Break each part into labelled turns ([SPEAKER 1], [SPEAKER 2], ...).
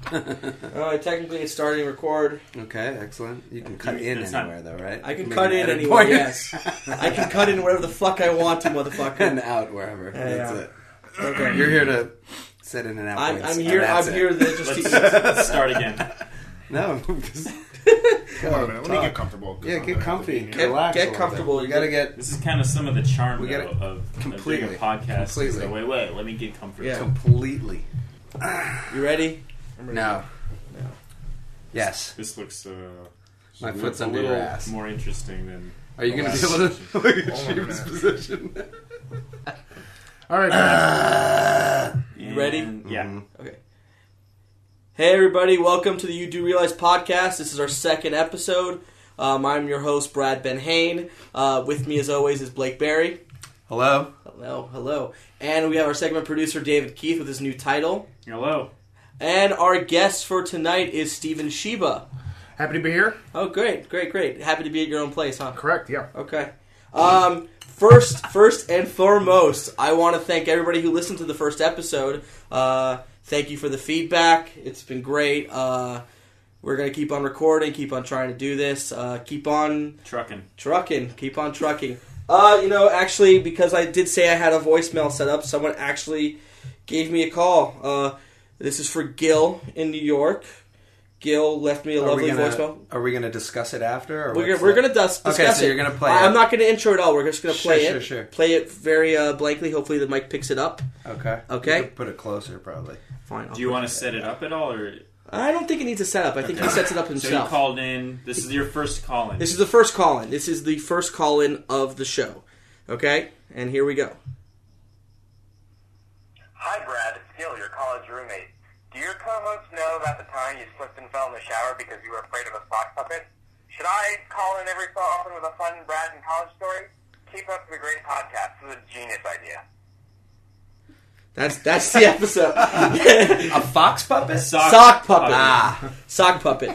[SPEAKER 1] Uh, technically, it's starting record.
[SPEAKER 2] okay, excellent. You can cut
[SPEAKER 3] you-
[SPEAKER 2] in
[SPEAKER 3] it's not-
[SPEAKER 2] anywhere, though, right?
[SPEAKER 1] I can
[SPEAKER 2] Maybe
[SPEAKER 1] cut in
[SPEAKER 2] at a
[SPEAKER 1] anywhere,
[SPEAKER 2] point.
[SPEAKER 1] yes. I can cut in whatever the fuck I want to,
[SPEAKER 2] and
[SPEAKER 1] motherfucker.
[SPEAKER 2] out wherever.
[SPEAKER 1] yeah.
[SPEAKER 2] That's it.
[SPEAKER 1] Okay.
[SPEAKER 2] You're here to set in and out.
[SPEAKER 1] I'm,
[SPEAKER 2] points,
[SPEAKER 1] I'm
[SPEAKER 2] and
[SPEAKER 1] here.
[SPEAKER 2] that's
[SPEAKER 1] I'm
[SPEAKER 2] it.
[SPEAKER 1] here to just
[SPEAKER 3] Let's,
[SPEAKER 1] to
[SPEAKER 3] let's start again.
[SPEAKER 2] No, just
[SPEAKER 4] Come on, man. Let me
[SPEAKER 2] Talk.
[SPEAKER 4] get comfortable. 'cause
[SPEAKER 2] yeah,
[SPEAKER 4] I'm
[SPEAKER 2] get
[SPEAKER 4] gonna have to
[SPEAKER 2] comfy,
[SPEAKER 4] be
[SPEAKER 2] get,
[SPEAKER 4] here.
[SPEAKER 2] relax.
[SPEAKER 1] get
[SPEAKER 2] a little bit.
[SPEAKER 1] comfortable.
[SPEAKER 2] You gotta get
[SPEAKER 3] This is kind of some of the charm
[SPEAKER 2] We
[SPEAKER 3] though,
[SPEAKER 2] gotta-
[SPEAKER 3] of, of
[SPEAKER 2] completely,
[SPEAKER 3] doing a podcast. is
[SPEAKER 2] completely.
[SPEAKER 3] the wait, wait, let me get comfort.
[SPEAKER 1] Yeah.
[SPEAKER 2] completely.
[SPEAKER 1] you ready?
[SPEAKER 2] No.
[SPEAKER 1] No.
[SPEAKER 2] Yes.
[SPEAKER 3] This looks uh,
[SPEAKER 2] My
[SPEAKER 3] a little-
[SPEAKER 2] foot's
[SPEAKER 3] a
[SPEAKER 2] under your
[SPEAKER 3] little
[SPEAKER 2] ass.
[SPEAKER 3] more interesting than
[SPEAKER 2] Are you gonna be
[SPEAKER 3] Relax.
[SPEAKER 2] able to
[SPEAKER 3] Oh,
[SPEAKER 2] look at
[SPEAKER 4] Hold on a
[SPEAKER 2] Jim's
[SPEAKER 4] minute.
[SPEAKER 2] position?
[SPEAKER 4] All right, guys.
[SPEAKER 1] Ah.
[SPEAKER 3] And-
[SPEAKER 1] ready?
[SPEAKER 3] Yeah.
[SPEAKER 2] Mhm.
[SPEAKER 1] Okay. Hey everybody, welcome to the You Do Realize podcast. This is our second episode. Um, I'm your host Brad Ben Hain. Uh, with me, as always, is Blake Barry.
[SPEAKER 2] Hello.
[SPEAKER 1] Hello, hello. And we have our segment producer David Keith with his new title.
[SPEAKER 3] Hello.
[SPEAKER 1] And our guest for tonight is Steven Sheba.
[SPEAKER 4] Happy to be here.
[SPEAKER 1] Oh, great, great, great. Happy to be at your own place, huh?
[SPEAKER 4] Correct. Yeah.
[SPEAKER 1] Okay. Um, first, first and foremost, I want to thank everybody who listened to the first episode. Uh, thank you for the feedback. It's been great. Uh, we're gonna keep on recording, keep on trying to do this, uh, keep on
[SPEAKER 3] Trucking.
[SPEAKER 1] trucking, keep on trucking. Uh, you know, actually, because I did say I had a voicemail set up, someone actually gave me a call. Uh, this is for Gil in New York. Gil left me a
[SPEAKER 2] Are we
[SPEAKER 1] lovely
[SPEAKER 2] gonna
[SPEAKER 1] voicemail.
[SPEAKER 2] Are we gonna discuss it after? Or
[SPEAKER 1] We're gonna,
[SPEAKER 2] what's
[SPEAKER 1] we're
[SPEAKER 2] the-
[SPEAKER 1] gonna dis- discuss
[SPEAKER 2] Okay, so
[SPEAKER 1] it.
[SPEAKER 2] you're gonna play
[SPEAKER 1] I,
[SPEAKER 2] it.
[SPEAKER 1] am not gonna intro it all. We're just gonna
[SPEAKER 2] Sure,
[SPEAKER 1] play
[SPEAKER 2] sure,
[SPEAKER 1] it.
[SPEAKER 2] sure.
[SPEAKER 1] Play it very uh, blankly. Hopefully the mic picks it up.
[SPEAKER 2] Okay.
[SPEAKER 1] Okay.
[SPEAKER 2] You could put it closer, probably.
[SPEAKER 1] Fine. I'll
[SPEAKER 3] Do you
[SPEAKER 1] put
[SPEAKER 3] want
[SPEAKER 1] it
[SPEAKER 3] to set it up at all, or
[SPEAKER 1] there. I don't think it needs a setup. I think he
[SPEAKER 3] Okay.
[SPEAKER 1] sets it up
[SPEAKER 3] so you
[SPEAKER 1] himself.
[SPEAKER 3] called in? This is your first call in.
[SPEAKER 1] this is the first call in. This is the first call in of the show. Okay, and here we go.
[SPEAKER 5] Hi, Brad. It's Gil, your college roommate. Do your co-hosts know about the time you slipped and fell in the shower because you were afraid of a sock puppet? Should I call in every so often with a fun Brad and college story? Keep up the great podcast. This is a genius idea.
[SPEAKER 1] That's that's the episode.
[SPEAKER 2] A fox puppet?
[SPEAKER 3] sock,
[SPEAKER 1] Sock puppet.
[SPEAKER 2] Ah.
[SPEAKER 1] Sock puppet.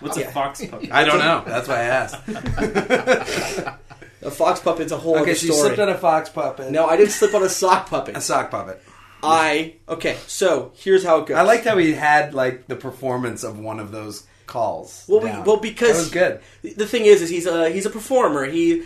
[SPEAKER 3] What's
[SPEAKER 1] Yeah.
[SPEAKER 3] a fox puppet?
[SPEAKER 2] I don't know. That's why I asked.
[SPEAKER 1] A fox puppet's a whole
[SPEAKER 2] okay,
[SPEAKER 1] other
[SPEAKER 2] she
[SPEAKER 1] story.
[SPEAKER 2] slipped on a fox puppet.
[SPEAKER 1] no, I didn't slip on a sock puppet.
[SPEAKER 2] a sock puppet.
[SPEAKER 1] I okay. So here's how it goes.
[SPEAKER 2] I liked how he had like the performance of one of those calls.
[SPEAKER 1] Well, we,
[SPEAKER 2] down.
[SPEAKER 1] well,
[SPEAKER 2] that
[SPEAKER 1] because
[SPEAKER 2] was good.
[SPEAKER 1] The thing is, is he's a he's a performer. He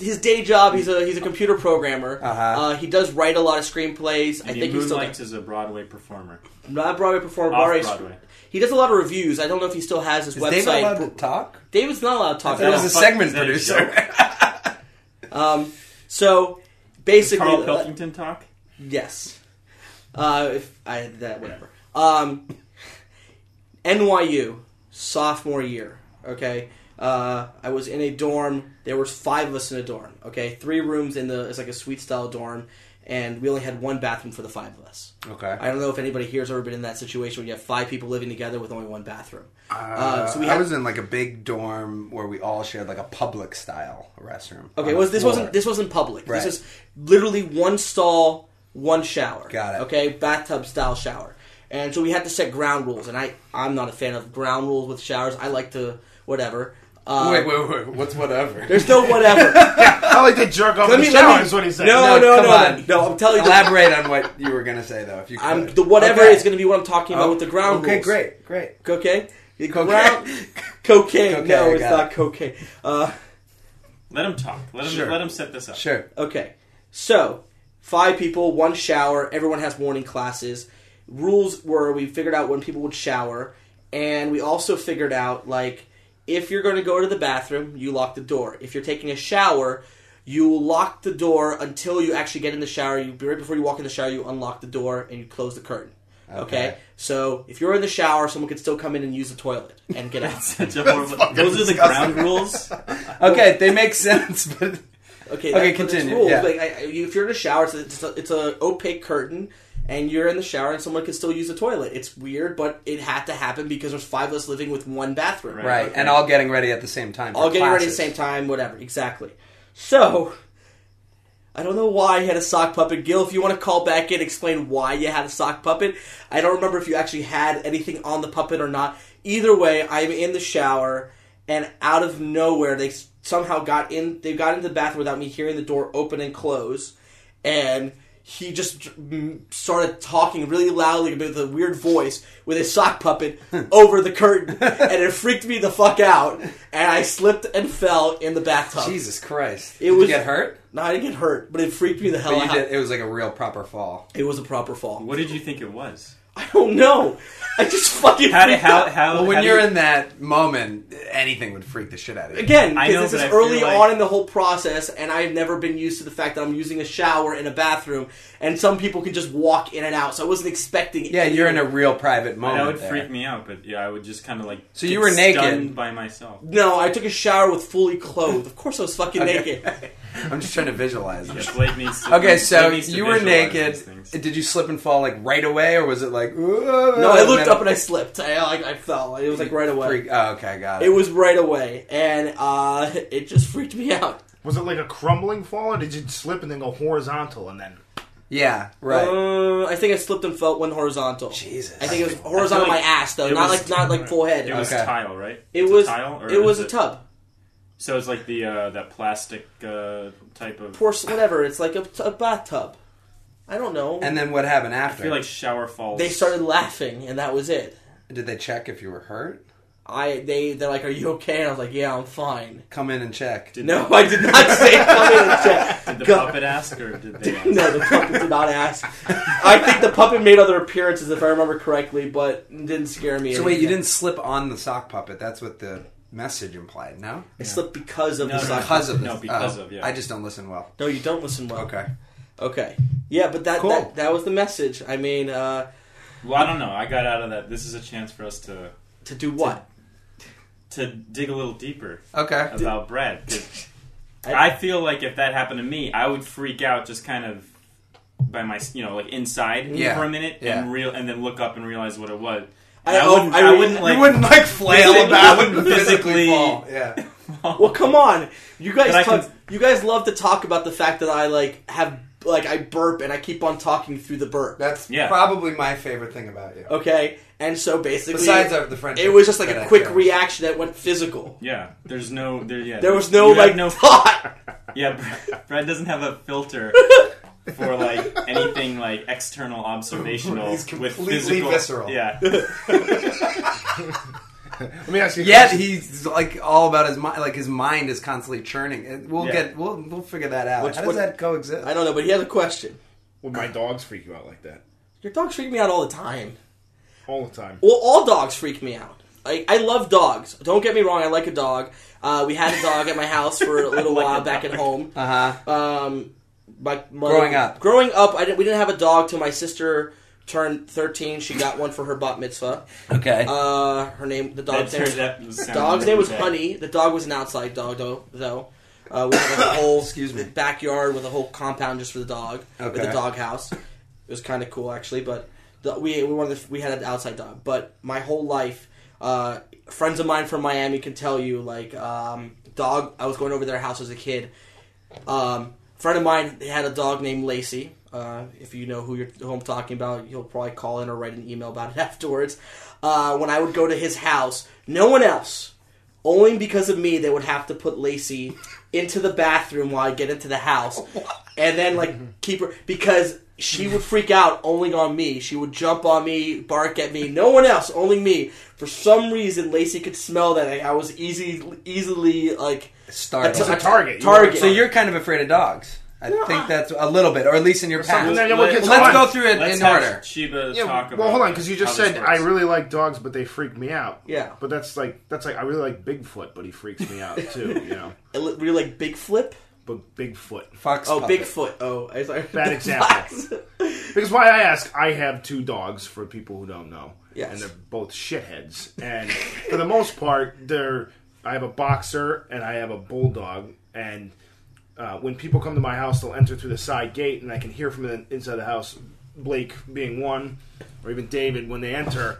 [SPEAKER 1] his day job he's a he's a computer programmer.
[SPEAKER 2] Uh-huh.
[SPEAKER 1] Uh, he does write a lot of screenplays. I
[SPEAKER 3] And
[SPEAKER 1] think
[SPEAKER 3] he
[SPEAKER 1] he's still
[SPEAKER 3] moonlights as a Broadway performer.
[SPEAKER 1] not a Broadway performer.
[SPEAKER 3] Off
[SPEAKER 1] Broadway-
[SPEAKER 3] Broadway.
[SPEAKER 1] He does a lot of reviews. I don't know if he still has his
[SPEAKER 2] Is
[SPEAKER 1] website.
[SPEAKER 2] David allowed to talk?
[SPEAKER 1] David's not allowed to talk.
[SPEAKER 2] That was
[SPEAKER 1] at all.
[SPEAKER 2] a
[SPEAKER 3] fuck,
[SPEAKER 2] segment
[SPEAKER 3] is that a
[SPEAKER 2] producer.
[SPEAKER 1] so basically,
[SPEAKER 3] Carl Pilkington talk.
[SPEAKER 1] Yes. Uh, if I that whatever. Um, NYU sophomore year. Okay. Uh, I was in a dorm. There was five of us in a dorm. Okay, three rooms in the it's like a suite style dorm, and we only had one bathroom for the five of us.
[SPEAKER 2] Okay.
[SPEAKER 1] I don't know if anybody here's ever been in that situation when you have five people living together with only one bathroom. Uh, so we
[SPEAKER 2] I
[SPEAKER 1] had,
[SPEAKER 2] was in like a big dorm where we all shared like a public style restroom.
[SPEAKER 1] Okay,
[SPEAKER 2] on
[SPEAKER 1] was
[SPEAKER 2] the
[SPEAKER 1] this
[SPEAKER 2] floor.
[SPEAKER 1] wasn't this wasn't public.
[SPEAKER 2] Right.
[SPEAKER 1] This was literally one stall, one shower.
[SPEAKER 2] Got it.
[SPEAKER 1] Okay, bathtub style shower. And so we had to set ground rules, and I I'm not a fan of ground rules with showers. I like to whatever. Uh,
[SPEAKER 2] Wait, wait, wait. What's whatever?
[SPEAKER 1] There's no whatever.
[SPEAKER 4] I like to jerk off
[SPEAKER 1] Let
[SPEAKER 4] in
[SPEAKER 1] me-
[SPEAKER 4] the
[SPEAKER 1] let
[SPEAKER 4] shower.
[SPEAKER 1] me-
[SPEAKER 4] is what he said.
[SPEAKER 1] No, no,
[SPEAKER 2] come
[SPEAKER 1] no,
[SPEAKER 2] on.
[SPEAKER 1] no, I'm telling you-
[SPEAKER 2] Elaborate on what you were gonna say though, if you. Could.
[SPEAKER 1] I'm the whatever
[SPEAKER 2] Okay. Oh,
[SPEAKER 1] is going to be what I'm talking about with the ground
[SPEAKER 2] Okay,
[SPEAKER 1] rules.
[SPEAKER 2] great, great.
[SPEAKER 1] Okay. The
[SPEAKER 2] Cocaine.
[SPEAKER 1] ground cocaine.
[SPEAKER 2] Cocaine,
[SPEAKER 1] No,
[SPEAKER 2] I
[SPEAKER 1] it's
[SPEAKER 2] got
[SPEAKER 1] not
[SPEAKER 2] it.
[SPEAKER 1] cocaine. Uh,
[SPEAKER 3] Let him talk. Let him
[SPEAKER 2] Sure.
[SPEAKER 3] let him set this up.
[SPEAKER 2] Sure.
[SPEAKER 1] Okay. So, five people, one shower, everyone has morning classes. Rules were we figured out when people would shower, and we also figured out, like, if you're going to go to the bathroom, you lock the door. If you're taking a shower, you lock the door until you actually get in the shower. You right before you walk in the shower, you unlock the door and you close the curtain. Okay.
[SPEAKER 2] Okay.
[SPEAKER 1] So if you're in the shower, someone could still come in and use the toilet and get out.
[SPEAKER 3] Such a horrible- Those are the ground rules.
[SPEAKER 2] Okay, they make sense, but
[SPEAKER 1] Okay,
[SPEAKER 2] Okay,
[SPEAKER 1] that- but there's
[SPEAKER 2] continue,
[SPEAKER 1] Rules.
[SPEAKER 2] yeah.
[SPEAKER 1] Like, I, I- if you're in a shower, it's a, it's, a, it's a opaque curtain, and you're in the shower, and someone can still use the toilet. It's weird, but it had to happen because there's five of us living with one bathroom.
[SPEAKER 3] Right.
[SPEAKER 2] right, and all getting ready at the same time. for
[SPEAKER 1] All getting ready at
[SPEAKER 2] classes.
[SPEAKER 1] the same time, whatever. Exactly. So, I don't know why I had a sock puppet. Gil, if you want to call back in, explain why you had a sock puppet. I don't remember if you actually had anything on the puppet or not. Either way, I'm in the shower, and out of nowhere, they s- somehow got in. They got into the bathroom without me hearing the door open and close, and he just mm, started talking really loudly with a weird voice with a sock puppet over the curtain, and it freaked me the fuck out. And I slipped and fell in the bathtub.
[SPEAKER 2] Jesus Christ!
[SPEAKER 1] It
[SPEAKER 2] Did
[SPEAKER 1] was-
[SPEAKER 2] you get hurt?
[SPEAKER 1] No, I didn't get hurt, but it freaked me the hell
[SPEAKER 2] But you
[SPEAKER 1] out.
[SPEAKER 2] did. It was like a real proper fall.
[SPEAKER 1] It was a proper fall.
[SPEAKER 3] What did you think it was?
[SPEAKER 1] I don't know. I just fucking
[SPEAKER 3] How
[SPEAKER 1] freaked
[SPEAKER 3] how
[SPEAKER 1] out.
[SPEAKER 3] how?
[SPEAKER 2] Well, when
[SPEAKER 3] how do
[SPEAKER 2] you're
[SPEAKER 3] you-
[SPEAKER 2] in that moment, anything would freak the shit out of you.
[SPEAKER 1] again
[SPEAKER 3] I know,
[SPEAKER 1] because this is
[SPEAKER 3] but I feel
[SPEAKER 1] early
[SPEAKER 3] like-
[SPEAKER 1] on in the whole process and i've never been used to the fact that i'm using a shower in a bathroom and some people can just walk in and out so i wasn't expecting
[SPEAKER 2] Yeah, you're in a real private moment.
[SPEAKER 3] that would
[SPEAKER 2] there.
[SPEAKER 3] freak me out, but yeah, I would just kind of like.
[SPEAKER 2] So you
[SPEAKER 3] get
[SPEAKER 2] were naked.
[SPEAKER 3] stunned by myself.
[SPEAKER 1] no i took a shower with fully clothed of course i was fucking
[SPEAKER 2] Okay.
[SPEAKER 1] naked
[SPEAKER 2] I'm just trying to visualize
[SPEAKER 3] Yeah,
[SPEAKER 2] it.
[SPEAKER 3] Blake needs to-
[SPEAKER 2] Okay,
[SPEAKER 3] Blake
[SPEAKER 2] so
[SPEAKER 3] needs to
[SPEAKER 2] you were
[SPEAKER 3] visualize
[SPEAKER 2] naked.
[SPEAKER 3] these things.
[SPEAKER 2] Did you slip and fall like right away, or was it like?
[SPEAKER 1] no i looked up and i slipped i like i fell it was like right away
[SPEAKER 2] Freak. Oh, okay, I got it.
[SPEAKER 1] it was right away and uh it just freaked me out
[SPEAKER 4] Was it like a crumbling fall, or did you slip and then go horizontal and then?
[SPEAKER 2] yeah, right.
[SPEAKER 1] Uh, i think i slipped and felt one horizontal
[SPEAKER 2] Jesus.
[SPEAKER 1] i think it was horizontal
[SPEAKER 3] like
[SPEAKER 1] my ass though
[SPEAKER 3] it
[SPEAKER 1] not like
[SPEAKER 3] was-
[SPEAKER 1] not like full head
[SPEAKER 3] It was
[SPEAKER 2] Okay.
[SPEAKER 3] tile, right?
[SPEAKER 1] it
[SPEAKER 3] It's a
[SPEAKER 1] was,
[SPEAKER 3] tile, or
[SPEAKER 1] it was
[SPEAKER 3] is
[SPEAKER 1] a tub
[SPEAKER 3] So it's like the uh, that plastic uh, type of.
[SPEAKER 1] porcelain, whatever. It's like a, a bathtub. I don't know.
[SPEAKER 2] and then what happened after?
[SPEAKER 3] I feel like shower falls.
[SPEAKER 1] they started laughing, and that was it.
[SPEAKER 2] Did they check if you were hurt?
[SPEAKER 1] I they they're like, "Are you okay?" And I was like, "Yeah, I'm fine."
[SPEAKER 2] Come in and check.
[SPEAKER 3] Did
[SPEAKER 1] No, I did not say come in and check.
[SPEAKER 3] Did the
[SPEAKER 1] Go-
[SPEAKER 3] puppet ask or did they? Ask?
[SPEAKER 1] No, the puppet did not ask. I think the puppet made other appearances, if I remember correctly, but it didn't scare me.
[SPEAKER 2] so wait, you
[SPEAKER 1] anymore.
[SPEAKER 2] didn't slip on the sock puppet. That's what the message implied. No,
[SPEAKER 1] I slipped because of
[SPEAKER 3] No,
[SPEAKER 1] the
[SPEAKER 3] no,
[SPEAKER 1] sock.
[SPEAKER 2] because of
[SPEAKER 3] No,
[SPEAKER 2] this-
[SPEAKER 3] because
[SPEAKER 2] oh,
[SPEAKER 3] of, yeah.
[SPEAKER 2] I just don't listen well.
[SPEAKER 1] No, you don't listen well.
[SPEAKER 2] Okay.
[SPEAKER 1] Okay. Yeah, but that,
[SPEAKER 2] Cool.
[SPEAKER 1] that that was the message. I mean, uh,
[SPEAKER 3] Well, I don't know. I got out of that. This is a chance for us to
[SPEAKER 1] to do what?
[SPEAKER 3] to dig a little deeper
[SPEAKER 2] Okay.
[SPEAKER 3] about Brad. 'cause
[SPEAKER 1] I-
[SPEAKER 3] I, feel like if that happened to me, I would freak out just kind of by my, you know, like inside
[SPEAKER 2] Yeah.
[SPEAKER 3] for a minute
[SPEAKER 2] Yeah.
[SPEAKER 3] and real, and then look up and realize what it was.
[SPEAKER 1] I-
[SPEAKER 3] And I,
[SPEAKER 1] oh,
[SPEAKER 3] wouldn't.
[SPEAKER 1] I
[SPEAKER 3] I,
[SPEAKER 1] really-
[SPEAKER 3] wouldn't like.
[SPEAKER 2] you wouldn't like flail
[SPEAKER 1] Physically-
[SPEAKER 2] about. You wouldn't
[SPEAKER 3] physically-
[SPEAKER 2] physically fall. Yeah.
[SPEAKER 1] Well, come on, you guys.
[SPEAKER 3] But I
[SPEAKER 1] Talk,
[SPEAKER 3] can-
[SPEAKER 1] You guys love to talk about the fact that I like have like I burp and I keep on talking through the burp.
[SPEAKER 2] That's
[SPEAKER 3] Yeah.
[SPEAKER 2] probably my favorite thing about you.
[SPEAKER 1] Okay, and so basically,
[SPEAKER 2] Besides of the friendship.
[SPEAKER 1] it was just like
[SPEAKER 2] that
[SPEAKER 1] a
[SPEAKER 2] I
[SPEAKER 1] quick
[SPEAKER 2] cherished.
[SPEAKER 1] reaction that went physical.
[SPEAKER 3] Yeah, there's no. There, yeah,
[SPEAKER 1] There was no
[SPEAKER 3] you have
[SPEAKER 1] like thought.
[SPEAKER 3] Yeah, Brad- Brad doesn't have a filter for like anything like external observational
[SPEAKER 2] He's
[SPEAKER 3] with
[SPEAKER 2] completely
[SPEAKER 3] physical.
[SPEAKER 2] visceral.
[SPEAKER 3] Yeah,
[SPEAKER 4] Let me ask you. a
[SPEAKER 2] Yet
[SPEAKER 4] question.
[SPEAKER 2] he's like all about his mind. Like his mind is constantly churning. And We'll
[SPEAKER 3] Yeah.
[SPEAKER 2] get. We'll we'll figure that out.
[SPEAKER 1] Which-
[SPEAKER 2] How does
[SPEAKER 1] what-
[SPEAKER 2] that coexist?
[SPEAKER 1] I don't know, but he has a question.
[SPEAKER 4] Would my dogs freak you out like that
[SPEAKER 1] Your dogs freak me out all the time.
[SPEAKER 4] all the time?
[SPEAKER 1] Well, all dogs freak me out. Like I love dogs. Don't get me wrong. I like a dog. Uh, we had a dog at my house for a little
[SPEAKER 3] Like a
[SPEAKER 1] while back at
[SPEAKER 3] dog.
[SPEAKER 1] home.
[SPEAKER 2] Uh huh.
[SPEAKER 1] um, my mother,
[SPEAKER 2] Growing up.
[SPEAKER 1] growing up, I didn't, we didn't have a dog till my sister turned thirteen. She got one for her bat mitzvah.
[SPEAKER 2] Okay.
[SPEAKER 1] Uh, her name, the dog's name,
[SPEAKER 3] that,
[SPEAKER 1] was,
[SPEAKER 3] that was sounding
[SPEAKER 1] dog's name was
[SPEAKER 3] bad.
[SPEAKER 1] Honey. The dog was an outside dog though. Though uh, we had a whole
[SPEAKER 2] Excuse me.
[SPEAKER 1] backyard with a whole compound just for the dog, with
[SPEAKER 2] Okay.
[SPEAKER 1] a dog house. It was kind of cool actually, but the, we we wanted to- we had an outside dog. But my whole life, uh, friends of mine from Miami can tell you like um, dog. I was going over their house as a kid. Um, friend of mine had a dog named Lacey. Uh, if you know who you're who I'm talking about, you'll probably call in or write an email about it afterwards. Uh, when I would go to his house, no one else, only because of me, they would have to put Lacey into the bathroom while I get into the house, and then like keep her because she would freak out only on me. She would jump on me, bark at me. No one else, only me. For some reason, Lacey could smell that I- I was easy, easily like
[SPEAKER 2] Start.
[SPEAKER 1] a t-
[SPEAKER 4] a target. You are a
[SPEAKER 1] Target.
[SPEAKER 2] so you're kind of afraid of dogs. I think that's a little bit, or at least in your past.
[SPEAKER 4] Something that-
[SPEAKER 2] Well,
[SPEAKER 4] yeah, well,
[SPEAKER 3] Let-
[SPEAKER 4] it's
[SPEAKER 2] let's
[SPEAKER 4] fine.
[SPEAKER 2] go through it
[SPEAKER 3] Let's
[SPEAKER 2] in
[SPEAKER 3] have
[SPEAKER 2] order.
[SPEAKER 3] Chiba
[SPEAKER 4] Yeah,
[SPEAKER 3] talk about.
[SPEAKER 4] well, hold on, because you
[SPEAKER 3] how
[SPEAKER 4] just
[SPEAKER 3] this
[SPEAKER 4] said
[SPEAKER 3] works.
[SPEAKER 4] I really like dogs, but they freak me out.
[SPEAKER 1] Yeah.
[SPEAKER 4] but that's like that's like I really like Bigfoot, but he freaks me out too. You know,
[SPEAKER 1] I li- really like big flip.
[SPEAKER 4] but Bigfoot.
[SPEAKER 2] Fox.
[SPEAKER 1] Oh,
[SPEAKER 2] puppet.
[SPEAKER 1] Bigfoot. Oh, I sorry.
[SPEAKER 4] Bad example. Because why I ask, I have two dogs for people who don't know.
[SPEAKER 1] Yes.
[SPEAKER 4] And they're both shitheads. And for the most part, they're I have a boxer and I have a bulldog. And uh, when people come to my house, they'll enter through the side gate, and I can hear from the inside of the house, Blake being one, or even David when they enter.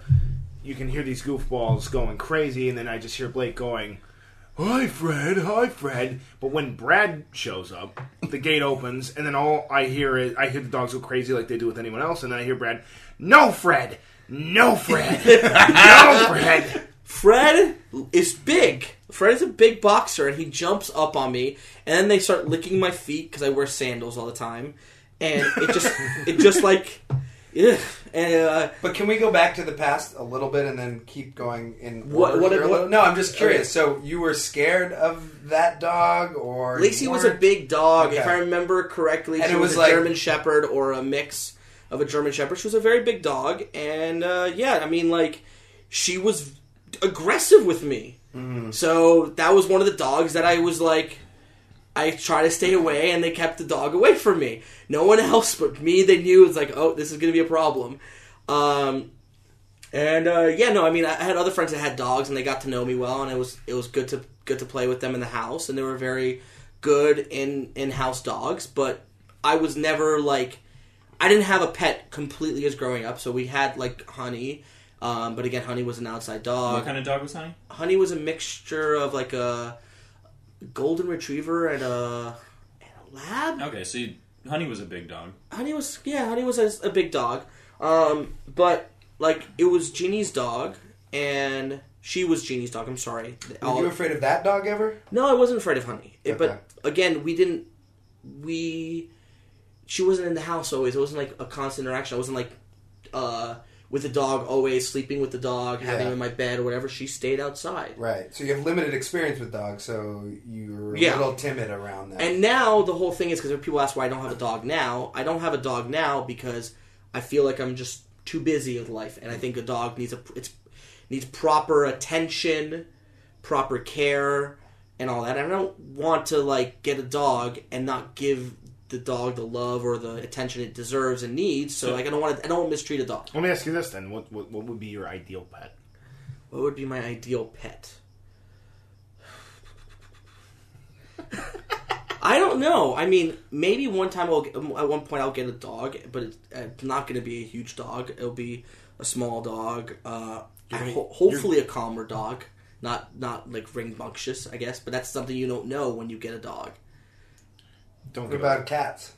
[SPEAKER 4] You can hear these goofballs going crazy, and then I just hear Blake going, Hi, Fred. Hi, Fred. But when Brad shows up, the gate opens, and then all I hear is I hear the dogs go crazy like they do with anyone else, and then I hear Brad, No, Fred. No, Fred. no, Fred.
[SPEAKER 1] Fred is big. Fred is a big boxer, and he jumps up on me, and then they start licking my feet because I wear sandals all the time. and it just it just like, ugh. and uh,
[SPEAKER 2] But can we go back to the past a little bit and then keep going in?
[SPEAKER 1] What-
[SPEAKER 2] order
[SPEAKER 1] what-
[SPEAKER 2] here a
[SPEAKER 1] what-
[SPEAKER 2] little- no, I'm just curious. So you were scared of that dog, or
[SPEAKER 1] Lacey
[SPEAKER 2] you
[SPEAKER 1] was a
[SPEAKER 2] weren't?
[SPEAKER 1] big dog, if
[SPEAKER 2] Okay.
[SPEAKER 1] I remember correctly.
[SPEAKER 2] And
[SPEAKER 1] she
[SPEAKER 2] it
[SPEAKER 1] was,
[SPEAKER 2] was
[SPEAKER 1] a
[SPEAKER 2] like-
[SPEAKER 1] German Shepherd or a mix of a German Shepherd. She was a very big dog, and uh, yeah, I mean, like she was aggressive with me.
[SPEAKER 2] Mm.
[SPEAKER 1] So that was one of the dogs that I was like, I try to stay away, and they kept the dog away from me. No one else but me. They knew it's like, oh, this is going to be a problem. Um, and uh, yeah, no, I mean, I I had other friends that had dogs, and they got to know me well, and it was it was good to good to play with them in the house, and they were very good in in house dogs. But I was never like, I didn't have a pet completely as growing up. So we had like Honey, um, but again, Honey was an outside dog.
[SPEAKER 3] What kind of dog was Honey?
[SPEAKER 1] Honey was a mixture of like a golden retriever and a, and a lab.
[SPEAKER 3] Okay, so you, Honey was a big dog.
[SPEAKER 1] Honey was yeah, Honey was a, a big dog, um, but like it was Jeannie's dog, and she was Jeannie's dog. I'm sorry.
[SPEAKER 2] Were you afraid of that dog ever?
[SPEAKER 1] no, I wasn't afraid of Honey, It-
[SPEAKER 2] Okay.
[SPEAKER 1] but again, we didn't we she wasn't in the house always. It wasn't like a constant interaction. I wasn't like uh, with the dog always sleeping with the dog, having
[SPEAKER 2] Yeah.
[SPEAKER 1] him in my bed or whatever. She stayed outside.
[SPEAKER 2] Right. So you have limited experience with dogs, so you're a
[SPEAKER 1] Yeah.
[SPEAKER 2] little timid around that.
[SPEAKER 1] And now the whole thing is because people ask why I don't have a dog now. I don't have a dog now because I feel like I'm just too busy with life, and I think a dog needs a it's needs proper attention, proper care, and all that. I don't want to like get a dog and not give the dog the love or the attention it deserves and needs. So like I don't want to, I don't want to mistreat a dog.
[SPEAKER 4] Let me ask you this then: what what, what would be your ideal pet?
[SPEAKER 1] What would be my ideal pet? I don't know. I mean, maybe one time I'll get, at one point I'll get a dog, but it's, it's not going to be a huge dog. It'll be a small dog. Uh,
[SPEAKER 2] gonna-
[SPEAKER 1] ho- hopefully a calmer dog, not not like ringbunctious, I guess. But that's something you don't know when you get a dog.
[SPEAKER 4] Don't
[SPEAKER 2] what
[SPEAKER 4] give
[SPEAKER 2] about
[SPEAKER 4] about
[SPEAKER 2] cats?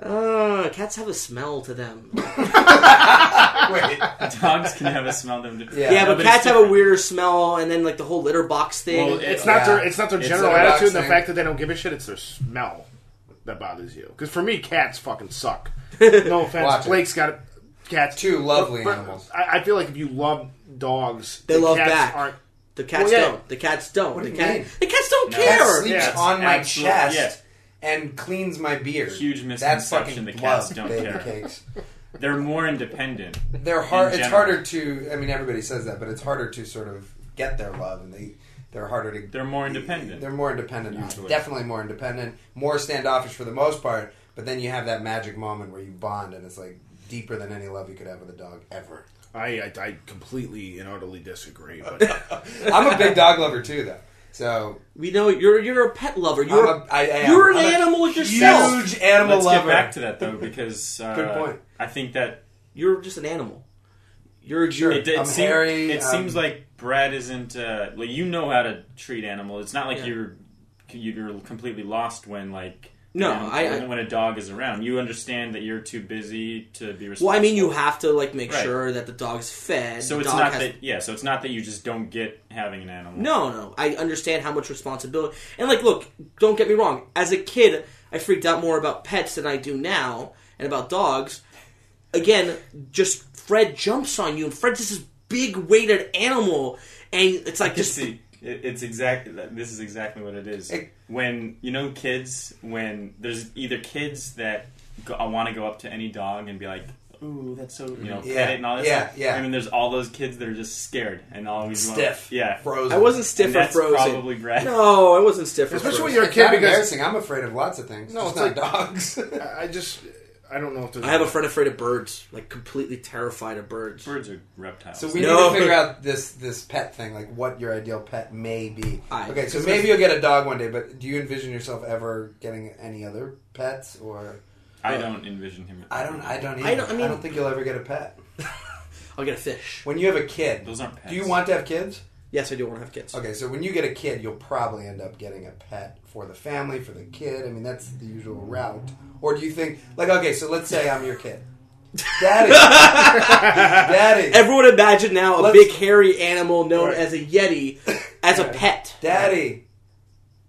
[SPEAKER 1] Uh, cats have a smell to them.
[SPEAKER 2] Wait.
[SPEAKER 3] Dogs can have a smell them. To,
[SPEAKER 2] Yeah.
[SPEAKER 1] Yeah, but,
[SPEAKER 3] it's
[SPEAKER 1] cats have a
[SPEAKER 3] different.
[SPEAKER 1] weirder smell, and then like the whole litter box thing.
[SPEAKER 3] Well,
[SPEAKER 4] It's not their
[SPEAKER 2] Yeah.
[SPEAKER 4] it's not their
[SPEAKER 2] It's
[SPEAKER 4] general
[SPEAKER 2] their dog's
[SPEAKER 4] attitude and the
[SPEAKER 2] thing.
[SPEAKER 4] fact that they don't give a shit. It's their smell that bothers you. Because for me, cats fucking suck. No offense,
[SPEAKER 2] Watch it.
[SPEAKER 4] Blake's got cats.
[SPEAKER 2] Two lovely
[SPEAKER 4] But
[SPEAKER 2] animals.
[SPEAKER 4] I, I feel like if you love dogs,
[SPEAKER 1] They
[SPEAKER 4] the
[SPEAKER 1] love
[SPEAKER 4] cats
[SPEAKER 1] back.
[SPEAKER 4] Aren't,
[SPEAKER 1] the cats
[SPEAKER 4] Well, yeah.
[SPEAKER 1] don't. The cats don't.
[SPEAKER 2] What do
[SPEAKER 1] the,
[SPEAKER 2] you
[SPEAKER 1] cat-
[SPEAKER 2] mean?
[SPEAKER 1] the cats don't
[SPEAKER 2] cat
[SPEAKER 1] care.
[SPEAKER 2] sleeps
[SPEAKER 4] Yeah, it's
[SPEAKER 2] on my
[SPEAKER 3] absolute-
[SPEAKER 2] chest
[SPEAKER 3] yeah.
[SPEAKER 2] and cleans my beard.
[SPEAKER 3] Huge
[SPEAKER 2] That's fucking
[SPEAKER 3] misconception that
[SPEAKER 2] love,
[SPEAKER 3] cats don't
[SPEAKER 2] baby
[SPEAKER 3] care.
[SPEAKER 2] cakes.
[SPEAKER 3] They're more independent.
[SPEAKER 2] They're hard.
[SPEAKER 3] In
[SPEAKER 2] It's
[SPEAKER 3] general.
[SPEAKER 2] harder to. I mean, everybody says that, but it's harder to sort of get their love, and they they're harder to.
[SPEAKER 3] They're more independent.
[SPEAKER 2] They're more independent.
[SPEAKER 3] Usually.
[SPEAKER 2] Definitely more independent. More standoffish for the most part. But then you have that magic moment where you bond, and it's like deeper than any love you could have with a dog ever.
[SPEAKER 4] I, I I completely and utterly disagree. But
[SPEAKER 2] I'm a big dog lover too, though. So
[SPEAKER 1] We know you're you're a pet lover. You're
[SPEAKER 2] I'm a, I am.
[SPEAKER 1] you're an
[SPEAKER 2] I'm a
[SPEAKER 1] animal yourself.
[SPEAKER 2] Huge animal
[SPEAKER 3] Let's
[SPEAKER 2] lover.
[SPEAKER 3] get back to that though, because uh,
[SPEAKER 2] Good point.
[SPEAKER 3] I think that
[SPEAKER 1] You're just an animal. You're a
[SPEAKER 2] Sure.
[SPEAKER 1] human.
[SPEAKER 3] it, it,
[SPEAKER 2] I'm
[SPEAKER 3] seem-
[SPEAKER 2] hairy,
[SPEAKER 3] it
[SPEAKER 2] um,
[SPEAKER 3] seems like Brad isn't. Uh, like you know how to treat animals. It's not like
[SPEAKER 1] Yeah.
[SPEAKER 3] you're you're completely lost when like
[SPEAKER 1] No,
[SPEAKER 3] an-
[SPEAKER 1] I- I-
[SPEAKER 3] when, a dog is around. You understand that you're too busy to be responsible.
[SPEAKER 1] Well, I mean, you have to like make
[SPEAKER 3] Right.
[SPEAKER 1] sure that the dog's fed.
[SPEAKER 3] So
[SPEAKER 1] the
[SPEAKER 3] it's
[SPEAKER 1] dog
[SPEAKER 3] not
[SPEAKER 1] has-
[SPEAKER 3] that yeah. So it's not that you just don't get having an animal.
[SPEAKER 1] No, no. I understand how much responsibility. And like, look, don't get me wrong. As a kid, I freaked out more about pets than I do now, and about dogs. Again, just Fred jumps on you, and Fred's just this big weighted animal, and it's like
[SPEAKER 3] You
[SPEAKER 1] just
[SPEAKER 3] see, it, it's exactly this is exactly what it is.
[SPEAKER 2] It-
[SPEAKER 3] when you know kids, when there's either kids that go, I want to go up to any dog and be like, "Ooh, that's so," you know,
[SPEAKER 2] Yeah,
[SPEAKER 3] pet it and all that.
[SPEAKER 2] yeah,
[SPEAKER 3] stuff.
[SPEAKER 2] yeah.
[SPEAKER 3] I mean, there's all those kids that are just scared and always want-
[SPEAKER 2] stiff.
[SPEAKER 3] yeah,
[SPEAKER 2] frozen.
[SPEAKER 1] I wasn't
[SPEAKER 3] And
[SPEAKER 1] stiff or
[SPEAKER 3] that's
[SPEAKER 1] frozen.
[SPEAKER 3] probably Brad.
[SPEAKER 1] No, I wasn't stiff or
[SPEAKER 4] especially
[SPEAKER 1] frozen.
[SPEAKER 4] when you're a
[SPEAKER 2] It's not
[SPEAKER 4] kid, because
[SPEAKER 2] embarrassing. I'm afraid of lots of things.
[SPEAKER 4] No,
[SPEAKER 2] No, just
[SPEAKER 4] it's
[SPEAKER 2] not dogs.
[SPEAKER 4] I I just I don't know if there's
[SPEAKER 1] I have a friend afraid of birds, like completely terrified of birds.
[SPEAKER 3] Birds are reptiles.
[SPEAKER 2] so we
[SPEAKER 1] No.
[SPEAKER 2] need to figure out this this pet thing, like what your ideal pet may be.
[SPEAKER 1] I-
[SPEAKER 2] okay, so
[SPEAKER 1] because
[SPEAKER 2] maybe you'll get a dog one day, but do you envision yourself ever getting any other pets? Or
[SPEAKER 3] I don't envision him.
[SPEAKER 2] I don't, I don't. Either.
[SPEAKER 1] don't- I
[SPEAKER 2] I
[SPEAKER 1] mean-
[SPEAKER 2] don't think you'll ever get a pet.
[SPEAKER 1] I'll get a fish.
[SPEAKER 2] When you have a kid,
[SPEAKER 3] Those aren't pets.
[SPEAKER 2] do you want to have kids?
[SPEAKER 1] Yes, I do want to have kids.
[SPEAKER 2] Okay, so when you get a kid, you'll probably end up getting a pet for the family, for the kid. I mean, that's the usual route. Or do you think, like, okay, so let's say I'm your kid. Daddy. Daddy.
[SPEAKER 1] Everyone imagine now a
[SPEAKER 2] Let's-
[SPEAKER 1] big hairy animal known
[SPEAKER 4] Right.
[SPEAKER 1] as a yeti as a pet.
[SPEAKER 2] Daddy.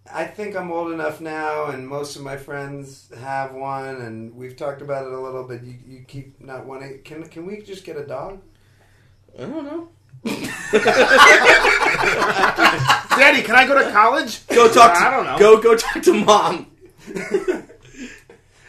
[SPEAKER 2] I think I'm old enough now, and most of my friends have one, and we've talked about it a little. But you, you keep not wanting. Can can we just get a dog?
[SPEAKER 1] I don't know.
[SPEAKER 4] Daddy, can I go to college?
[SPEAKER 1] Go talk. To,
[SPEAKER 4] I don't know.
[SPEAKER 1] Go go talk to mom.
[SPEAKER 2] Okay,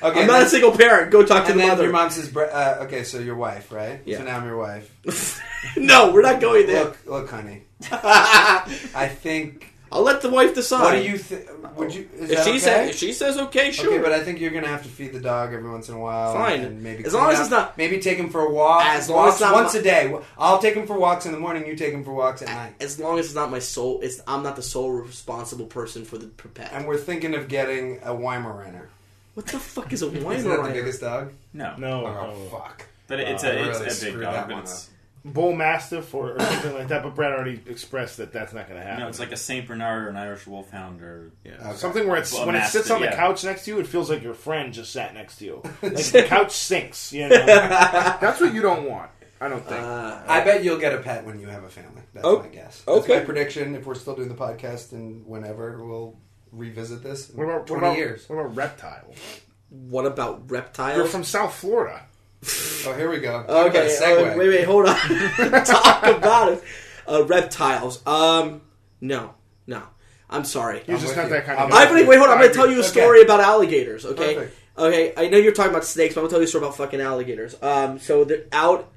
[SPEAKER 1] I'm not a
[SPEAKER 2] and then-
[SPEAKER 1] single parent. Go talk to
[SPEAKER 2] and
[SPEAKER 1] the
[SPEAKER 2] then
[SPEAKER 1] mother.
[SPEAKER 2] Your mom says, Bre- uh, "Okay, so your wife, right?
[SPEAKER 1] Yeah.
[SPEAKER 2] So now I'm your wife.
[SPEAKER 1] no, we're not going there.
[SPEAKER 2] Look, look, honey. I think.
[SPEAKER 1] I'll let the wife decide.
[SPEAKER 2] What do you? Th- would you? Is
[SPEAKER 1] If
[SPEAKER 2] that
[SPEAKER 1] she
[SPEAKER 2] okay?
[SPEAKER 1] says if she says okay, sure.
[SPEAKER 2] Okay, but I think you're gonna have to feed the dog every once in a while.
[SPEAKER 1] Fine.
[SPEAKER 2] and maybe
[SPEAKER 1] As
[SPEAKER 2] clean
[SPEAKER 1] long as
[SPEAKER 2] up.
[SPEAKER 1] it's not-
[SPEAKER 2] Maybe take him for a walk.
[SPEAKER 1] As long
[SPEAKER 2] walks
[SPEAKER 1] as it's not
[SPEAKER 2] once
[SPEAKER 1] my-
[SPEAKER 2] a day. I'll take him for walks in the morning. You take him for walks at night.
[SPEAKER 1] as long as it's not my sole, it's I'm not the sole responsible person for the pet.
[SPEAKER 2] And we're thinking of getting a Weimaraner.
[SPEAKER 1] what the fuck is a
[SPEAKER 2] Isn't that the
[SPEAKER 1] Weimaraner?
[SPEAKER 2] biggest dog?
[SPEAKER 3] No,
[SPEAKER 4] No,
[SPEAKER 2] Oh,
[SPEAKER 4] no.
[SPEAKER 2] fuck.
[SPEAKER 3] but it's
[SPEAKER 4] Uh,
[SPEAKER 3] a
[SPEAKER 2] I
[SPEAKER 3] it's
[SPEAKER 2] really
[SPEAKER 3] a big
[SPEAKER 2] screwed
[SPEAKER 3] dog.
[SPEAKER 2] that
[SPEAKER 3] But
[SPEAKER 2] one
[SPEAKER 3] it's
[SPEAKER 4] bull mastiff or, or something like that. But Brad already expressed that that's not going to happen.
[SPEAKER 3] no, it's like a Saint Bernard or an Irish Wolfhound or yeah.
[SPEAKER 2] Okay.
[SPEAKER 4] something where it's
[SPEAKER 3] Well,
[SPEAKER 4] when it
[SPEAKER 3] mastiff,
[SPEAKER 4] sits on the
[SPEAKER 3] yeah.
[SPEAKER 4] couch next to you, it feels like your friend just sat next to you. Like the couch sinks. You know, that's what you don't want. I don't think.
[SPEAKER 1] Uh,
[SPEAKER 2] I bet you'll get a pet when you have a family. That's
[SPEAKER 1] Oh,
[SPEAKER 2] my guess. That's
[SPEAKER 1] okay.
[SPEAKER 2] my prediction. If we're still doing the podcast and whenever, we'll revisit this. In
[SPEAKER 4] what about what
[SPEAKER 2] 20
[SPEAKER 4] about,
[SPEAKER 2] years?
[SPEAKER 4] What about reptile?
[SPEAKER 1] what about reptiles?
[SPEAKER 4] You're from South Florida.
[SPEAKER 2] Oh, here we go. Talk about a
[SPEAKER 1] Okay,
[SPEAKER 2] segue.
[SPEAKER 1] uh, wait, wait, hold on. Talk about it. Uh, reptiles. Um, no, no. I'm sorry.
[SPEAKER 4] You're
[SPEAKER 2] I'm
[SPEAKER 4] just
[SPEAKER 2] with
[SPEAKER 4] not
[SPEAKER 2] you.
[SPEAKER 4] that kind
[SPEAKER 2] I'm
[SPEAKER 4] of.
[SPEAKER 1] I
[SPEAKER 4] guy.
[SPEAKER 1] believe. Wait, hold on. I'm going
[SPEAKER 4] I
[SPEAKER 1] to tell
[SPEAKER 4] agree.
[SPEAKER 1] you a
[SPEAKER 2] Okay.
[SPEAKER 1] story about alligators. Okay.
[SPEAKER 2] Perfect.
[SPEAKER 1] Okay. I know you're talking about snakes, but I'm going to tell you a story about fucking alligators. Um, so they're out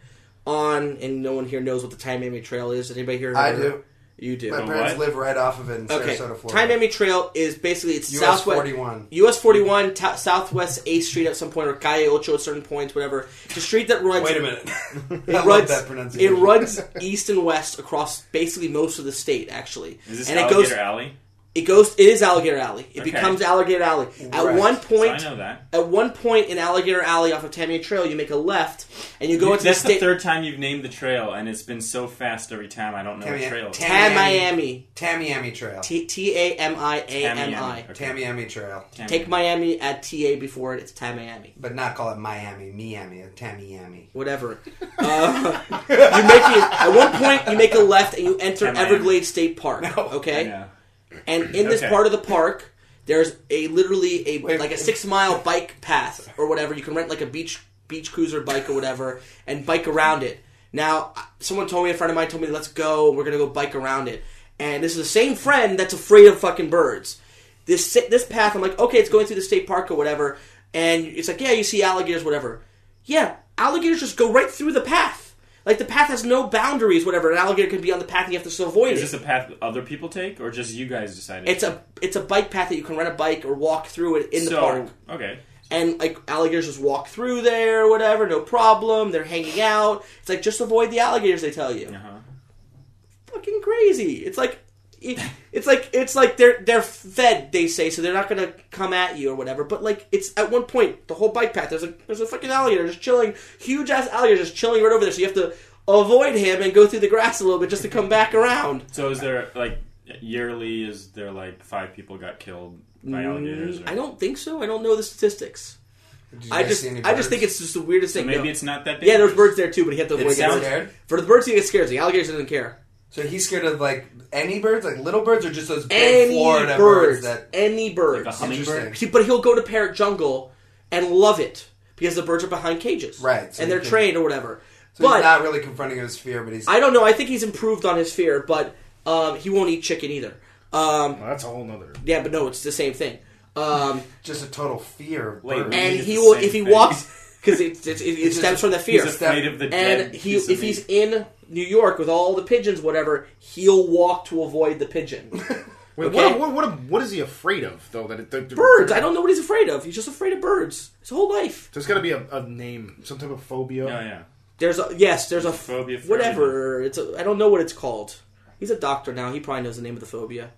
[SPEAKER 1] on, and no one here knows what the Tamiami Trail is. Did anybody here?
[SPEAKER 2] I
[SPEAKER 1] ever-
[SPEAKER 2] do.
[SPEAKER 1] You do.
[SPEAKER 2] My
[SPEAKER 3] The
[SPEAKER 2] parents
[SPEAKER 3] what?
[SPEAKER 2] live right off of it in
[SPEAKER 1] Okay.
[SPEAKER 2] Sarasota, Florida.
[SPEAKER 1] Tamiami Trail is basically it's
[SPEAKER 2] US
[SPEAKER 1] southwest
[SPEAKER 2] 41.
[SPEAKER 1] US 41 ta- Southwest 8th Street at some point or Calle Ocho at certain points, whatever. It's a street that runs.
[SPEAKER 2] Wait a minute. I
[SPEAKER 1] It
[SPEAKER 2] love
[SPEAKER 1] runs,
[SPEAKER 2] that pronunciation.
[SPEAKER 1] it runs east and west across basically most of the state, actually.
[SPEAKER 3] Is this
[SPEAKER 1] and it
[SPEAKER 3] Alligator
[SPEAKER 1] goes,
[SPEAKER 3] Alley?
[SPEAKER 1] it goes, it is Alligator Alley. It
[SPEAKER 3] Okay.
[SPEAKER 1] becomes Alligator Alley. At
[SPEAKER 2] Right.
[SPEAKER 1] one
[SPEAKER 3] So I
[SPEAKER 1] point,
[SPEAKER 3] know that.
[SPEAKER 1] at one point in Alligator Alley off of Tamiami Trail, you make a left and you go into
[SPEAKER 3] That's
[SPEAKER 1] the state.
[SPEAKER 3] third time you've named the trail, and it's been so fast every time. I don't know
[SPEAKER 2] Tammy-
[SPEAKER 3] what trail. it is.
[SPEAKER 2] Tam-
[SPEAKER 1] Tamiami,
[SPEAKER 2] Tamiami Trail.
[SPEAKER 1] T T A M I A M I.
[SPEAKER 3] Tamiami. Okay.
[SPEAKER 2] Tamiami Trail.
[SPEAKER 3] Tamiami.
[SPEAKER 1] Take Miami at T A before it. It's Tamiami.
[SPEAKER 2] But not call it Miami, Miami, Tamiami.
[SPEAKER 1] whatever. Uh, you make it, at one point you make a left and you enter
[SPEAKER 3] Am I in?
[SPEAKER 1] Everglades State Park. Okay,
[SPEAKER 3] Yeah.
[SPEAKER 1] and in this
[SPEAKER 3] Okay.
[SPEAKER 1] part of the park, there's a literally a
[SPEAKER 2] Wait,
[SPEAKER 1] like a
[SPEAKER 2] wait.
[SPEAKER 1] six mile bike path or whatever. You can rent like a beach beach cruiser bike or whatever and bike around it. Now, I- someone told me a friend of mine told me let's go. We're gonna go bike around it, and this is the same friend that's afraid of fucking birds. This si- this path, I'm like, okay, it's going through the state park or whatever, and it's like, yeah, you see alligators, whatever. Yeah, alligators just go right through the path. Like the path has no boundaries, whatever. An alligator can be on the path, and you have to still avoid
[SPEAKER 3] Is
[SPEAKER 1] it.
[SPEAKER 3] this a path other people take, or just you guys decided?
[SPEAKER 1] It's a it's a bike path that you can rent a bike or walk through it in the
[SPEAKER 3] so,
[SPEAKER 1] park.
[SPEAKER 3] Okay.
[SPEAKER 1] And like alligators just walk through there, whatever, no problem. They're hanging out. It's like just avoid the alligators. They tell you,
[SPEAKER 3] Uh huh.
[SPEAKER 1] fucking crazy. It's like it- it's like it's like they're they're fed. They say so they're not gonna come at you or whatever. But like it's at one point the whole bike path there's a there's a fucking alligator just chilling, huge ass alligator just chilling right over there. So you have to avoid him and go through the grass a little bit just to come back around.
[SPEAKER 3] So is there like yearly? Is there like five people got killed by alligators? Or,
[SPEAKER 1] Mm, I don't think so. I don't know the statistics.
[SPEAKER 2] Did you
[SPEAKER 1] I
[SPEAKER 2] guys
[SPEAKER 1] just,
[SPEAKER 2] see any
[SPEAKER 1] I just
[SPEAKER 2] birds?
[SPEAKER 1] think it's just the weirdest thing.
[SPEAKER 3] Maybe
[SPEAKER 1] no.
[SPEAKER 3] it's not that. Dangerous.
[SPEAKER 1] yeah, there's birds there too, but he had to avoid
[SPEAKER 2] sound
[SPEAKER 1] it.
[SPEAKER 2] scared?
[SPEAKER 1] For the birds, he gets scared. The alligators doesn't care.
[SPEAKER 2] So he's scared of like any birds, like little birds, or just those big
[SPEAKER 1] Any
[SPEAKER 2] Florida birds
[SPEAKER 1] birds,
[SPEAKER 2] that.
[SPEAKER 1] any birds.
[SPEAKER 3] Like a hummingbird.
[SPEAKER 2] Interesting.
[SPEAKER 1] See, but he'll go to parrot jungle and love it because the birds are behind cages,
[SPEAKER 2] Right, so
[SPEAKER 1] and
[SPEAKER 2] he
[SPEAKER 1] they're
[SPEAKER 2] can-
[SPEAKER 1] trained or whatever.
[SPEAKER 2] So
[SPEAKER 1] but
[SPEAKER 2] he's not really confronting his fear, but he's.
[SPEAKER 1] I don't know. I think he's improved on his fear, but um, he won't eat chicken either. Um,
[SPEAKER 4] Well, that's a whole nother.
[SPEAKER 1] yeah, but no, it's the same thing. Um,
[SPEAKER 2] just a total fear of
[SPEAKER 3] Wait,
[SPEAKER 2] birds.
[SPEAKER 1] and
[SPEAKER 3] it's
[SPEAKER 1] he
[SPEAKER 3] the
[SPEAKER 1] will
[SPEAKER 3] same
[SPEAKER 1] if he
[SPEAKER 3] thing.
[SPEAKER 1] walks because it, it, it, it
[SPEAKER 2] just-
[SPEAKER 1] stems from the fear.
[SPEAKER 2] he's a
[SPEAKER 3] afraid of the dead
[SPEAKER 1] and he
[SPEAKER 3] piece of
[SPEAKER 1] if he's
[SPEAKER 3] meat.
[SPEAKER 1] in New York with all the pigeons, whatever, he'll walk to avoid the pigeon.
[SPEAKER 4] Wait,
[SPEAKER 1] Okay.
[SPEAKER 4] what, what, what, what is he afraid of though? That it, that-
[SPEAKER 1] birds. I don't know what he's afraid of. He's just afraid of birds his whole life.
[SPEAKER 4] There's got to be a, a name, some type of phobia.
[SPEAKER 3] Oh yeah.
[SPEAKER 1] There's a yes. There's a
[SPEAKER 3] Phobia, phobia.
[SPEAKER 1] whatever. It's a, I don't know what it's called. He's a doctor now. He probably knows the name of the phobia.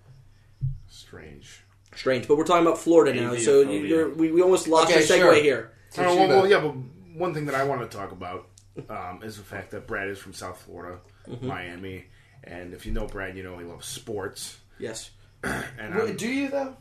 [SPEAKER 4] Strange.
[SPEAKER 1] Strange, but we're talking about Florida now, so you-
[SPEAKER 3] Aviophobia.
[SPEAKER 1] you're, we, we almost lost
[SPEAKER 2] Okay,
[SPEAKER 1] our segue
[SPEAKER 2] sure.
[SPEAKER 1] here.
[SPEAKER 2] So
[SPEAKER 4] Oh,
[SPEAKER 2] she
[SPEAKER 4] well, well,
[SPEAKER 2] knows.
[SPEAKER 4] yeah, but one thing that I want to talk about um, is the fact that Brad is from South Florida,
[SPEAKER 2] Mm-hmm.
[SPEAKER 4] Miami, and if you know Brad, you know he loves sports.
[SPEAKER 1] Yes.
[SPEAKER 4] And
[SPEAKER 2] Wait,
[SPEAKER 4] I'm-
[SPEAKER 2] Do you though?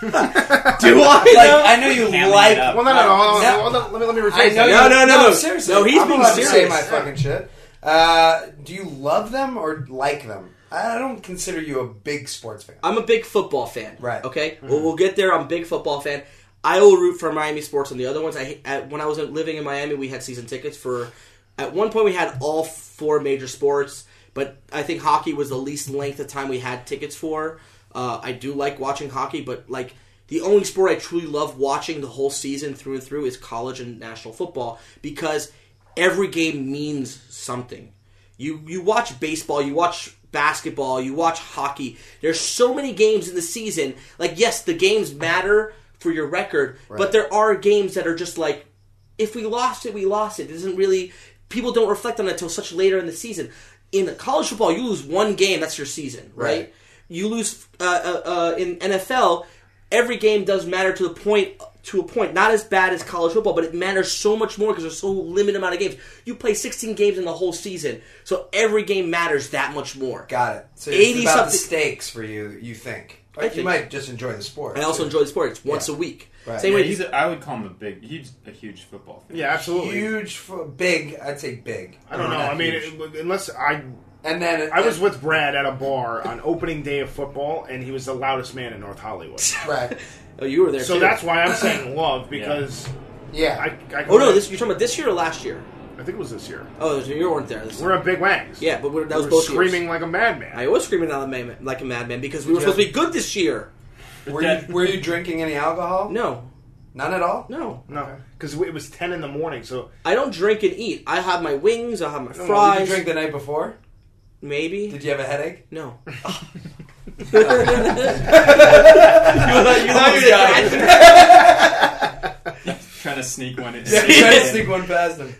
[SPEAKER 1] Do I?
[SPEAKER 2] Like
[SPEAKER 1] know?
[SPEAKER 2] I know you
[SPEAKER 3] Hamming it
[SPEAKER 2] like.
[SPEAKER 3] up.
[SPEAKER 4] well, no, no, no, hold on,
[SPEAKER 2] No.
[SPEAKER 4] hold on, let me let me
[SPEAKER 2] I
[SPEAKER 4] rephrase
[SPEAKER 2] know
[SPEAKER 4] that.
[SPEAKER 1] No,
[SPEAKER 2] you-
[SPEAKER 1] no, no.
[SPEAKER 2] seriously.
[SPEAKER 1] No, he's
[SPEAKER 2] I'm
[SPEAKER 1] being
[SPEAKER 2] allowed to say
[SPEAKER 1] serious.
[SPEAKER 2] my fucking shit. Uh, do you love them or like them? I don't consider you a big sports fan.
[SPEAKER 1] I'm a big football fan.
[SPEAKER 2] Right.
[SPEAKER 1] Okay. We'll, we'll get there. I'm a big football fan. I will root for Miami sports and the other ones. I at, when I was living in Miami, we had season tickets for. At one point, we had all four major sports, but I think hockey was the least length of time we had tickets for. Uh, I do like watching hockey, but like the only sport I truly love watching the whole season through and through is college and national football because every game means something. You you watch baseball, you watch basketball, you watch hockey. There's so many games in the season. Like yes, the games matter for your record, but there are games that are just like if we lost it, we lost it. It doesn't really people don't reflect on it until such later in the season. In college football, you lose one game, that's your season, right?
[SPEAKER 2] Right.
[SPEAKER 1] You lose uh, uh, uh, in NFL. Every game does matter to the point to a point. Not as bad as college football, but it matters so much more because there's so limited amount of games. You play 16 games in the whole season, so every game matters that much more.
[SPEAKER 2] Got it. So it's
[SPEAKER 1] 80
[SPEAKER 2] about the
[SPEAKER 1] something-
[SPEAKER 2] stakes for you. You think? Like, you
[SPEAKER 1] think-
[SPEAKER 2] might just enjoy the sport.
[SPEAKER 1] I also
[SPEAKER 2] too.
[SPEAKER 1] enjoy the sport. It's once
[SPEAKER 2] Yeah.
[SPEAKER 1] a week.
[SPEAKER 2] Right.
[SPEAKER 1] Same
[SPEAKER 3] Yeah,
[SPEAKER 1] way.
[SPEAKER 3] he's
[SPEAKER 1] people-
[SPEAKER 3] a, I would call him a big, huge, a huge football fan.
[SPEAKER 4] Yeah, absolutely.
[SPEAKER 2] huge, for, big. I'd say big.
[SPEAKER 4] I don't know.
[SPEAKER 2] Not
[SPEAKER 4] I mean,
[SPEAKER 2] huge.
[SPEAKER 4] it, unless I
[SPEAKER 2] and then
[SPEAKER 4] I was with Brad at a bar on opening day of football, and he was the loudest man in North Hollywood.
[SPEAKER 2] right.
[SPEAKER 1] oh, you were there.
[SPEAKER 4] So
[SPEAKER 1] too.
[SPEAKER 4] that's why I'm saying love because
[SPEAKER 2] Yeah,
[SPEAKER 4] I, I.
[SPEAKER 1] Oh no, this you're talking about this year or last year?
[SPEAKER 4] I think it was this year.
[SPEAKER 1] Oh, you weren't there. This
[SPEAKER 4] We're at Big Wangs.
[SPEAKER 1] yeah, but we're, that was
[SPEAKER 4] We're
[SPEAKER 1] both
[SPEAKER 4] screaming
[SPEAKER 1] Years.
[SPEAKER 4] like a madman.
[SPEAKER 1] I was screaming out like a madman- like a madman because we were
[SPEAKER 2] Yeah.
[SPEAKER 1] supposed to be good this year.
[SPEAKER 2] were
[SPEAKER 3] that-
[SPEAKER 2] you were you drinking any alcohol?
[SPEAKER 1] No,
[SPEAKER 2] none at all.
[SPEAKER 1] no,
[SPEAKER 4] no, because it was ten in the morning. So
[SPEAKER 1] I don't drink and eat. I have my wings. I have my
[SPEAKER 4] no,
[SPEAKER 2] Did you
[SPEAKER 1] fries.
[SPEAKER 2] drink the night before?
[SPEAKER 1] Maybe
[SPEAKER 2] Did you have a headache?
[SPEAKER 1] no. you thought you thought you had-
[SPEAKER 3] Trying to sneak one in.
[SPEAKER 2] Try to sneak one past him.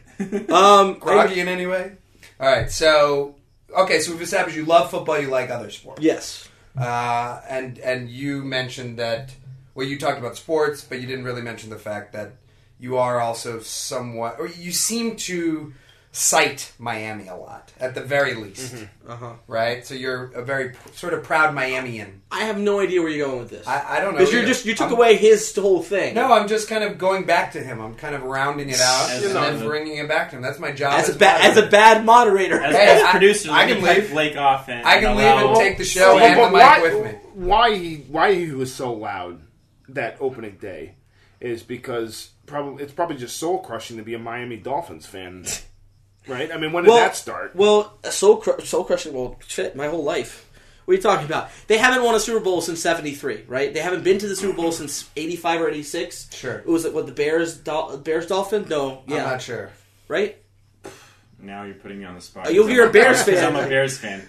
[SPEAKER 1] Um, I-
[SPEAKER 2] Groggy in any way? All right. So okay, so we've established you love football. You like other sports.
[SPEAKER 1] yes,
[SPEAKER 2] Uh, and and you mentioned that well, you talked about sports, but you didn't really mention the fact that you are also somewhat, or you seem to cite Miami a lot, at the very least,
[SPEAKER 1] uh-huh.
[SPEAKER 2] right? So you're a very p- sort of proud Miamian.
[SPEAKER 1] I have no idea where you're going with this.
[SPEAKER 2] I, I don't know
[SPEAKER 1] Because you're
[SPEAKER 2] either.
[SPEAKER 1] just you took
[SPEAKER 2] I'm-
[SPEAKER 1] away his whole thing.
[SPEAKER 2] No, I'm just kind of going back to him. I'm kind of rounding it out
[SPEAKER 3] As
[SPEAKER 2] and
[SPEAKER 4] a-
[SPEAKER 2] then bringing it back to him. That's my job.
[SPEAKER 1] as a ba- as a
[SPEAKER 2] moderator.
[SPEAKER 1] bad moderator.
[SPEAKER 3] As,
[SPEAKER 2] Hey,
[SPEAKER 3] as
[SPEAKER 2] I-
[SPEAKER 3] producer,
[SPEAKER 2] I
[SPEAKER 3] let
[SPEAKER 2] can
[SPEAKER 3] me cut
[SPEAKER 2] leave.
[SPEAKER 3] Blake off and
[SPEAKER 2] I can leave and
[SPEAKER 3] allow-
[SPEAKER 2] take the show
[SPEAKER 4] Well,
[SPEAKER 2] and
[SPEAKER 4] Oh,
[SPEAKER 2] the
[SPEAKER 4] but
[SPEAKER 2] mic
[SPEAKER 4] why,
[SPEAKER 2] with me.
[SPEAKER 4] Why he why he was so loud that opening day is because probably it's probably just soul crushing to be a Miami Dolphins fan, right? I mean, when did that start?
[SPEAKER 1] Well, soul cru- soul crushing. Well, shit, my whole life. What are you talking about? They haven't won a Super Bowl since '73, right? They haven't been to the Super Bowl since '85 or '86.
[SPEAKER 2] Sure.
[SPEAKER 1] It was it what the Bears Dol- Bears Dolphin? No, yeah,
[SPEAKER 2] I'm not sure.
[SPEAKER 1] right.
[SPEAKER 3] Now you're putting me on the spot.
[SPEAKER 1] Oh, you'll
[SPEAKER 3] Because
[SPEAKER 1] be
[SPEAKER 3] I'm
[SPEAKER 1] a Bears
[SPEAKER 3] 'cause
[SPEAKER 1] fan.
[SPEAKER 3] I'm a Bears fan.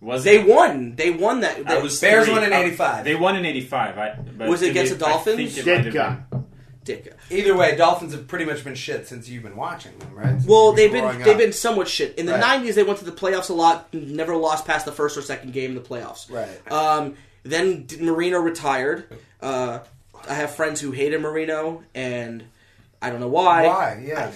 [SPEAKER 3] Was
[SPEAKER 1] They
[SPEAKER 3] it?
[SPEAKER 1] won. They won that.
[SPEAKER 3] I
[SPEAKER 1] that-
[SPEAKER 3] was
[SPEAKER 2] Bears
[SPEAKER 3] three.
[SPEAKER 2] won in
[SPEAKER 3] I-
[SPEAKER 2] 85.
[SPEAKER 3] They won in '85. I, but
[SPEAKER 1] Was it
[SPEAKER 3] did
[SPEAKER 1] against
[SPEAKER 3] they-
[SPEAKER 1] the
[SPEAKER 3] I
[SPEAKER 1] Dolphins?
[SPEAKER 3] think it might
[SPEAKER 4] Ditka.
[SPEAKER 3] have been.
[SPEAKER 1] dick.
[SPEAKER 2] Either way, Dolphins have pretty much been shit since you've been watching them, right? Since you
[SPEAKER 1] Well,
[SPEAKER 2] were
[SPEAKER 1] they've been
[SPEAKER 2] growing
[SPEAKER 1] they've
[SPEAKER 2] up.
[SPEAKER 1] been somewhat shit. In the
[SPEAKER 2] Right.
[SPEAKER 1] '90s, they went to the playoffs a lot, never lost past the first or second game in the playoffs.
[SPEAKER 2] Right.
[SPEAKER 1] Um, then D- Marino retired. Uh, I have friends who hated Marino, and I don't know why.
[SPEAKER 2] Why? Yeah.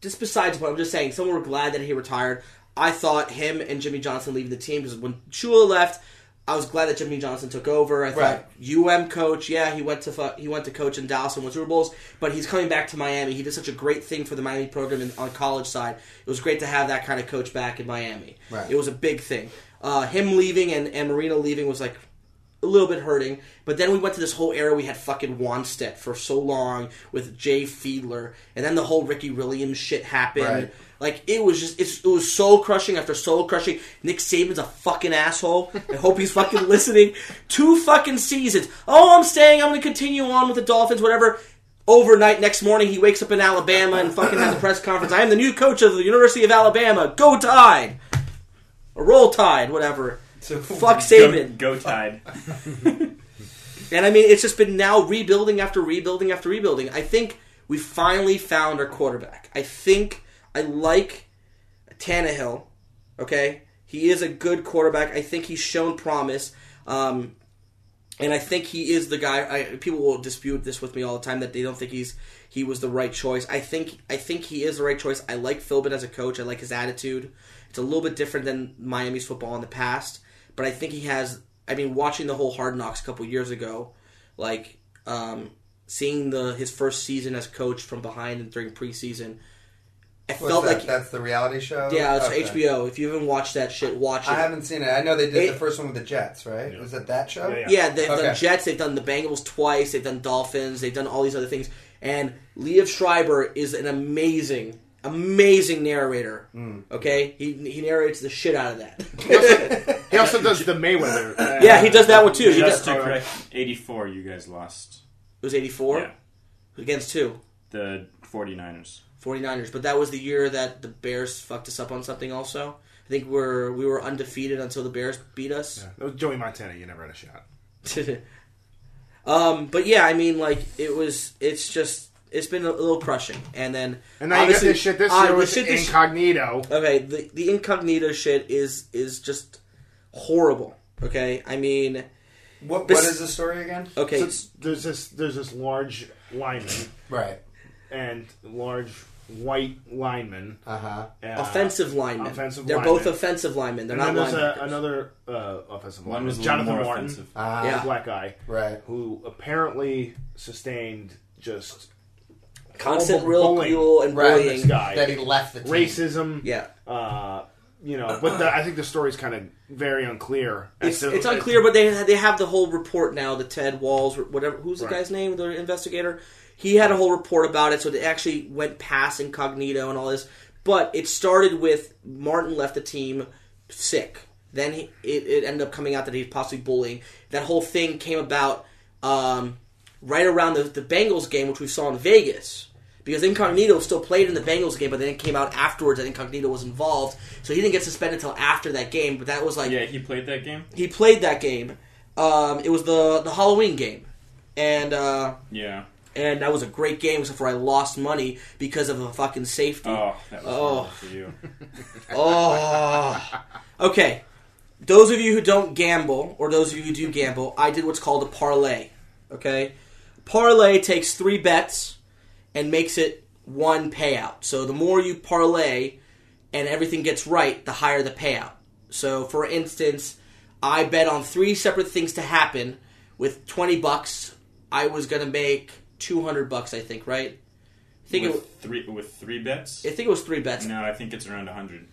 [SPEAKER 1] Just besides what I'm just saying, some were glad that he retired. I thought him and Jimmy Johnson leaving the team because when Shula left, I was glad that Jimmy Johnson took over. I
[SPEAKER 2] Right.
[SPEAKER 1] thought UM coach, yeah, he went to fu- he went to coach in Dallas and won Super Bowls, but he's coming back to Miami. He did such a great thing for the Miami program in, on college side. It was great to have that kind of coach back in Miami.
[SPEAKER 2] Right.
[SPEAKER 1] It was a big thing. Uh, him leaving and, and Marino leaving was like a little bit hurting. But then we went to this whole era we had fucking Wanstead for so long with Jay Fiedler, and then the whole Ricky Williams shit happened.
[SPEAKER 2] Right.
[SPEAKER 1] Like it was just it's, it was soul crushing after soul crushing. Nick Saban's a fucking asshole. I hope he's fucking listening. Two fucking seasons. Oh, I'm staying. I'm going to continue on with the Dolphins. Whatever. Overnight, next morning, he wakes up in Alabama and fucking has a press conference. I am the new coach of the University of Alabama. Go Tide, or Roll Tide, whatever.
[SPEAKER 2] So-
[SPEAKER 1] Fuck
[SPEAKER 3] Go,
[SPEAKER 1] Saban.
[SPEAKER 3] go Tide.
[SPEAKER 1] And I mean, it's just been now rebuilding after rebuilding after rebuilding. I think we finally found our quarterback. I think I like Tannehill. Okay, he is a good quarterback. I think he's shown promise. Um, and I think he is the guy. I, people will dispute this with me all the time that they don't think he's he was the right choice. I think I think he is the right choice. I like Philbin as a coach. I like his attitude. It's a little bit different than Miami's football in the past, but I think he has. I mean, watching the whole Hard Knocks a couple years ago, like um, seeing the his first season as coach from behind and during preseason, I
[SPEAKER 2] What's
[SPEAKER 1] felt
[SPEAKER 2] that?
[SPEAKER 1] like
[SPEAKER 2] that's the reality show.
[SPEAKER 1] yeah, it's
[SPEAKER 2] Oh, Okay.
[SPEAKER 1] HBO. If you haven't watched that shit, watch it.
[SPEAKER 2] I haven't seen it. I know they did
[SPEAKER 1] It-
[SPEAKER 2] the first one with the Jets, right?
[SPEAKER 4] Yeah.
[SPEAKER 2] Was it that show?
[SPEAKER 4] Yeah, yeah.
[SPEAKER 1] Yeah, they've
[SPEAKER 2] Okay.
[SPEAKER 1] done Jets, they've done the Bengals twice, they've done Dolphins, they've done all these other things. And Liev Schreiber is an amazing, amazing narrator.
[SPEAKER 2] Hmm.
[SPEAKER 1] Okay, he he narrates the shit out of that.
[SPEAKER 4] He also does the Mayweather. uh,
[SPEAKER 1] yeah, he does that one too. He does,
[SPEAKER 3] Just to
[SPEAKER 1] it
[SPEAKER 4] Alright.
[SPEAKER 3] correct, 84, you guys lost.
[SPEAKER 1] was eighty four
[SPEAKER 3] Yeah.
[SPEAKER 1] against two.
[SPEAKER 3] The 49ers.
[SPEAKER 1] 49ers, but that was the year that the Bears fucked us up on something also. I think we're we were undefeated until the Bears beat us.
[SPEAKER 4] That was Joey Montana. You never had a shot.
[SPEAKER 1] um, but yeah, I mean like it was it's just it's been a little crushing. And then
[SPEAKER 4] And now you got
[SPEAKER 1] obviously-
[SPEAKER 4] this shit this
[SPEAKER 1] uh,
[SPEAKER 4] year
[SPEAKER 1] the
[SPEAKER 4] with
[SPEAKER 1] shit this-
[SPEAKER 4] Incognito.
[SPEAKER 1] Okay, the the incognito shit is is just horrible. Okay? I mean,
[SPEAKER 2] What,
[SPEAKER 1] This-
[SPEAKER 2] what is the story again?
[SPEAKER 1] okay,
[SPEAKER 4] So it's- there's this there's this large lineman
[SPEAKER 2] Right.
[SPEAKER 4] and large white lineman.
[SPEAKER 2] Uh huh.
[SPEAKER 4] Uh,
[SPEAKER 1] offensive linemen.
[SPEAKER 4] offensive
[SPEAKER 1] They're
[SPEAKER 4] linemen.
[SPEAKER 1] both offensive linemen. They're
[SPEAKER 4] And then
[SPEAKER 1] not
[SPEAKER 4] there's a,
[SPEAKER 1] linemen.
[SPEAKER 4] another uh, offensive
[SPEAKER 3] One
[SPEAKER 4] lineman,
[SPEAKER 3] was a little
[SPEAKER 4] Jonathan
[SPEAKER 3] more
[SPEAKER 4] Martin,
[SPEAKER 3] offensive.
[SPEAKER 2] Uh,
[SPEAKER 4] the
[SPEAKER 1] Ah. Yeah.
[SPEAKER 4] black guy,
[SPEAKER 2] Right.
[SPEAKER 4] who apparently sustained just
[SPEAKER 1] Constant
[SPEAKER 4] Bullying.
[SPEAKER 1] ridicule and
[SPEAKER 2] Right.
[SPEAKER 1] bullying.
[SPEAKER 4] guy
[SPEAKER 2] That he left the team.
[SPEAKER 4] racism.
[SPEAKER 1] Yeah.
[SPEAKER 4] Uh, you know, but the, I think the story's kind of very unclear. as
[SPEAKER 1] It's,
[SPEAKER 4] to-
[SPEAKER 1] it's unclear, but they they have the whole report now. The Ted Walls, whatever, who's the
[SPEAKER 4] Right.
[SPEAKER 1] guy's name? The investigator. He had a whole report about it, so they actually went past incognito and all this. But it started with Martin left the team sick. Then he, it, it ended up coming out that he was possibly bullying. That whole thing came about um, right around the, the Bengals game, which we saw in Vegas. Because Incognito still played in the Bengals game, but then it came out afterwards that Incognito was involved. So he didn't get suspended until after that game, but that was like
[SPEAKER 3] Yeah, he played that game?
[SPEAKER 1] he played that game. Um, it was the the Halloween game, and uh,
[SPEAKER 3] Yeah.
[SPEAKER 1] and that was a great game except for I lost money because of a fucking safety.
[SPEAKER 3] Oh, that was
[SPEAKER 1] Oh.
[SPEAKER 3] horrible for you.
[SPEAKER 1] Oh. okay. Those of you who don't gamble, or those of you who do gamble, I did what's called a parlay. Okay? Parlay takes three bets and makes it one payout. So the more you parlay and everything gets right, the higher the payout. So for instance, I bet on three separate things to happen with 20 bucks. I was going to make 200 bucks, I think, right? I think
[SPEAKER 3] with
[SPEAKER 1] it
[SPEAKER 3] three with three bets.
[SPEAKER 1] I think it was three bets.
[SPEAKER 3] no, I think it's around 100.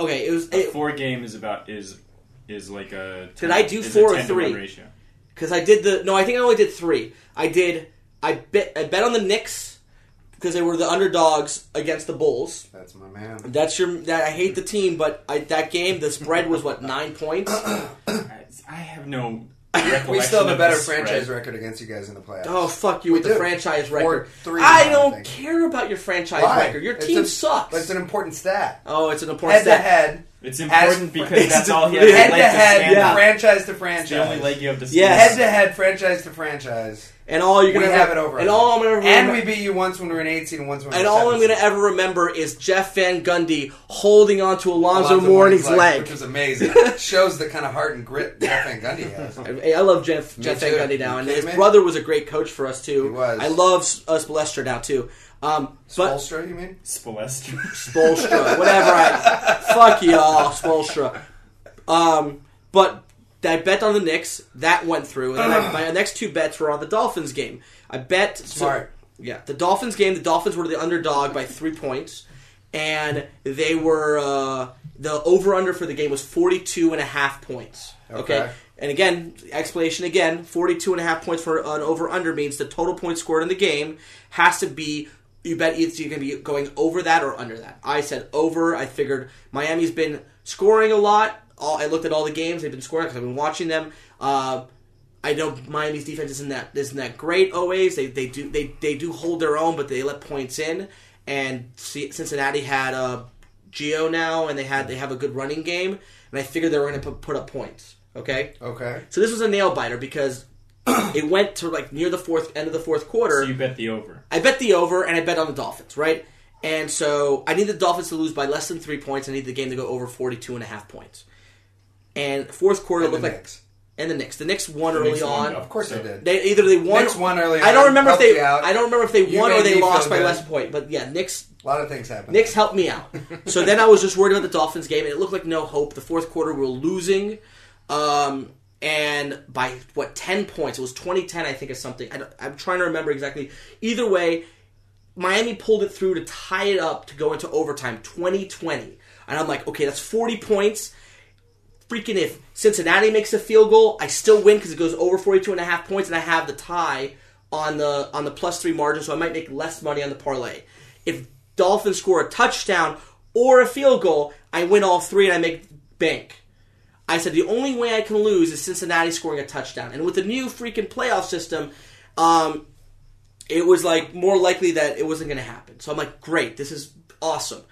[SPEAKER 1] Okay, it was
[SPEAKER 3] A
[SPEAKER 1] it,
[SPEAKER 3] four game is about is is like a.
[SPEAKER 1] Did I do
[SPEAKER 3] is a
[SPEAKER 1] four or
[SPEAKER 3] 10 to one
[SPEAKER 1] three?
[SPEAKER 3] Ratio.
[SPEAKER 1] because I did the no. I think I only did three. I did. I bet. I bet on the Knicks because they were the underdogs against the Bulls.
[SPEAKER 2] That's my man.
[SPEAKER 1] That's your. That I hate the team, but I, that game the spread was what nine points.
[SPEAKER 3] I, I have no.
[SPEAKER 2] We still have
[SPEAKER 3] recollection
[SPEAKER 2] a
[SPEAKER 3] of
[SPEAKER 2] better
[SPEAKER 3] the spread.
[SPEAKER 2] franchise record against you guys in the playoffs.
[SPEAKER 1] Oh fuck you
[SPEAKER 2] We
[SPEAKER 1] with the
[SPEAKER 2] do.
[SPEAKER 1] franchise
[SPEAKER 2] Four,
[SPEAKER 1] record.
[SPEAKER 2] three
[SPEAKER 1] I
[SPEAKER 2] now, I
[SPEAKER 1] don't
[SPEAKER 2] think.
[SPEAKER 1] care about your franchise
[SPEAKER 2] Why?
[SPEAKER 1] record. Your
[SPEAKER 2] It's
[SPEAKER 1] team
[SPEAKER 2] a- But
[SPEAKER 1] sucks.
[SPEAKER 2] it's an important stat.
[SPEAKER 1] oh, it's an important
[SPEAKER 2] Head to
[SPEAKER 1] stat.
[SPEAKER 2] head.
[SPEAKER 3] It's important
[SPEAKER 2] As-
[SPEAKER 3] because that's all he has.
[SPEAKER 2] Head to
[SPEAKER 3] leg to
[SPEAKER 2] head.
[SPEAKER 3] stand
[SPEAKER 1] yeah.
[SPEAKER 3] on.
[SPEAKER 2] Franchise to
[SPEAKER 3] It's the only
[SPEAKER 2] franchise.
[SPEAKER 3] leg you have to
[SPEAKER 1] Yeah.
[SPEAKER 3] stand
[SPEAKER 2] Head
[SPEAKER 3] on.
[SPEAKER 2] to head. Franchise to franchise.
[SPEAKER 1] And all you're
[SPEAKER 2] We
[SPEAKER 1] gonna
[SPEAKER 2] have it over.
[SPEAKER 1] And all I'm gonna remember,
[SPEAKER 2] And we beat you once when we were in 18 and once when we were
[SPEAKER 1] and
[SPEAKER 2] in
[SPEAKER 1] all I'm
[SPEAKER 2] 17.
[SPEAKER 1] gonna ever remember is Jeff Van Gundy holding onto Alonzo,
[SPEAKER 2] Alonzo
[SPEAKER 1] Mourning's, leg.
[SPEAKER 2] which was amazing. Shows the kind of heart and grit Jeff Van Gundy has.
[SPEAKER 1] I I love Jeff
[SPEAKER 2] Me
[SPEAKER 1] Jeff
[SPEAKER 2] too.
[SPEAKER 1] Van Gundy now,
[SPEAKER 2] You
[SPEAKER 1] and
[SPEAKER 2] kidding
[SPEAKER 1] his
[SPEAKER 2] me?
[SPEAKER 1] brother was a great coach for us too.
[SPEAKER 2] He was.
[SPEAKER 1] I love S- uh, Spolstra now too. Um, but
[SPEAKER 2] Spolstra, you mean?
[SPEAKER 3] Spolestra.
[SPEAKER 1] Spolstra, whatever. I, fuck y'all, Spolstra. Um, but I bet on the Knicks. That went through, and then I- my next two bets were on the Dolphins game. I bet
[SPEAKER 2] Smart.
[SPEAKER 1] yeah, the Dolphins game. The Dolphins were the underdog by three points, and they were uh, the over under for the game was 42 and a half points. Okay.
[SPEAKER 2] Okay.
[SPEAKER 1] And again, explanation again 42 and a half points for an over under means the total points scored in the game has to be. You bet either you're going to be going over that or under that. I said over. I figured Miami's been scoring a lot. All, I looked at all the games they've been scoring because I've been watching them. Uh, I know Miami's defense isn't that isn't that great always. They they do they, they do hold their own, but they let points in. And C- Cincinnati had uh, Geo now, and they had they have a good running game. And I figured they were going to put, put up points. Okay,
[SPEAKER 2] Okay.
[SPEAKER 1] so this was a nail biter because it went to like near the fourth end of the fourth quarter.
[SPEAKER 3] so you bet the over.
[SPEAKER 1] I bet the over and I bet on the Dolphins, right? And so I need the Dolphins to lose by less than three points. I need the game to go over 42 and a half points. And fourth quarter
[SPEAKER 2] And the
[SPEAKER 1] looked like
[SPEAKER 2] Knicks.
[SPEAKER 1] and the Knicks. The Knicks won
[SPEAKER 3] The
[SPEAKER 1] early
[SPEAKER 3] Knicks won,
[SPEAKER 1] on.
[SPEAKER 3] yeah.
[SPEAKER 2] Of course
[SPEAKER 3] So-
[SPEAKER 2] they did.
[SPEAKER 1] They either they won.
[SPEAKER 2] Knicks won early
[SPEAKER 1] I don't
[SPEAKER 2] on,
[SPEAKER 1] remember if
[SPEAKER 2] helped
[SPEAKER 1] they.
[SPEAKER 2] you out.
[SPEAKER 1] I don't remember if they
[SPEAKER 2] You
[SPEAKER 1] won or
[SPEAKER 2] made
[SPEAKER 1] they
[SPEAKER 2] me feel
[SPEAKER 1] lost by
[SPEAKER 2] good.
[SPEAKER 1] less point. But yeah, Knicks
[SPEAKER 2] A lot of things happened.
[SPEAKER 1] Knicks helped me out. So then I was just worried about the Dolphins game, and it looked like no hope. The fourth quarter, we were losing. Um, and by what, 10 points? It was 2010, I think, or something. I don't, I'm trying to remember exactly. Either way, Miami pulled it through to tie it up to go into overtime, 2020. And I'm like, okay, that's 40 points. Freaking if Cincinnati makes a field goal, I still win because it goes over 42 and a half points, and I have the tie on the on the plus three margin, so I might make less money on the parlay. If Dolphins score a touchdown or a field goal, I win all three and I make bank. I said the only way I can lose is Cincinnati scoring a touchdown. And with the new freaking playoff system, um, it was like more likely that it wasn't going to happen. So I'm like, great, this is awesome.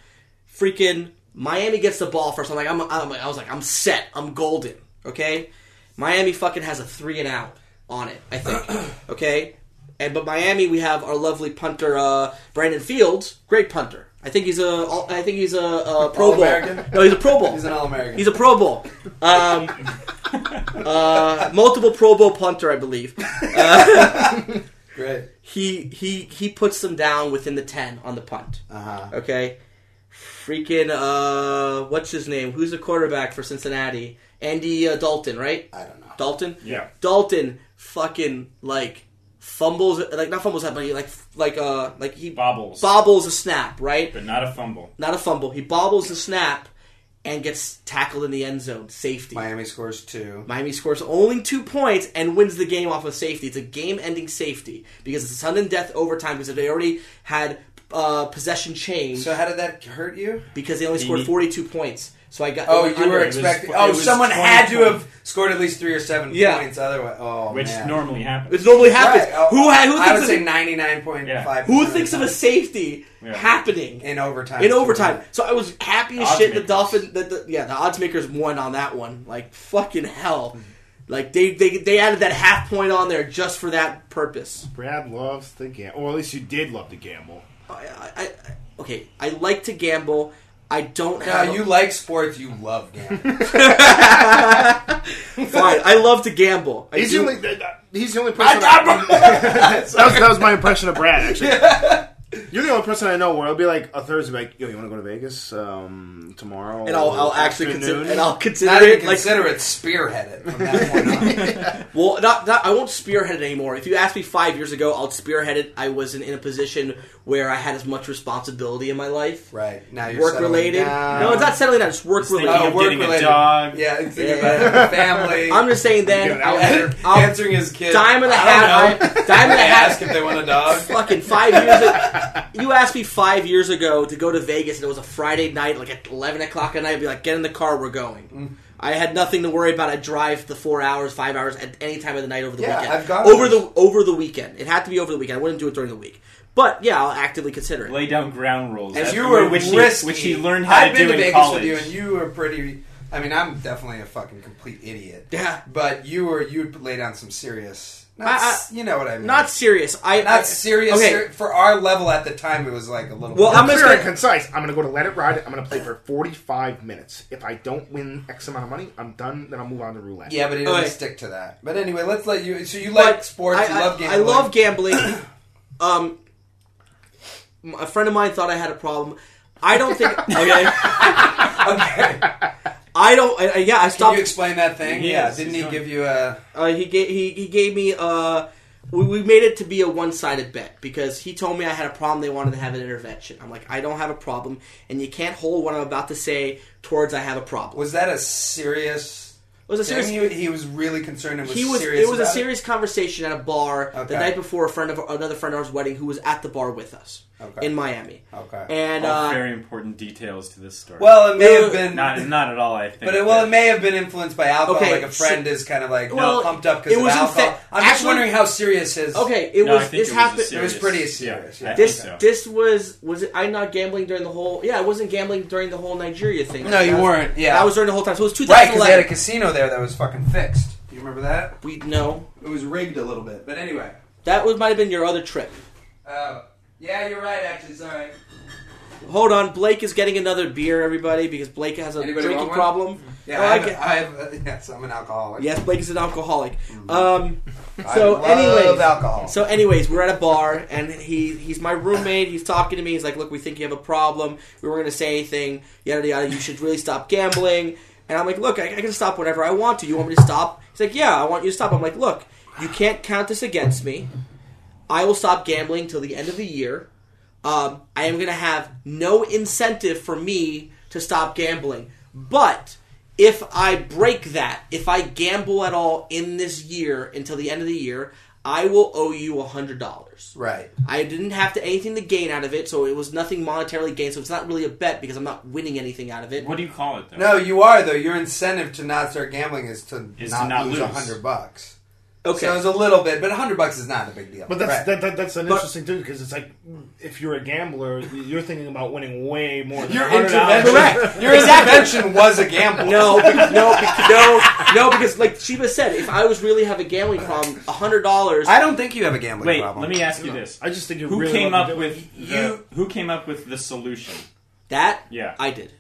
[SPEAKER 1] Freaking Miami gets the ball first. I'm like, I'm, I'm I was like, I'm set. I'm golden. Okay, Miami fucking has a three and out on it. I think. okay, and but Miami, we have our lovely punter uh, Brandon Fields, great punter. I think he's a all- I think he's a, a Pro Bowl.
[SPEAKER 2] All-American?
[SPEAKER 1] No, he's a Pro Bowl.
[SPEAKER 2] He's an All-American.
[SPEAKER 1] He's a Pro Bowl. Um, uh, multiple Pro Bowl punter, I believe.
[SPEAKER 2] Great.
[SPEAKER 1] He he he puts them down within the ten on the punt.
[SPEAKER 2] Uh huh.
[SPEAKER 1] Okay, freaking uh, what's his name? Who's the quarterback for Cincinnati? Andy uh, Dalton, right?
[SPEAKER 2] I don't know.
[SPEAKER 1] Dalton.
[SPEAKER 4] Yeah.
[SPEAKER 1] Dalton fucking like fumbles like not fumbles that, but he like like uh like he
[SPEAKER 3] Bobbles.
[SPEAKER 1] bobbles a snap right.
[SPEAKER 3] but not a fumble.
[SPEAKER 1] Not a fumble. He bobbles the snap and gets tackled in the end zone. Safety.
[SPEAKER 2] Miami scores two.
[SPEAKER 1] Miami scores only two points and wins the game off of safety. It's a game-ending safety because it's a sudden death overtime because they already had uh, possession change
[SPEAKER 2] So how did that hurt you?
[SPEAKER 1] because they only scored
[SPEAKER 3] He-
[SPEAKER 1] 42 points. So I got.
[SPEAKER 2] Oh,
[SPEAKER 1] I went
[SPEAKER 2] you were
[SPEAKER 1] under.
[SPEAKER 3] ex-
[SPEAKER 2] expecting.
[SPEAKER 3] it
[SPEAKER 2] Oh,
[SPEAKER 3] was
[SPEAKER 2] someone had
[SPEAKER 3] 20.
[SPEAKER 2] to have scored at least three or seven
[SPEAKER 1] Yeah.
[SPEAKER 2] points. Otherwise, oh
[SPEAKER 3] Which
[SPEAKER 2] man.
[SPEAKER 3] normally happens.
[SPEAKER 1] It normally
[SPEAKER 2] Right.
[SPEAKER 1] happens.
[SPEAKER 2] Oh,
[SPEAKER 1] who ha- who
[SPEAKER 2] I would
[SPEAKER 1] thinks
[SPEAKER 2] say
[SPEAKER 1] of,
[SPEAKER 2] ninety nine point
[SPEAKER 3] Yeah.
[SPEAKER 2] five.
[SPEAKER 1] who thinks of a safety
[SPEAKER 3] Yeah.
[SPEAKER 1] happening
[SPEAKER 2] in overtime?
[SPEAKER 1] in overtime. So I was happy as
[SPEAKER 3] Odds
[SPEAKER 1] shit. The
[SPEAKER 3] makers.
[SPEAKER 1] Dolphin, the, the, yeah, the odds makers won on that one. Like fucking hell,
[SPEAKER 2] Mm-hmm.
[SPEAKER 1] like they they they added that half point on there just for that purpose.
[SPEAKER 4] Brad loves to gamble. Or at least you did love to gamble.
[SPEAKER 1] I, I, I okay, I like to gamble. I don't
[SPEAKER 2] No,
[SPEAKER 1] have.
[SPEAKER 2] you like sports. You love gambling.
[SPEAKER 1] fine. I love to gamble. I
[SPEAKER 4] He's the
[SPEAKER 1] do-
[SPEAKER 4] only. th- th- He's the only person. that, was, that was my impression of Brad. Actually, you're the only person I know where I'll be like a Thursday, be like, yo, you want to go to Vegas um, tomorrow?
[SPEAKER 1] and I'll, I'll actually consider
[SPEAKER 4] afternoon?"
[SPEAKER 1] and I'll consider
[SPEAKER 2] Not
[SPEAKER 1] it
[SPEAKER 2] even
[SPEAKER 1] like
[SPEAKER 2] consider it. Spearhead it from that point on.
[SPEAKER 1] well, not, not I won't spearhead it anymore. If you asked me five years ago, I'll spearhead it. I wasn't in a position where I had as much responsibility in my life,
[SPEAKER 2] Right now, you're Oh,
[SPEAKER 1] work related. No, it's not settling down. It's work
[SPEAKER 3] thinking
[SPEAKER 1] related.
[SPEAKER 3] of getting a dog.
[SPEAKER 2] Yeah, it's thinking
[SPEAKER 1] Yeah.
[SPEAKER 2] about family.
[SPEAKER 1] I'm just saying
[SPEAKER 4] Get
[SPEAKER 1] then
[SPEAKER 4] it out
[SPEAKER 1] I'll,
[SPEAKER 2] Answer-
[SPEAKER 1] I'll,
[SPEAKER 2] answering his kid.
[SPEAKER 1] dime and a
[SPEAKER 2] I don't
[SPEAKER 1] half
[SPEAKER 2] know.
[SPEAKER 1] I- dime and a
[SPEAKER 2] They
[SPEAKER 1] half
[SPEAKER 2] ask if they want a dog.
[SPEAKER 1] fucking five years ago you asked me five years ago to go to Vegas and it was a Friday night like at eleven o'clock at night I'd be like get in the car we're going
[SPEAKER 2] Mm.
[SPEAKER 1] I had nothing to worry about I drive the four hours five hours at any time of the night over the
[SPEAKER 2] Yeah,
[SPEAKER 1] weekend
[SPEAKER 2] I've gone
[SPEAKER 1] over
[SPEAKER 2] those.
[SPEAKER 1] the over the weekend it had to be over the weekend I wouldn't do it during the week but yeah I'll actively consider it
[SPEAKER 3] Lay down ground rules.
[SPEAKER 2] If
[SPEAKER 3] That's
[SPEAKER 2] you were
[SPEAKER 3] which
[SPEAKER 2] risky,
[SPEAKER 3] He, which he learned how
[SPEAKER 2] I've
[SPEAKER 3] to
[SPEAKER 2] been
[SPEAKER 3] do
[SPEAKER 2] to
[SPEAKER 3] in
[SPEAKER 2] Vegas
[SPEAKER 3] college.
[SPEAKER 2] with you, and you were pretty. I mean, I'm definitely a fucking complete idiot.
[SPEAKER 1] Yeah.
[SPEAKER 2] but you were you would lay down some serious. Not,
[SPEAKER 1] I- I-
[SPEAKER 2] s- you know what I mean?
[SPEAKER 1] not serious I I-
[SPEAKER 2] not serious.
[SPEAKER 1] okay
[SPEAKER 2] ser- for our level at the time, it was like a little.
[SPEAKER 1] Well,
[SPEAKER 4] I'm
[SPEAKER 1] I'm just
[SPEAKER 4] clear
[SPEAKER 1] gonna-
[SPEAKER 4] and concise. I'm going to go to Let It Ride. I'm going to play for 45 minutes. If I don't win X amount of money, I'm done. Then I'll move on to roulette.
[SPEAKER 2] yeah, but he doesn't
[SPEAKER 1] okay.
[SPEAKER 2] stick to that. But anyway, let's let you. So you
[SPEAKER 1] But
[SPEAKER 2] like sports?
[SPEAKER 1] I,
[SPEAKER 2] you
[SPEAKER 1] I-
[SPEAKER 2] love
[SPEAKER 1] I
[SPEAKER 2] gambling?
[SPEAKER 1] love gambling. um, m- a friend of mine thought I had a problem. I don't think. Okay.
[SPEAKER 2] Okay.
[SPEAKER 1] I don't. I, I- yeah, I
[SPEAKER 2] Can
[SPEAKER 1] stopped.
[SPEAKER 2] you explain that thing?
[SPEAKER 3] He
[SPEAKER 2] yeah.
[SPEAKER 3] is.
[SPEAKER 2] Didn't
[SPEAKER 3] He's
[SPEAKER 2] he
[SPEAKER 3] doing-
[SPEAKER 2] give you a?
[SPEAKER 1] uh, he gave he, he gave me. Uh, we, we made it to be a one sided bet because he told me I had a problem. They wanted to have an intervention. I'm like, I don't have a problem, and you can't hold what I'm about to say towards I have a problem.
[SPEAKER 2] Was that a serious?
[SPEAKER 1] It was a
[SPEAKER 2] thing?
[SPEAKER 1] serious.
[SPEAKER 2] He, he was really concerned and was,
[SPEAKER 1] he was
[SPEAKER 2] serious.
[SPEAKER 1] it was a
[SPEAKER 2] about
[SPEAKER 1] serious conversation at a bar
[SPEAKER 2] Okay.
[SPEAKER 1] the night before a friend of another friend of ours wedding who was at the bar with us
[SPEAKER 2] Okay.
[SPEAKER 1] in Miami.
[SPEAKER 2] Okay.
[SPEAKER 1] And
[SPEAKER 3] All
[SPEAKER 1] uh,
[SPEAKER 3] very important details to this story.
[SPEAKER 2] Well, it may
[SPEAKER 1] No,
[SPEAKER 2] have been
[SPEAKER 3] not not at all. I think.
[SPEAKER 2] But it, well, it may have been influenced by alcohol.
[SPEAKER 1] Okay,
[SPEAKER 2] like a friend is kind of like
[SPEAKER 1] Well,
[SPEAKER 2] pumped up because
[SPEAKER 1] it
[SPEAKER 2] of
[SPEAKER 1] was in
[SPEAKER 2] alcohol.
[SPEAKER 1] fa-
[SPEAKER 2] I'm just
[SPEAKER 1] actually-
[SPEAKER 2] wondering how serious his.
[SPEAKER 1] Okay, it
[SPEAKER 3] No, I
[SPEAKER 1] was
[SPEAKER 3] think
[SPEAKER 1] this
[SPEAKER 3] it was a
[SPEAKER 1] happened.
[SPEAKER 2] It was
[SPEAKER 3] serious-
[SPEAKER 2] pretty serious,
[SPEAKER 3] I
[SPEAKER 2] yeah.
[SPEAKER 3] think
[SPEAKER 1] this
[SPEAKER 3] so.
[SPEAKER 1] this was was it, I not gambling during the whole? Yeah, I wasn't gambling during the whole Nigeria thing.
[SPEAKER 2] No, you
[SPEAKER 1] That was-
[SPEAKER 2] weren't. Yeah,
[SPEAKER 1] That was during the whole time. So it was
[SPEAKER 2] right because
[SPEAKER 1] 2011.
[SPEAKER 2] they had a casino there that was fucking fixed. You remember that?
[SPEAKER 1] we no,
[SPEAKER 2] It was rigged a little bit, but anyway.
[SPEAKER 1] that was might have been your other trip.
[SPEAKER 2] Uh, yeah, you're right. Actually, sorry.
[SPEAKER 1] Hold on, Blake is getting another beer, everybody, because Blake has a
[SPEAKER 2] Anybody
[SPEAKER 1] drinking
[SPEAKER 2] want one? Mm-hmm.
[SPEAKER 1] problem.
[SPEAKER 2] Yeah,
[SPEAKER 1] Oh,
[SPEAKER 2] I,
[SPEAKER 1] I
[SPEAKER 2] have,
[SPEAKER 1] get-
[SPEAKER 2] I have. Uh, yes, I'm an alcoholic.
[SPEAKER 1] Yes, Blake is an alcoholic. Um,
[SPEAKER 2] Mm-hmm. I
[SPEAKER 1] so
[SPEAKER 2] love
[SPEAKER 1] anyways,
[SPEAKER 2] alcohol.
[SPEAKER 1] So, anyways, we're at a bar, and he he's my roommate. He's talking to me. He's like, "Look, we think you have a problem. We weren't going to say anything. Yada yada. You should really stop gambling." And I'm like, "Look, I, I can stop whenever I want to. You want me to stop?" He's like, "Yeah, I want you to stop." I'm like, "Look, you can't count this against me. I will stop gambling till the end of the year. um, I am going to have no incentive for me to stop gambling. But if I break that, if I gamble at all in this year until the end of the year, I will owe you $100.
[SPEAKER 2] Right.
[SPEAKER 1] I didn't have to anything to gain out of it, so it was nothing monetarily gained. So it's not really a bet because I'm not winning anything out of it.
[SPEAKER 3] What do you call it though?
[SPEAKER 2] No, you are though. Your incentive to not start gambling is to
[SPEAKER 3] Is
[SPEAKER 2] not,
[SPEAKER 3] to not
[SPEAKER 2] lose a
[SPEAKER 3] lose.
[SPEAKER 2] hundred bucks.
[SPEAKER 1] Okay,
[SPEAKER 2] So it's a little bit, but a hundred bucks is not a big deal.
[SPEAKER 4] But that's
[SPEAKER 2] Right.
[SPEAKER 4] that, that, that's an
[SPEAKER 1] But-
[SPEAKER 4] interesting thing because it's like if you're a gambler, you're thinking about winning way more. Than
[SPEAKER 2] your
[SPEAKER 4] $100.
[SPEAKER 2] intervention.
[SPEAKER 1] Correct.
[SPEAKER 2] Your
[SPEAKER 1] Exactly.
[SPEAKER 2] intervention was a gamble.
[SPEAKER 1] No, be- no, be- no, no, because like Sheba said, if I was really have a gambling problem, a hundred dollars.
[SPEAKER 2] I don't think you have a gambling
[SPEAKER 3] Wait,
[SPEAKER 2] problem.
[SPEAKER 3] let me ask you this:
[SPEAKER 4] I just think you
[SPEAKER 3] Who
[SPEAKER 4] really
[SPEAKER 3] came
[SPEAKER 4] love to
[SPEAKER 3] up
[SPEAKER 4] do it.
[SPEAKER 3] with
[SPEAKER 2] You-
[SPEAKER 3] you? Who came up with the solution?
[SPEAKER 1] That
[SPEAKER 3] Yeah.
[SPEAKER 1] I did.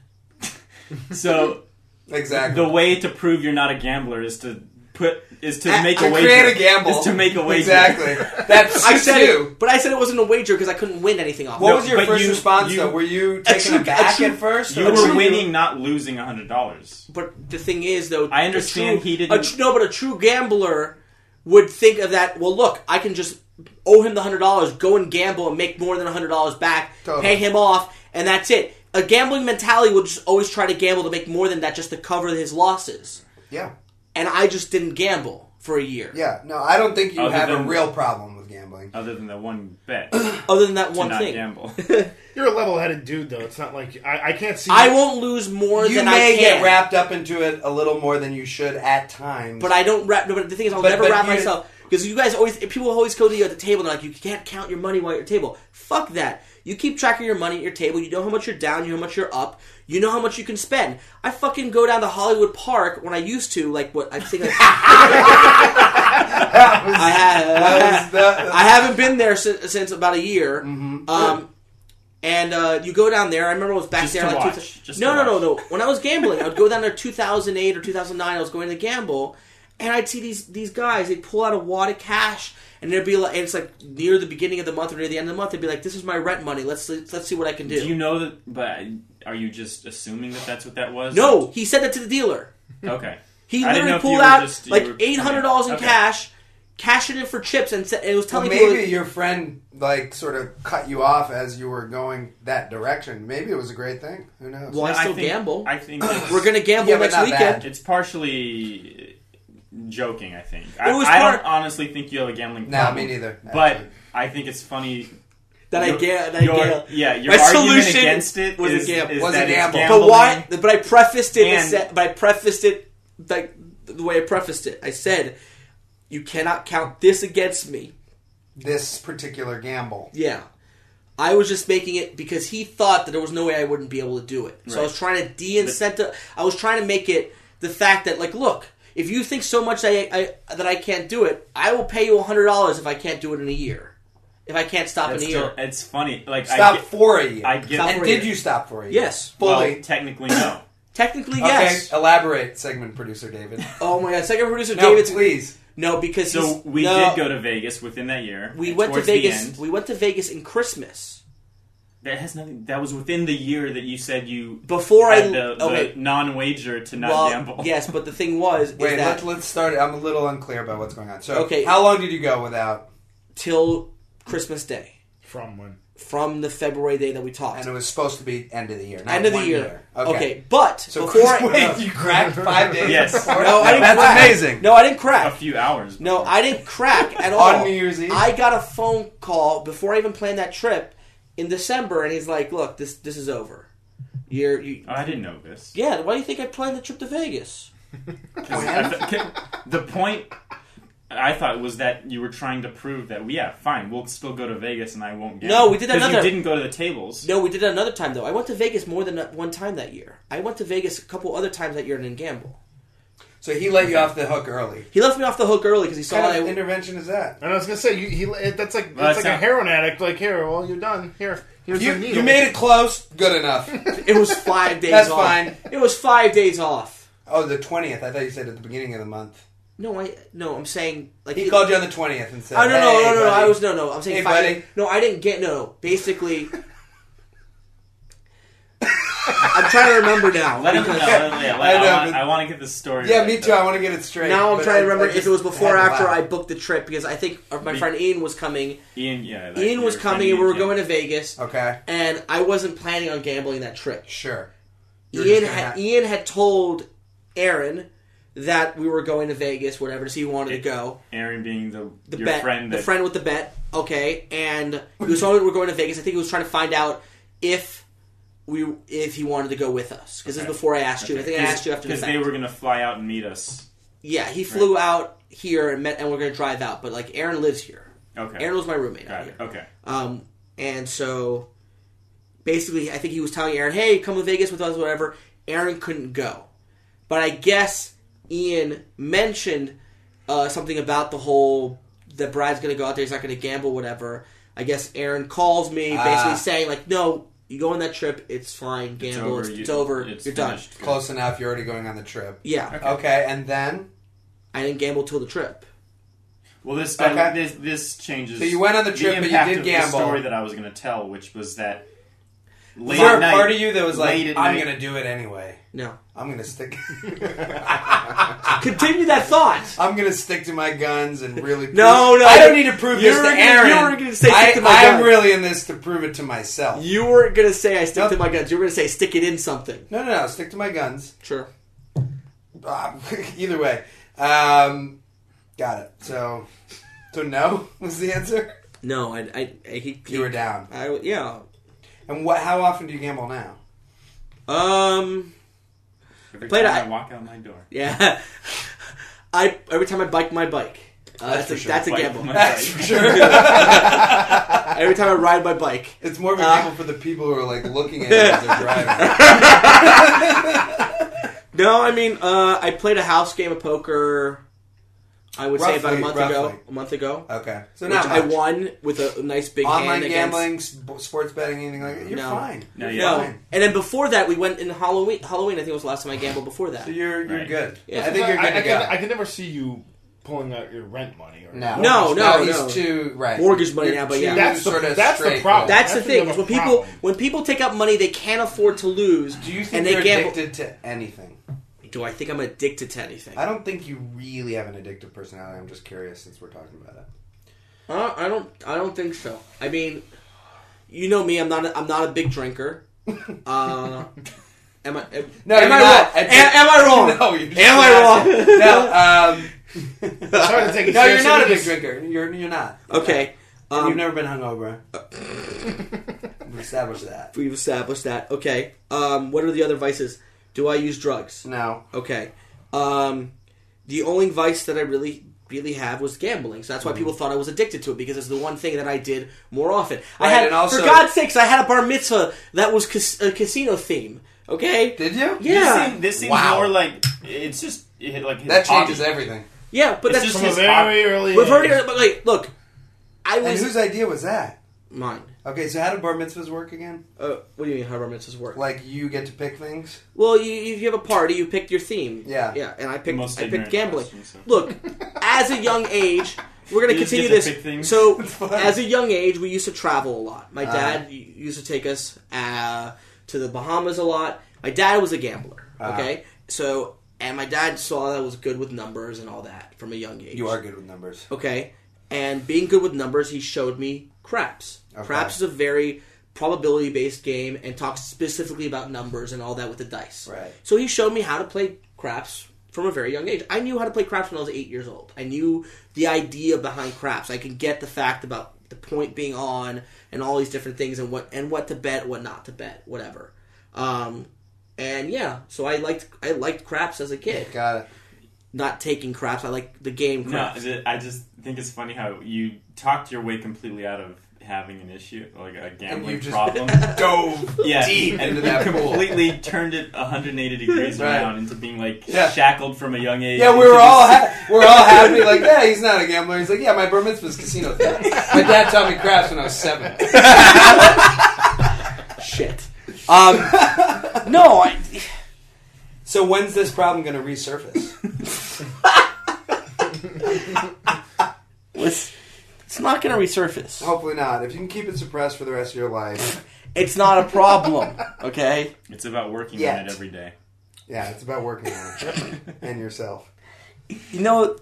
[SPEAKER 3] So
[SPEAKER 2] Exactly.
[SPEAKER 3] the way to prove you're not a gambler is to put is to
[SPEAKER 1] Uh,
[SPEAKER 3] make
[SPEAKER 2] to
[SPEAKER 3] a wager.
[SPEAKER 2] create a gamble
[SPEAKER 3] Is to make a wager.
[SPEAKER 2] Exactly. That's
[SPEAKER 1] I said
[SPEAKER 2] you.
[SPEAKER 1] it, but I said it wasn't a wager because I couldn't win anything off.
[SPEAKER 2] What
[SPEAKER 1] it.
[SPEAKER 3] No,
[SPEAKER 2] was your
[SPEAKER 3] but
[SPEAKER 2] first
[SPEAKER 3] you-
[SPEAKER 2] response
[SPEAKER 3] you-
[SPEAKER 2] though? Were you
[SPEAKER 1] A
[SPEAKER 2] taken
[SPEAKER 1] true- a
[SPEAKER 2] aback
[SPEAKER 1] true-
[SPEAKER 2] at first?
[SPEAKER 3] You
[SPEAKER 2] or-
[SPEAKER 3] were winning, not losing hundred dollars.
[SPEAKER 1] But the thing is, though,
[SPEAKER 3] I
[SPEAKER 1] a
[SPEAKER 3] understand
[SPEAKER 1] true-
[SPEAKER 3] he didn't-
[SPEAKER 1] A tr- no, but a true gambler would think of that. Well, look, I can just owe him the hundred dollars, go and gamble, and make more than hundred dollars back,
[SPEAKER 2] Totally.
[SPEAKER 1] pay him off, and that's it. A gambling mentality would just always try to gamble to make more than that, just to cover his losses.
[SPEAKER 2] Yeah.
[SPEAKER 1] And I just didn't gamble for a year.
[SPEAKER 2] Yeah. No, I don't think you
[SPEAKER 3] Other
[SPEAKER 2] have a
[SPEAKER 3] than-
[SPEAKER 2] real problem with gambling.
[SPEAKER 3] Other than the one bet, to
[SPEAKER 1] Other than that one
[SPEAKER 3] not
[SPEAKER 1] thing,
[SPEAKER 3] gamble.
[SPEAKER 4] You're a level-headed dude, though. It's not like I, I can't see.
[SPEAKER 1] I won't lose more
[SPEAKER 2] You
[SPEAKER 1] than
[SPEAKER 2] may
[SPEAKER 1] I can.
[SPEAKER 2] get wrapped up into it a little more than you should at times.
[SPEAKER 1] But I don't wrap. No, but the thing is, I'll
[SPEAKER 2] But-
[SPEAKER 1] never
[SPEAKER 2] but
[SPEAKER 1] wrap
[SPEAKER 2] you-
[SPEAKER 1] myself because you guys always people always go to you at the table. and They're like, you can't count your money while you're at your table. Fuck that. You keep track of your money at your table. You know how much you're down. You know how much you're up. You know how much you can spend. I fucking go down to Hollywood Park when I used to. Like what I think. I,
[SPEAKER 2] that was,
[SPEAKER 1] I
[SPEAKER 2] that
[SPEAKER 1] had.
[SPEAKER 2] was the-
[SPEAKER 1] I haven't been there since, since about a year.
[SPEAKER 3] Mm-hmm.
[SPEAKER 1] Um, and uh, you go down there. I remember I was back
[SPEAKER 3] Just
[SPEAKER 1] there.
[SPEAKER 3] to
[SPEAKER 1] like
[SPEAKER 3] watch.
[SPEAKER 1] two thou-
[SPEAKER 3] Just
[SPEAKER 1] no,
[SPEAKER 3] to
[SPEAKER 1] no, no,
[SPEAKER 3] watch.
[SPEAKER 1] no. When I was gambling, I would go down there 2008 or 2009. I was going to gamble, and I'd see these these guys. They would pull out a wad of cash, and they'd be like, and it's like near the beginning of the month or near the end of the month. They'd be like, "This is my rent money. Let's let's see what I can do."
[SPEAKER 3] do you know that? But are you just assuming that that's what that was?
[SPEAKER 1] no, he said that to the dealer.
[SPEAKER 3] Okay.
[SPEAKER 1] He
[SPEAKER 3] I didn't know
[SPEAKER 1] literally
[SPEAKER 3] if you
[SPEAKER 1] pulled
[SPEAKER 3] were
[SPEAKER 1] out
[SPEAKER 3] just- you
[SPEAKER 1] like
[SPEAKER 3] were-
[SPEAKER 1] eight hundred dollars in
[SPEAKER 3] okay.
[SPEAKER 1] cash, cashed it in for chips, and, said, and was
[SPEAKER 2] well,
[SPEAKER 1] telling people.
[SPEAKER 2] maybe your friend like sort of cut you off as you were going that direction. Maybe it was a great thing. Who knows?
[SPEAKER 1] Well, I still
[SPEAKER 3] think,
[SPEAKER 1] gamble.
[SPEAKER 3] I think it's,
[SPEAKER 1] We're gonna gamble
[SPEAKER 2] Yeah, but
[SPEAKER 1] next
[SPEAKER 2] not
[SPEAKER 1] weekend.
[SPEAKER 2] bad.
[SPEAKER 3] It's partially joking. I think.
[SPEAKER 1] It was
[SPEAKER 3] I, I
[SPEAKER 1] part-
[SPEAKER 3] don't honestly think you have a gambling
[SPEAKER 2] No,
[SPEAKER 3] problem.
[SPEAKER 2] me neither,
[SPEAKER 3] But
[SPEAKER 2] actually.
[SPEAKER 3] I think it's funny
[SPEAKER 1] that I
[SPEAKER 3] Your-
[SPEAKER 1] get. That
[SPEAKER 3] your-
[SPEAKER 1] I get.
[SPEAKER 3] Yeah, your
[SPEAKER 1] My
[SPEAKER 3] argument
[SPEAKER 1] solution
[SPEAKER 3] against it
[SPEAKER 1] was a
[SPEAKER 3] is-
[SPEAKER 1] gamble.
[SPEAKER 3] is
[SPEAKER 2] Was a
[SPEAKER 3] that it's
[SPEAKER 2] gamble. But
[SPEAKER 1] But
[SPEAKER 3] gambling.
[SPEAKER 1] why? But I prefaced it. And,
[SPEAKER 3] And-
[SPEAKER 1] said, but I prefaced it like the way I prefaced it. I said, "You cannot count this against me."
[SPEAKER 2] This particular gamble.
[SPEAKER 1] Yeah, I was just making it because he thought that there was no way I wouldn't be able to do it. So I was trying to de-incentive. I was trying to make it the fact that, like, look, if you think so much I, I that I can't do it, I will pay you hundred dollars if I can't do it in a year. If I can't stop
[SPEAKER 3] That's
[SPEAKER 1] in a
[SPEAKER 3] still-
[SPEAKER 1] year,
[SPEAKER 3] it's funny. Like
[SPEAKER 2] Stop
[SPEAKER 3] I get,
[SPEAKER 2] for a year.
[SPEAKER 3] I get
[SPEAKER 1] Stop
[SPEAKER 2] and
[SPEAKER 1] for a
[SPEAKER 2] did
[SPEAKER 1] year.
[SPEAKER 2] you stop for a year?
[SPEAKER 1] yes.
[SPEAKER 2] Fully.
[SPEAKER 3] well, technically no.
[SPEAKER 1] Technically, yes.
[SPEAKER 2] Okay. Elaborate, segment producer David.
[SPEAKER 1] Oh my god, second producer
[SPEAKER 2] No,
[SPEAKER 1] David's
[SPEAKER 2] please.
[SPEAKER 1] No, because
[SPEAKER 3] So
[SPEAKER 1] he's-
[SPEAKER 3] we
[SPEAKER 1] no.
[SPEAKER 3] did go to Vegas within that year.
[SPEAKER 1] We
[SPEAKER 3] and
[SPEAKER 1] went to
[SPEAKER 3] towards the
[SPEAKER 1] Vegas.
[SPEAKER 3] end.
[SPEAKER 1] we went to Vegas in Christmas
[SPEAKER 3] that has nothing. That was within the year that you said you
[SPEAKER 1] before I.
[SPEAKER 3] had the, the
[SPEAKER 1] okay,
[SPEAKER 3] non-wager to not
[SPEAKER 1] well,
[SPEAKER 3] gamble.
[SPEAKER 1] yes, but the thing was is
[SPEAKER 2] Wait,
[SPEAKER 1] that
[SPEAKER 2] let, let's start. I'm a little unclear about what's going on. So,
[SPEAKER 1] Okay.
[SPEAKER 2] how long did you go without?
[SPEAKER 1] till Christmas Day
[SPEAKER 4] from when
[SPEAKER 1] from the February day that we talked.
[SPEAKER 2] And it was supposed to be end of the year. not
[SPEAKER 1] End of the
[SPEAKER 2] one
[SPEAKER 1] year.
[SPEAKER 2] Okay.
[SPEAKER 1] Okay. but
[SPEAKER 2] So
[SPEAKER 1] before I,
[SPEAKER 2] wait, you cracked five days.
[SPEAKER 3] Yes.
[SPEAKER 2] before?
[SPEAKER 1] no, I didn't
[SPEAKER 2] That's
[SPEAKER 1] crack.
[SPEAKER 2] amazing.
[SPEAKER 1] No, I didn't
[SPEAKER 3] a
[SPEAKER 1] crack.
[SPEAKER 3] few hours.
[SPEAKER 1] No,
[SPEAKER 3] before.
[SPEAKER 1] I didn't crack at all.
[SPEAKER 2] On New Year's Eve?
[SPEAKER 1] I got a phone call before I even planned that trip in December, and he's like, "Look, this this is over. You're you."
[SPEAKER 3] Oh, I didn't know this.
[SPEAKER 1] yeah, why do you think I planned the trip to Vegas?
[SPEAKER 3] 'Cause I th- ki- the point I thought was that you were trying to prove that, yeah, fine, we'll still go to Vegas and I won't gamble.
[SPEAKER 1] No, we did
[SPEAKER 3] 'Cause
[SPEAKER 1] another-
[SPEAKER 3] You didn't go to the tables.
[SPEAKER 1] No, we did it another time though. I went to Vegas more than one time that year. I went to Vegas a couple other times that year and didn't gamble.
[SPEAKER 2] So he let you off the hook early.
[SPEAKER 1] He left me off the hook early because he saw
[SPEAKER 2] What kind
[SPEAKER 1] that
[SPEAKER 2] of
[SPEAKER 1] I.
[SPEAKER 2] intervention is that?
[SPEAKER 4] And I was gonna say, you, he, it- that's like
[SPEAKER 3] Well,
[SPEAKER 4] that's
[SPEAKER 3] that's
[SPEAKER 4] like a
[SPEAKER 3] not-
[SPEAKER 4] heroin addict. Like here, well, you're done. Here, here's
[SPEAKER 2] You,
[SPEAKER 4] the needle.
[SPEAKER 2] you made it close. Good enough.
[SPEAKER 1] it was five days.
[SPEAKER 2] That's
[SPEAKER 1] off.
[SPEAKER 2] fine.
[SPEAKER 1] It was five days off.
[SPEAKER 2] oh, the twentieth. I thought you said at the beginning of the month.
[SPEAKER 1] No, I no. I'm saying like
[SPEAKER 2] He called you on the twentieth and said,
[SPEAKER 1] I no, no,
[SPEAKER 2] "Hey,
[SPEAKER 1] no, no, no.
[SPEAKER 2] buddy."
[SPEAKER 1] I was no, no. I'm saying
[SPEAKER 2] Hey,
[SPEAKER 1] five.
[SPEAKER 2] buddy.
[SPEAKER 1] No, I didn't get no. Basically, I'm trying to remember now.
[SPEAKER 3] Let him know.
[SPEAKER 1] because
[SPEAKER 3] Let him, yeah, let,
[SPEAKER 2] I know,
[SPEAKER 3] I, want,
[SPEAKER 2] but-
[SPEAKER 3] I want to get the story.
[SPEAKER 2] Yeah,
[SPEAKER 3] right,
[SPEAKER 2] me
[SPEAKER 3] but-
[SPEAKER 2] too. I want to get it straight.
[SPEAKER 1] Now I'm
[SPEAKER 2] but
[SPEAKER 1] trying to
[SPEAKER 2] I- I
[SPEAKER 1] remember if
[SPEAKER 2] just
[SPEAKER 1] it was before or
[SPEAKER 2] had to
[SPEAKER 1] after
[SPEAKER 2] laugh.
[SPEAKER 1] I booked the trip because I think my
[SPEAKER 3] Be-
[SPEAKER 1] friend Ian was coming.
[SPEAKER 3] Ian, yeah. like,
[SPEAKER 1] Ian was
[SPEAKER 3] your
[SPEAKER 1] coming and
[SPEAKER 3] friend
[SPEAKER 1] we were
[SPEAKER 3] Ian,
[SPEAKER 1] going to Vegas,
[SPEAKER 2] Okay,
[SPEAKER 1] and I wasn't planning on gambling that trip.
[SPEAKER 2] sure. You were just
[SPEAKER 1] Ian
[SPEAKER 2] gonna
[SPEAKER 1] had
[SPEAKER 2] have-
[SPEAKER 1] Ian had told Aaron that we were going to Vegas, whatever, so he wanted to
[SPEAKER 3] It-
[SPEAKER 1] go.
[SPEAKER 3] Aaron being the,
[SPEAKER 1] The
[SPEAKER 3] your
[SPEAKER 1] bet,
[SPEAKER 3] friend
[SPEAKER 1] the
[SPEAKER 3] that-
[SPEAKER 1] friend with the bet, okay, and he was told we were going to Vegas. I think he was trying to find out if we if he wanted to go with us because this
[SPEAKER 3] Okay.
[SPEAKER 1] is before I asked you. I think I asked you after the
[SPEAKER 3] because
[SPEAKER 1] fact.
[SPEAKER 3] they were going to fly out and meet us.
[SPEAKER 1] yeah, he flew out here and met, and we're going to drive out. But like Aaron lives here.
[SPEAKER 3] Okay,
[SPEAKER 1] Aaron was my roommate. out
[SPEAKER 3] got it.
[SPEAKER 1] here.
[SPEAKER 3] Okay,
[SPEAKER 1] Um, and so basically, I think he was telling Aaron, "Hey, come to Vegas with us, whatever." Aaron couldn't go, but I guess Ian mentioned uh, something about the whole that Brad's going to go out there. He's not going to gamble, whatever. I guess Aaron calls me, basically
[SPEAKER 2] Ah.
[SPEAKER 1] saying like, "No, you go on that trip. It's fine.
[SPEAKER 3] it's
[SPEAKER 1] Gamble.
[SPEAKER 3] over.
[SPEAKER 1] It's over.
[SPEAKER 3] you,
[SPEAKER 1] It's over.
[SPEAKER 3] It's
[SPEAKER 1] You're done."
[SPEAKER 3] finished.
[SPEAKER 2] Close enough. You're already going on the trip.
[SPEAKER 1] Yeah,
[SPEAKER 3] Okay.
[SPEAKER 2] Okay, and then
[SPEAKER 1] I didn't gamble till the trip.
[SPEAKER 3] Well, this that-
[SPEAKER 2] Okay.
[SPEAKER 3] this this changes.
[SPEAKER 2] So you went on the trip, but you
[SPEAKER 3] impact
[SPEAKER 2] did
[SPEAKER 3] of
[SPEAKER 2] gamble.
[SPEAKER 3] The story that I was going to tell, which was that
[SPEAKER 2] was
[SPEAKER 3] late
[SPEAKER 2] there
[SPEAKER 3] at
[SPEAKER 2] a
[SPEAKER 3] night,
[SPEAKER 2] part of you that was
[SPEAKER 3] late
[SPEAKER 2] like,
[SPEAKER 3] at
[SPEAKER 2] "I'm
[SPEAKER 3] night-
[SPEAKER 2] gonna do it anyway.
[SPEAKER 1] No,
[SPEAKER 2] I'm gonna stick.
[SPEAKER 1] Ah. continue that thought.
[SPEAKER 2] I'm gonna stick to my guns and really." Prove,
[SPEAKER 1] No, no.
[SPEAKER 2] I don't need to prove
[SPEAKER 1] You
[SPEAKER 2] this
[SPEAKER 1] were
[SPEAKER 2] to
[SPEAKER 1] gonna-
[SPEAKER 2] Aaron.
[SPEAKER 1] you were gonna say stick
[SPEAKER 2] I,
[SPEAKER 1] to my
[SPEAKER 2] I'm
[SPEAKER 1] guns.
[SPEAKER 2] really in this to prove it to myself.
[SPEAKER 1] You weren't gonna say I stick
[SPEAKER 2] Nope.
[SPEAKER 1] to my guns. You were gonna say stick it in something.
[SPEAKER 2] No, no, no. Stick to my guns.
[SPEAKER 1] Sure.
[SPEAKER 2] Ah, Either way, um, got it. So, so no was the answer.
[SPEAKER 1] No, I, I, I he,
[SPEAKER 2] You were down.
[SPEAKER 1] I, yeah.
[SPEAKER 2] And what? How often do you gamble now?
[SPEAKER 1] Um.
[SPEAKER 3] Every
[SPEAKER 1] Played
[SPEAKER 3] time
[SPEAKER 1] a-
[SPEAKER 3] I walk out my door.
[SPEAKER 1] Yeah. I every time I bike my bike. Uh, that's, a,
[SPEAKER 2] for sure.
[SPEAKER 1] that's a
[SPEAKER 3] Bike
[SPEAKER 1] gamble.
[SPEAKER 3] my-
[SPEAKER 2] That's for sure.
[SPEAKER 1] every time I ride my bike.
[SPEAKER 2] It's more of a
[SPEAKER 1] Uh,
[SPEAKER 2] gamble for the people who are like looking at it as they're driving.
[SPEAKER 1] No, I mean, uh, I played a house game of poker. I would say about a
[SPEAKER 2] Roughly,
[SPEAKER 1] month ago.
[SPEAKER 2] roughly.
[SPEAKER 1] A month ago,
[SPEAKER 2] Okay, so
[SPEAKER 1] which
[SPEAKER 2] not
[SPEAKER 1] I
[SPEAKER 2] much.
[SPEAKER 1] won with a nice big
[SPEAKER 2] online
[SPEAKER 1] hand against-
[SPEAKER 2] gambling, sp- sports betting, anything like that. You're
[SPEAKER 1] No.
[SPEAKER 2] fine.
[SPEAKER 3] No,
[SPEAKER 2] you're
[SPEAKER 3] yeah.
[SPEAKER 1] No,
[SPEAKER 2] fine.
[SPEAKER 1] and then before that, we went in Halloween. Halloween, I think was the last time I gambled. Before that,
[SPEAKER 2] So you're you're
[SPEAKER 3] Right.
[SPEAKER 2] good.
[SPEAKER 1] Yeah.
[SPEAKER 2] I think you're good
[SPEAKER 4] I,
[SPEAKER 2] to
[SPEAKER 4] can,
[SPEAKER 2] go.
[SPEAKER 4] I can never see you pulling out your rent money. Or
[SPEAKER 2] No,
[SPEAKER 1] No, no,
[SPEAKER 2] he's
[SPEAKER 1] no.
[SPEAKER 2] too right.
[SPEAKER 1] Mortgage money
[SPEAKER 2] You're
[SPEAKER 1] now, but
[SPEAKER 2] too
[SPEAKER 1] yeah.
[SPEAKER 4] That's the-
[SPEAKER 2] sorta
[SPEAKER 4] that's the
[SPEAKER 2] straight.
[SPEAKER 4] problem.
[SPEAKER 1] that's, the
[SPEAKER 4] That's
[SPEAKER 1] thing.
[SPEAKER 4] another
[SPEAKER 1] is When people
[SPEAKER 4] problem.
[SPEAKER 1] when people take out money they can't afford to lose,
[SPEAKER 2] Do you think
[SPEAKER 1] and they
[SPEAKER 2] you're
[SPEAKER 1] gamble.
[SPEAKER 2] addicted to anything?
[SPEAKER 1] Do I think I'm addicted to anything?
[SPEAKER 2] I don't think you really have an addictive personality. I'm just curious since we're talking about it.
[SPEAKER 1] Uh, I don't. I don't think so. I mean, you know me. I'm not. A, I'm not a big drinker. Uh, am I? Am,
[SPEAKER 2] No,
[SPEAKER 1] am
[SPEAKER 2] you're
[SPEAKER 1] I
[SPEAKER 2] not.
[SPEAKER 1] wrong?
[SPEAKER 2] I
[SPEAKER 1] Am,
[SPEAKER 2] think-
[SPEAKER 1] am I wrong?
[SPEAKER 2] No, you're just
[SPEAKER 1] am I
[SPEAKER 2] No, um,
[SPEAKER 4] Sorry to take it
[SPEAKER 2] no, you're
[SPEAKER 4] seriously,
[SPEAKER 2] not a big
[SPEAKER 4] because-
[SPEAKER 2] drinker. You're you're not.
[SPEAKER 1] wrong? okay.
[SPEAKER 2] And
[SPEAKER 1] Um,
[SPEAKER 2] You've never been hungover. We've established that.
[SPEAKER 1] we've established that. Okay. Um, what are the other vices? Do I use drugs?
[SPEAKER 2] No.
[SPEAKER 1] Okay. Um, the only vice that I really, really have was gambling. So that's why people thought I was addicted to it because it's the one thing that I did more often. I
[SPEAKER 2] Right,
[SPEAKER 1] had,
[SPEAKER 2] and also-
[SPEAKER 1] for God's sakes, I had a bar mitzvah that was cas- a casino theme. Okay.
[SPEAKER 2] Did you?
[SPEAKER 1] Yeah.
[SPEAKER 3] This seems, this seems
[SPEAKER 2] Wow.
[SPEAKER 3] more like it's just it, like his
[SPEAKER 2] That changes
[SPEAKER 3] hobby.
[SPEAKER 2] everything.
[SPEAKER 1] Yeah, but
[SPEAKER 3] It's
[SPEAKER 1] that's
[SPEAKER 3] just
[SPEAKER 1] just
[SPEAKER 4] From a
[SPEAKER 3] his-
[SPEAKER 1] his,
[SPEAKER 4] very early
[SPEAKER 1] we've already.
[SPEAKER 4] age.
[SPEAKER 1] But like, look, I
[SPEAKER 2] And
[SPEAKER 1] was
[SPEAKER 2] whose idea was that?
[SPEAKER 1] mine.
[SPEAKER 2] Okay, so how do bar mitzvahs work again?
[SPEAKER 1] Uh, what do you mean how bar mitzvahs work?
[SPEAKER 2] Like you get to pick things.
[SPEAKER 1] well, you, if you have a party, you pick your theme.
[SPEAKER 2] Yeah.
[SPEAKER 1] yeah, and I
[SPEAKER 3] The
[SPEAKER 1] picked
[SPEAKER 3] most
[SPEAKER 1] I picked
[SPEAKER 3] ignorant
[SPEAKER 1] gambling.
[SPEAKER 3] question, so.
[SPEAKER 1] Look, as a young age, we're going to
[SPEAKER 3] You just
[SPEAKER 1] continue
[SPEAKER 3] get to
[SPEAKER 1] this.
[SPEAKER 3] pick things.
[SPEAKER 1] So,
[SPEAKER 2] funny.
[SPEAKER 1] as a young age, we used to travel a lot.
[SPEAKER 2] Uh-huh.
[SPEAKER 1] My dad u- used to take us uh, to the Bahamas a lot. My dad was a gambler.
[SPEAKER 2] Uh-huh.
[SPEAKER 1] Okay, so and my dad saw that I was good with numbers and all that from a young age.
[SPEAKER 2] You are good with numbers.
[SPEAKER 1] Okay. And being good with numbers, he showed me craps.
[SPEAKER 2] Okay.
[SPEAKER 1] Craps is a very probability based game and talks specifically about numbers and all that with the dice.
[SPEAKER 2] Right.
[SPEAKER 1] So he showed me how to play craps from a very young age. I knew how to play craps when I was eight years old. I knew the idea behind craps. I could get the fact about the point being on and all these different things and what and what to bet, what not to bet, whatever. Um, and yeah, so I liked I liked craps as a kid.
[SPEAKER 2] Got it.
[SPEAKER 1] Not taking craps, I like the game
[SPEAKER 3] No,
[SPEAKER 1] craps.
[SPEAKER 3] is it- I just think it's funny how you talked your way completely out of having an issue, like a gambling
[SPEAKER 2] you just-
[SPEAKER 3] problem.
[SPEAKER 2] Dove
[SPEAKER 3] yeah,
[SPEAKER 2] deep
[SPEAKER 3] and
[SPEAKER 2] into
[SPEAKER 3] you
[SPEAKER 2] that pool.
[SPEAKER 3] completely turned it 180 degrees
[SPEAKER 2] Right.
[SPEAKER 3] around into being like
[SPEAKER 2] Yeah.
[SPEAKER 3] shackled from a young age.
[SPEAKER 2] Yeah, we
[SPEAKER 3] into
[SPEAKER 2] were all
[SPEAKER 3] this-
[SPEAKER 2] ha- we're all happy. Like, yeah, he's not a gambler. He's like, yeah, my bar mitzvah's casino thing. My dad taught me craps when I was seven.
[SPEAKER 1] Shit. Um, no, I,
[SPEAKER 2] So when's this problem going to resurface?
[SPEAKER 1] it's, it's not going to resurface.
[SPEAKER 2] Hopefully not. If you can keep it suppressed for the rest of your life,
[SPEAKER 1] It's not a problem, okay?
[SPEAKER 3] It's about working
[SPEAKER 2] Yet.
[SPEAKER 3] on it every day.
[SPEAKER 2] Yeah, it's about working on it and yourself.
[SPEAKER 1] You know,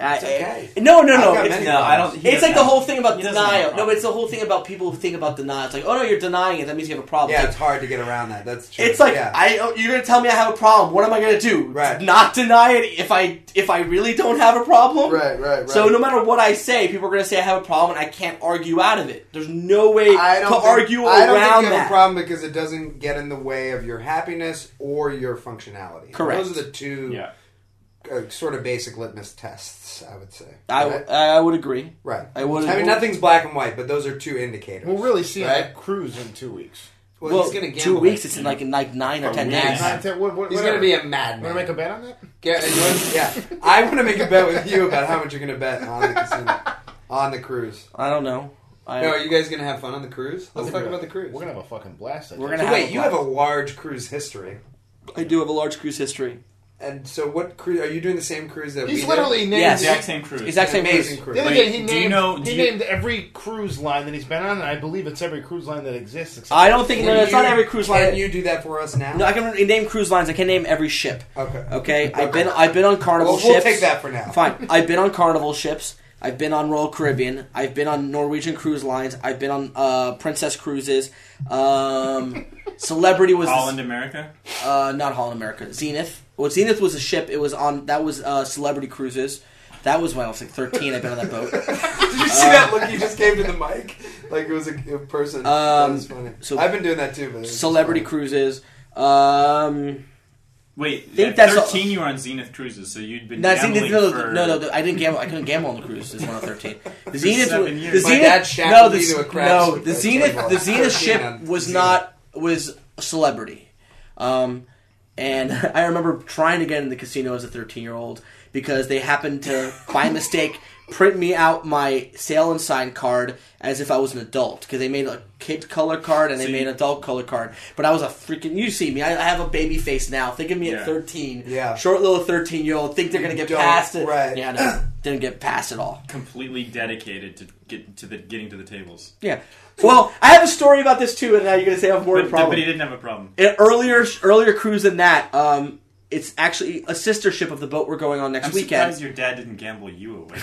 [SPEAKER 1] I,
[SPEAKER 2] It's okay.
[SPEAKER 1] no, no,
[SPEAKER 2] I've
[SPEAKER 1] no.
[SPEAKER 2] got
[SPEAKER 1] It's,
[SPEAKER 2] many
[SPEAKER 3] No, I don't. he
[SPEAKER 1] it's like
[SPEAKER 3] doesn't
[SPEAKER 1] the
[SPEAKER 3] have-
[SPEAKER 1] whole thing about
[SPEAKER 3] he doesn't have a
[SPEAKER 1] denial. No,
[SPEAKER 3] problem.
[SPEAKER 1] but it's the whole thing about people who think about denial. It's like, oh no, you're denying it. That means you have a problem.
[SPEAKER 2] Yeah,
[SPEAKER 1] It's
[SPEAKER 2] it's hard to get around that. That's true.
[SPEAKER 1] It's like
[SPEAKER 2] yeah.
[SPEAKER 1] I oh, you're gonna tell me I have a problem. What am I gonna do?
[SPEAKER 2] Right.
[SPEAKER 1] Not deny it if I if I really don't have a problem.
[SPEAKER 2] right, right, right.
[SPEAKER 1] So no matter what I say, people are gonna say I have a problem, and I can't argue out of it. There's no way
[SPEAKER 2] I
[SPEAKER 1] to
[SPEAKER 2] don't think-
[SPEAKER 1] argue
[SPEAKER 2] I don't
[SPEAKER 1] around
[SPEAKER 2] think you have a
[SPEAKER 1] that.
[SPEAKER 2] problem because it doesn't get in the way of your happiness or your functionality.
[SPEAKER 1] Correct.
[SPEAKER 2] Those are the two
[SPEAKER 3] Yeah.
[SPEAKER 2] uh, sort of basic litmus tests, I would say.
[SPEAKER 1] I, w-
[SPEAKER 2] right?
[SPEAKER 1] I would agree.
[SPEAKER 2] Right.
[SPEAKER 1] I would-
[SPEAKER 2] I mean, nothing's black and white, but those are two indicators.
[SPEAKER 4] We'll really see
[SPEAKER 2] Right.
[SPEAKER 4] that cruise in two weeks.
[SPEAKER 2] Well, he's gonna gamble.
[SPEAKER 1] two weeks. It's in like in like nine or ten
[SPEAKER 3] weeks.
[SPEAKER 1] days.
[SPEAKER 4] Nine, ten, what, what,
[SPEAKER 2] He's
[SPEAKER 4] whatever.
[SPEAKER 2] going to be a
[SPEAKER 4] Want
[SPEAKER 2] madman.
[SPEAKER 4] to make a bet on that?
[SPEAKER 2] Get- you want- yeah. I want to make a bet with you about how much you're going to bet on the casino, on the cruise.
[SPEAKER 1] I don't know. I,
[SPEAKER 2] No, are you guys going to have fun on the cruise? Let's
[SPEAKER 4] We're
[SPEAKER 2] talk
[SPEAKER 4] gonna-
[SPEAKER 2] about the cruise.
[SPEAKER 4] We're gonna have a fucking blast. I
[SPEAKER 1] We're
[SPEAKER 4] think.
[SPEAKER 1] gonna
[SPEAKER 2] So
[SPEAKER 1] have
[SPEAKER 2] wait,
[SPEAKER 1] a
[SPEAKER 2] you have a large cruise history,
[SPEAKER 1] I do have a large cruise history.
[SPEAKER 2] and so what cruise are you doing? The same cruise that we
[SPEAKER 4] He's
[SPEAKER 2] did?
[SPEAKER 4] literally named.
[SPEAKER 1] Yes.
[SPEAKER 3] Exact same cruise.
[SPEAKER 1] Exact same
[SPEAKER 2] amazing
[SPEAKER 1] cruise.
[SPEAKER 2] cruise.
[SPEAKER 4] The other
[SPEAKER 3] Wait,
[SPEAKER 4] day, he
[SPEAKER 3] do
[SPEAKER 4] named,
[SPEAKER 3] you know- do
[SPEAKER 4] he
[SPEAKER 3] you-
[SPEAKER 4] named every cruise line that he's been on, and I believe it's every cruise line that exists. Except
[SPEAKER 1] I don't think no,
[SPEAKER 2] Can
[SPEAKER 1] it's not
[SPEAKER 2] you-
[SPEAKER 1] every cruise line.
[SPEAKER 2] Can you do that for us now?
[SPEAKER 1] no, I can name cruise lines. I can name every ship.
[SPEAKER 2] Okay.
[SPEAKER 1] Okay, I've been I've been on carnival
[SPEAKER 2] Well, we'll
[SPEAKER 1] ships.
[SPEAKER 2] take that for now.
[SPEAKER 1] Fine. I've been on carnival ships. I've been on Royal Caribbean. I've been on Norwegian cruise lines. I've been on uh, Princess cruises. Um, Celebrity was
[SPEAKER 3] Holland America.
[SPEAKER 1] uh, not Holland America. Zenith. Well, Zenith was a ship. It was on that was uh, Celebrity cruises. That was when I was like thirteen. I've been on that boat.
[SPEAKER 2] Did you see that look you just gave to the mic? Like it was a, a person. that
[SPEAKER 1] Um,
[SPEAKER 2] was funny.
[SPEAKER 1] so-
[SPEAKER 2] I've been doing that too, but it's
[SPEAKER 1] Celebrity
[SPEAKER 2] funny.
[SPEAKER 1] cruises. Um,
[SPEAKER 3] Wait,
[SPEAKER 1] Think
[SPEAKER 3] at
[SPEAKER 1] that's a-
[SPEAKER 3] thirteen. you were on Zenith cruises, so you'd been
[SPEAKER 1] no,
[SPEAKER 3] gambling
[SPEAKER 1] Zenith, no,
[SPEAKER 3] for
[SPEAKER 1] no, no, no, I didn't gamble. I couldn't gamble on the cruise. It's one of thirteen. The Zenith,
[SPEAKER 3] seven
[SPEAKER 1] was-
[SPEAKER 3] years.
[SPEAKER 1] the
[SPEAKER 3] My
[SPEAKER 1] Zenith,
[SPEAKER 2] dad
[SPEAKER 1] no,
[SPEAKER 2] shackled
[SPEAKER 1] the,
[SPEAKER 2] me to a crash
[SPEAKER 1] no,
[SPEAKER 2] at
[SPEAKER 1] the
[SPEAKER 2] 13
[SPEAKER 1] Zenith, the
[SPEAKER 2] on
[SPEAKER 1] Zenith
[SPEAKER 2] 13
[SPEAKER 1] ship
[SPEAKER 2] on
[SPEAKER 1] was
[SPEAKER 2] Zenith.
[SPEAKER 1] not was a celebrity, um, and I remember trying to get in the casino as a thirteen-year-old because they happened to, by mistake, print me out my sale and sign card as if I was an adult because they made a kid color card and they
[SPEAKER 3] See.
[SPEAKER 1] made an adult color card, but I was a freaking. You see me, I, I have a baby face now. Think of me at
[SPEAKER 3] Yeah.
[SPEAKER 1] thirteen,
[SPEAKER 2] Yeah.
[SPEAKER 1] short little thirteen-year-old. Think they're gonna
[SPEAKER 2] You
[SPEAKER 1] get
[SPEAKER 2] don't,
[SPEAKER 1] past it.
[SPEAKER 2] right.
[SPEAKER 1] Yeah, no, didn't get past at all.
[SPEAKER 3] completely dedicated to get to the getting to the tables.
[SPEAKER 1] Yeah. Well, I have a story about this too, and now you're gonna say I have more
[SPEAKER 3] But,
[SPEAKER 1] problem.
[SPEAKER 3] but he didn't have a problem.
[SPEAKER 1] An earlier earlier cruise than that. Um, it's actually a sister ship of the boat we're going on next
[SPEAKER 3] I'm
[SPEAKER 1] weekend.
[SPEAKER 3] surprised your dad didn't gamble you away.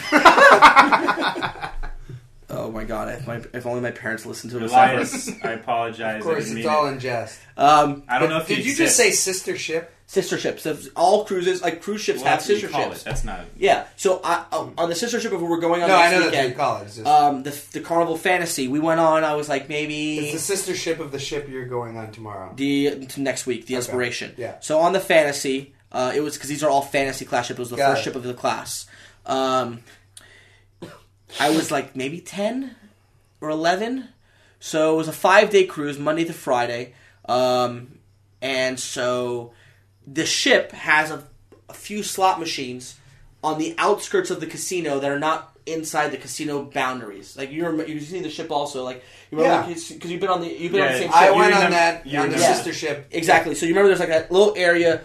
[SPEAKER 1] Oh my god! If, my, if only my parents listened to it.
[SPEAKER 3] Elias, I apologize.
[SPEAKER 2] Of
[SPEAKER 3] I
[SPEAKER 2] course,
[SPEAKER 3] didn't
[SPEAKER 2] it's
[SPEAKER 3] mean
[SPEAKER 2] all
[SPEAKER 3] it.
[SPEAKER 2] in jest.
[SPEAKER 1] Um,
[SPEAKER 3] I don't know if
[SPEAKER 2] Did
[SPEAKER 3] he
[SPEAKER 2] you just
[SPEAKER 3] exists.
[SPEAKER 2] say sister ship?
[SPEAKER 1] sister ships. So All cruises, like cruise ships,
[SPEAKER 3] Well,
[SPEAKER 1] have
[SPEAKER 3] that's what you
[SPEAKER 1] sister
[SPEAKER 3] call
[SPEAKER 1] ships.
[SPEAKER 3] it. That's not.
[SPEAKER 1] Yeah. So I, oh, on the sister ship of where we're going on
[SPEAKER 2] No, I
[SPEAKER 1] Oh, next
[SPEAKER 2] know that's what you
[SPEAKER 1] weekend,
[SPEAKER 2] call it. It's, just,
[SPEAKER 1] um, the the Carnival Fantasy. We went on. I was like maybe
[SPEAKER 2] it's the sister ship of the ship you're going on tomorrow.
[SPEAKER 1] the to next week, the inspiration.
[SPEAKER 2] Yeah.
[SPEAKER 1] So on the fantasy, uh, it was because these are all fantasy class ships. It was the
[SPEAKER 2] Got
[SPEAKER 1] first
[SPEAKER 2] it.
[SPEAKER 1] ship of the class. Um, I was like maybe ten or eleven. So it was a five day cruise, Monday to Friday, um, and so the ship has a, a few slot machines on the outskirts of the casino that are not inside the casino boundaries. Like you, remember, you see the ship also, like you remember
[SPEAKER 2] Yeah.
[SPEAKER 1] because you've been on the you've been on the
[SPEAKER 3] Yeah,
[SPEAKER 1] same ship.
[SPEAKER 2] I
[SPEAKER 3] you
[SPEAKER 2] went on
[SPEAKER 3] remember-
[SPEAKER 2] that
[SPEAKER 3] you
[SPEAKER 2] on the
[SPEAKER 1] remember.
[SPEAKER 2] sister ship.
[SPEAKER 1] Exactly. So you remember there's like that little area,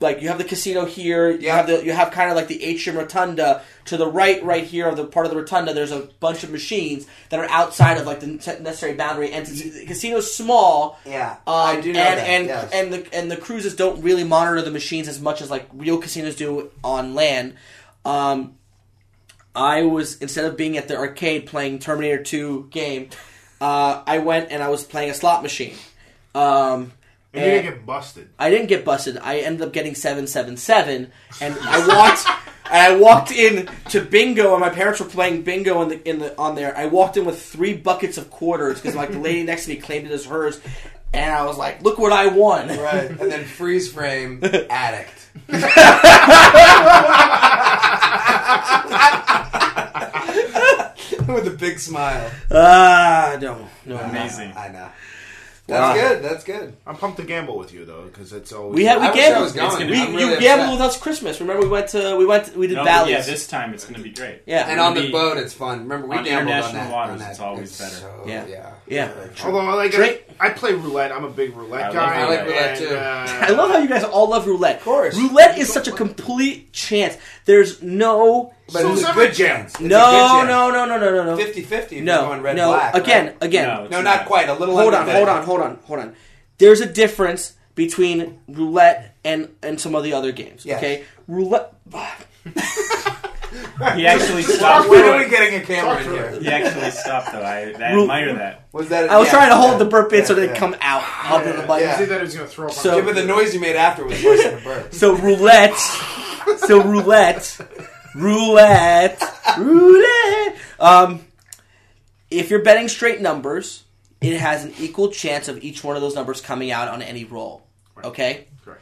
[SPEAKER 1] like you have the casino here. You
[SPEAKER 2] Yeah.
[SPEAKER 1] have the you have kind of like the atrium rotunda to the right, right here of the part of the rotunda. There's a bunch of machines that are outside of like the ne- necessary boundary. And since the casino's small,
[SPEAKER 2] Yeah,
[SPEAKER 1] um,
[SPEAKER 2] I do know
[SPEAKER 1] and
[SPEAKER 2] that.
[SPEAKER 1] and
[SPEAKER 2] yes.
[SPEAKER 1] and the and the cruises don't really monitor the machines as much as like real casinos do on land. Um, I was instead of being at the arcade playing Terminator Two game, uh, I went and I was playing a slot machine. Um,
[SPEAKER 4] And you're gonna get busted.
[SPEAKER 1] I didn't get busted. I ended up getting seven seven seven, and I walked. and I walked in to bingo, and my parents were playing bingo in the in the on there. I walked in with three buckets of quarters because like the lady next to me claimed it as hers, and I was like, "Look what I won!"
[SPEAKER 2] right, and then freeze frame addict. With a big smile.
[SPEAKER 1] Ah, no, no.
[SPEAKER 3] Amazing.
[SPEAKER 2] I know. That's
[SPEAKER 1] Wow.
[SPEAKER 2] good. That's good.
[SPEAKER 4] I'm pumped to gamble with you though, because it's always
[SPEAKER 1] We had we
[SPEAKER 2] I wish I was
[SPEAKER 1] gambled.
[SPEAKER 2] going.
[SPEAKER 3] gonna-
[SPEAKER 1] We,
[SPEAKER 2] I'm really
[SPEAKER 1] you
[SPEAKER 2] upset.
[SPEAKER 1] gambled with us Christmas. Remember, we went to we went we did
[SPEAKER 3] No, but
[SPEAKER 1] valleys.
[SPEAKER 3] yeah, this time it's going to be great.
[SPEAKER 1] yeah,
[SPEAKER 2] And on
[SPEAKER 3] Maybe
[SPEAKER 2] the boat, it's fun. Remember, we
[SPEAKER 3] on
[SPEAKER 2] gambled on
[SPEAKER 3] international
[SPEAKER 2] that.
[SPEAKER 3] waters,
[SPEAKER 2] on that.
[SPEAKER 3] it's always better.
[SPEAKER 2] so-
[SPEAKER 1] Yeah.
[SPEAKER 2] yeah,
[SPEAKER 1] Yeah.
[SPEAKER 4] Although like
[SPEAKER 1] Drink.
[SPEAKER 4] I, I play roulette, I'm a big roulette
[SPEAKER 3] I love roulette.
[SPEAKER 4] guy.
[SPEAKER 3] I like
[SPEAKER 2] roulette,
[SPEAKER 4] and,
[SPEAKER 2] too.
[SPEAKER 4] uh,
[SPEAKER 1] I love how you guys all love roulette. Of
[SPEAKER 2] course.
[SPEAKER 1] Roulette is such a complete chance. There's no
[SPEAKER 2] But
[SPEAKER 4] So
[SPEAKER 2] it's
[SPEAKER 4] it's
[SPEAKER 2] a
[SPEAKER 4] not
[SPEAKER 2] good
[SPEAKER 4] like-
[SPEAKER 2] chance. It's a good
[SPEAKER 1] No,
[SPEAKER 2] chance.
[SPEAKER 1] no, no, no, no, no, no.
[SPEAKER 2] 50-50 if you're
[SPEAKER 1] no,
[SPEAKER 2] going red
[SPEAKER 1] no.
[SPEAKER 2] black.
[SPEAKER 1] again,
[SPEAKER 2] right?
[SPEAKER 1] again.
[SPEAKER 3] No,
[SPEAKER 2] No, not quite. A little
[SPEAKER 1] hold on,
[SPEAKER 2] under
[SPEAKER 1] hold
[SPEAKER 2] 50.
[SPEAKER 1] on, hold on, hold on. There's a difference between roulette and and some of the other games.
[SPEAKER 2] Yes. Oh,
[SPEAKER 1] Okay, roulette.
[SPEAKER 3] He actually
[SPEAKER 2] Stop.
[SPEAKER 3] stopped.
[SPEAKER 2] When are we getting a camera in
[SPEAKER 4] Talk for
[SPEAKER 2] here?
[SPEAKER 4] it.
[SPEAKER 3] He actually stopped though. I, I
[SPEAKER 1] Ru-
[SPEAKER 3] admire that.
[SPEAKER 2] Was that?
[SPEAKER 1] I was
[SPEAKER 2] yeah,
[SPEAKER 1] trying to hold
[SPEAKER 2] yeah,
[SPEAKER 1] the burp in so
[SPEAKER 2] yeah,
[SPEAKER 1] they
[SPEAKER 2] yeah.
[SPEAKER 1] come out of the mic.
[SPEAKER 4] You
[SPEAKER 2] Yeah.
[SPEAKER 4] said that it was going to throw up.
[SPEAKER 1] So-
[SPEAKER 4] on
[SPEAKER 2] Yeah, but the noise you made after was worse than a burp.
[SPEAKER 1] So roulette. so roulette. Roulette. Roulette. Um, if you're betting straight numbers, it has an equal chance of each one of those numbers coming out on any roll. Okay.
[SPEAKER 4] Correct.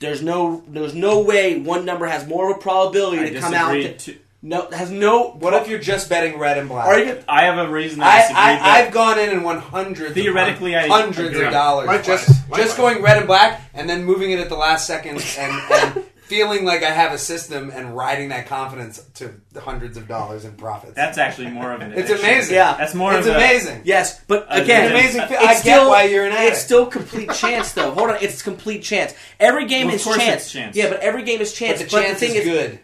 [SPEAKER 1] There's no there's no way one number has more of a probability
[SPEAKER 3] I
[SPEAKER 1] to come out.
[SPEAKER 3] disagree.
[SPEAKER 1] that-
[SPEAKER 3] to-
[SPEAKER 1] no, has no.
[SPEAKER 2] What if you're just betting red and black?
[SPEAKER 1] Are you?
[SPEAKER 3] I have a reason. I,
[SPEAKER 2] I,
[SPEAKER 3] disagree, but
[SPEAKER 2] I, I've gone in and won hundreds.
[SPEAKER 3] Theoretically, I
[SPEAKER 2] of, hundreds
[SPEAKER 4] agree.
[SPEAKER 2] of dollars.
[SPEAKER 4] Likewise.
[SPEAKER 2] Just,
[SPEAKER 4] Likewise.
[SPEAKER 2] just going red and black, and then moving it at the last second, and, and feeling like I have a system, and riding that confidence to hundreds of dollars in profits.
[SPEAKER 3] that's actually more of an.
[SPEAKER 2] it's
[SPEAKER 3] addiction.
[SPEAKER 2] amazing.
[SPEAKER 1] Yeah.
[SPEAKER 3] That's more
[SPEAKER 2] It's
[SPEAKER 3] of a-
[SPEAKER 2] amazing.
[SPEAKER 1] Yes, but
[SPEAKER 3] I
[SPEAKER 1] again,
[SPEAKER 2] It's
[SPEAKER 3] didn't.
[SPEAKER 2] amazing. fe-
[SPEAKER 1] it's
[SPEAKER 2] I get
[SPEAKER 1] still,
[SPEAKER 2] why you're an addict.
[SPEAKER 1] It's still complete chance, though. Hold on, it's complete chance. Every game
[SPEAKER 3] Well, of
[SPEAKER 1] is
[SPEAKER 3] course
[SPEAKER 1] chance.
[SPEAKER 3] it's chance.
[SPEAKER 1] Yeah, but every game is chance.
[SPEAKER 2] but the chance
[SPEAKER 1] thing
[SPEAKER 2] is good.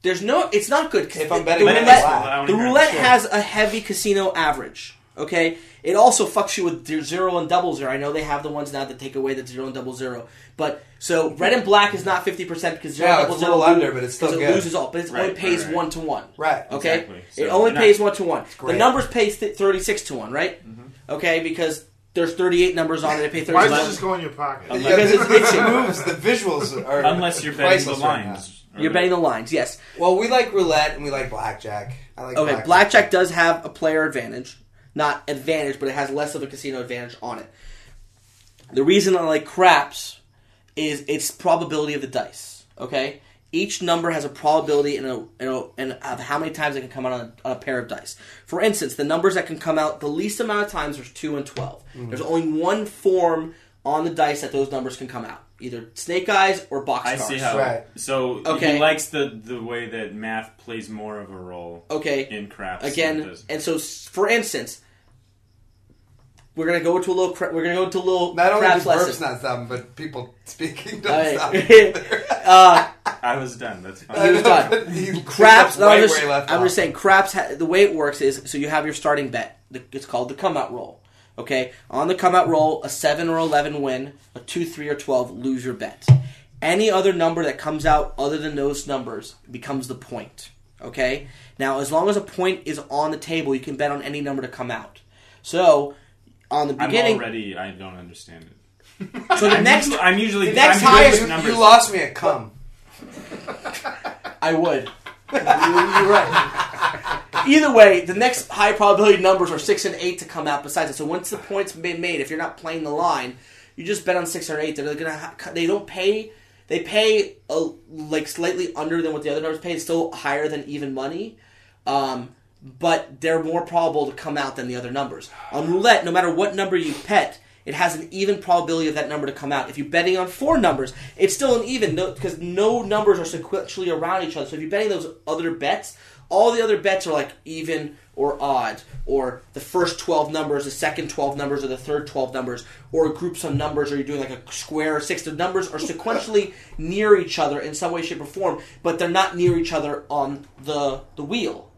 [SPEAKER 1] There's no. It's not good. 'cause
[SPEAKER 2] If I'm
[SPEAKER 1] the-
[SPEAKER 2] betting
[SPEAKER 1] the
[SPEAKER 3] But it is
[SPEAKER 1] roulette,
[SPEAKER 3] what I wanna
[SPEAKER 1] the
[SPEAKER 3] hear.
[SPEAKER 1] roulette
[SPEAKER 3] Sure.
[SPEAKER 1] has a heavy casino average. Okay, it also fucks you with your zero and double zero. I know they have the ones now that take away the zero and double zero, but so red and black is not fifty percent because zero
[SPEAKER 2] Yeah,
[SPEAKER 1] and
[SPEAKER 2] it's
[SPEAKER 1] double
[SPEAKER 2] a
[SPEAKER 1] zero
[SPEAKER 2] little under, but it's still
[SPEAKER 1] because it
[SPEAKER 2] good.
[SPEAKER 1] loses all, but it
[SPEAKER 3] Right,
[SPEAKER 1] only pays
[SPEAKER 3] right, right.
[SPEAKER 1] one to one.
[SPEAKER 2] Right.
[SPEAKER 1] Okay,
[SPEAKER 3] Exactly. So
[SPEAKER 1] it only
[SPEAKER 3] you're not-
[SPEAKER 1] pays one to one. The
[SPEAKER 2] great. Mm-hmm.
[SPEAKER 1] numbers pays th- thirty six to one, right? Okay, because there's thirty eight numbers on it. It pays
[SPEAKER 4] Why
[SPEAKER 1] thirty
[SPEAKER 4] does this
[SPEAKER 1] six.
[SPEAKER 4] just go in your pocket?
[SPEAKER 3] Unless-
[SPEAKER 2] Yeah,
[SPEAKER 1] Because
[SPEAKER 2] the,
[SPEAKER 1] it's itching.
[SPEAKER 2] the moves, the visuals are
[SPEAKER 3] Unless you're betting the
[SPEAKER 2] priceless right now.
[SPEAKER 3] lines.
[SPEAKER 1] You're betting the lines, yes.
[SPEAKER 2] Well, we like roulette and we like blackjack. I like
[SPEAKER 1] Okay, blackjack does have a player advantage, not advantage, but it has less of a casino advantage on it. The reason I like craps is its probability of the dice. Okay, each number has a probability and a and, a, and of how many times it can come out on a, on a pair of dice. For instance, the numbers that can come out the least amount of times are two and 12 There's only one form on the dice that those numbers can come out, either snake eyes or box.
[SPEAKER 3] I see
[SPEAKER 1] cars.
[SPEAKER 3] how.
[SPEAKER 2] Right.
[SPEAKER 3] So
[SPEAKER 1] Okay.
[SPEAKER 3] he likes the the way that math plays more of a role
[SPEAKER 1] Okay,
[SPEAKER 3] in craps than it
[SPEAKER 1] again.
[SPEAKER 3] does-
[SPEAKER 1] And so, s- for instance, we're gonna go to a little. Cra- we're gonna go to a little
[SPEAKER 2] Not only
[SPEAKER 1] craps
[SPEAKER 2] does burps
[SPEAKER 1] lesson.
[SPEAKER 2] not stop, but people speaking
[SPEAKER 1] All
[SPEAKER 2] don't
[SPEAKER 1] right.
[SPEAKER 2] stop.
[SPEAKER 1] uh,
[SPEAKER 3] I was done. That's
[SPEAKER 1] he
[SPEAKER 3] fine.
[SPEAKER 1] was done.
[SPEAKER 2] He
[SPEAKER 1] Craps.
[SPEAKER 2] picked
[SPEAKER 1] no,
[SPEAKER 2] up right
[SPEAKER 1] I'm, just,
[SPEAKER 2] where he left
[SPEAKER 1] I'm
[SPEAKER 2] off.
[SPEAKER 1] just saying, craps. Ha- the way it works is so you have your starting bet. The- It's called the come out roll. Okay, on the come out roll, a seven or eleven win, a two, three, or twelve lose your bet. Any other number that comes out other than those numbers becomes the point. Okay. Now, as long as a point is on the table, you can bet on any number to come out. So, on the
[SPEAKER 3] I'm
[SPEAKER 1] beginning,
[SPEAKER 3] already. I don't understand it.
[SPEAKER 1] So the
[SPEAKER 3] I'm
[SPEAKER 1] next,
[SPEAKER 3] usually, I'm usually
[SPEAKER 1] the next
[SPEAKER 3] I'm good with
[SPEAKER 1] highest-
[SPEAKER 2] You-
[SPEAKER 3] numbers.
[SPEAKER 2] You lost me at cum.
[SPEAKER 1] I would. You're right. Either way, the next high probability numbers are six and eight to come out. Besides it, so once the points been made, if you're not playing the line, you just bet on six or eight. They're gonna ha- they don't pay. They pay a, like slightly under than what the other numbers pay. It's still higher than even money, um, but they're more probable to come out than the other numbers. On roulette, no matter what number you bet, it has an even probability of that number to come out. If you're betting on four numbers, it's still an even because no, numbers are sequentially around each other. So if you're betting those other bets, all the other bets are like even or odd, or the first 12 numbers, the second 12 numbers, or the third 12 numbers, or groups of numbers, or you're doing like a square or six. The numbers are sequentially near each other in some way, shape, or form, but they're not near each other on the, the wheel.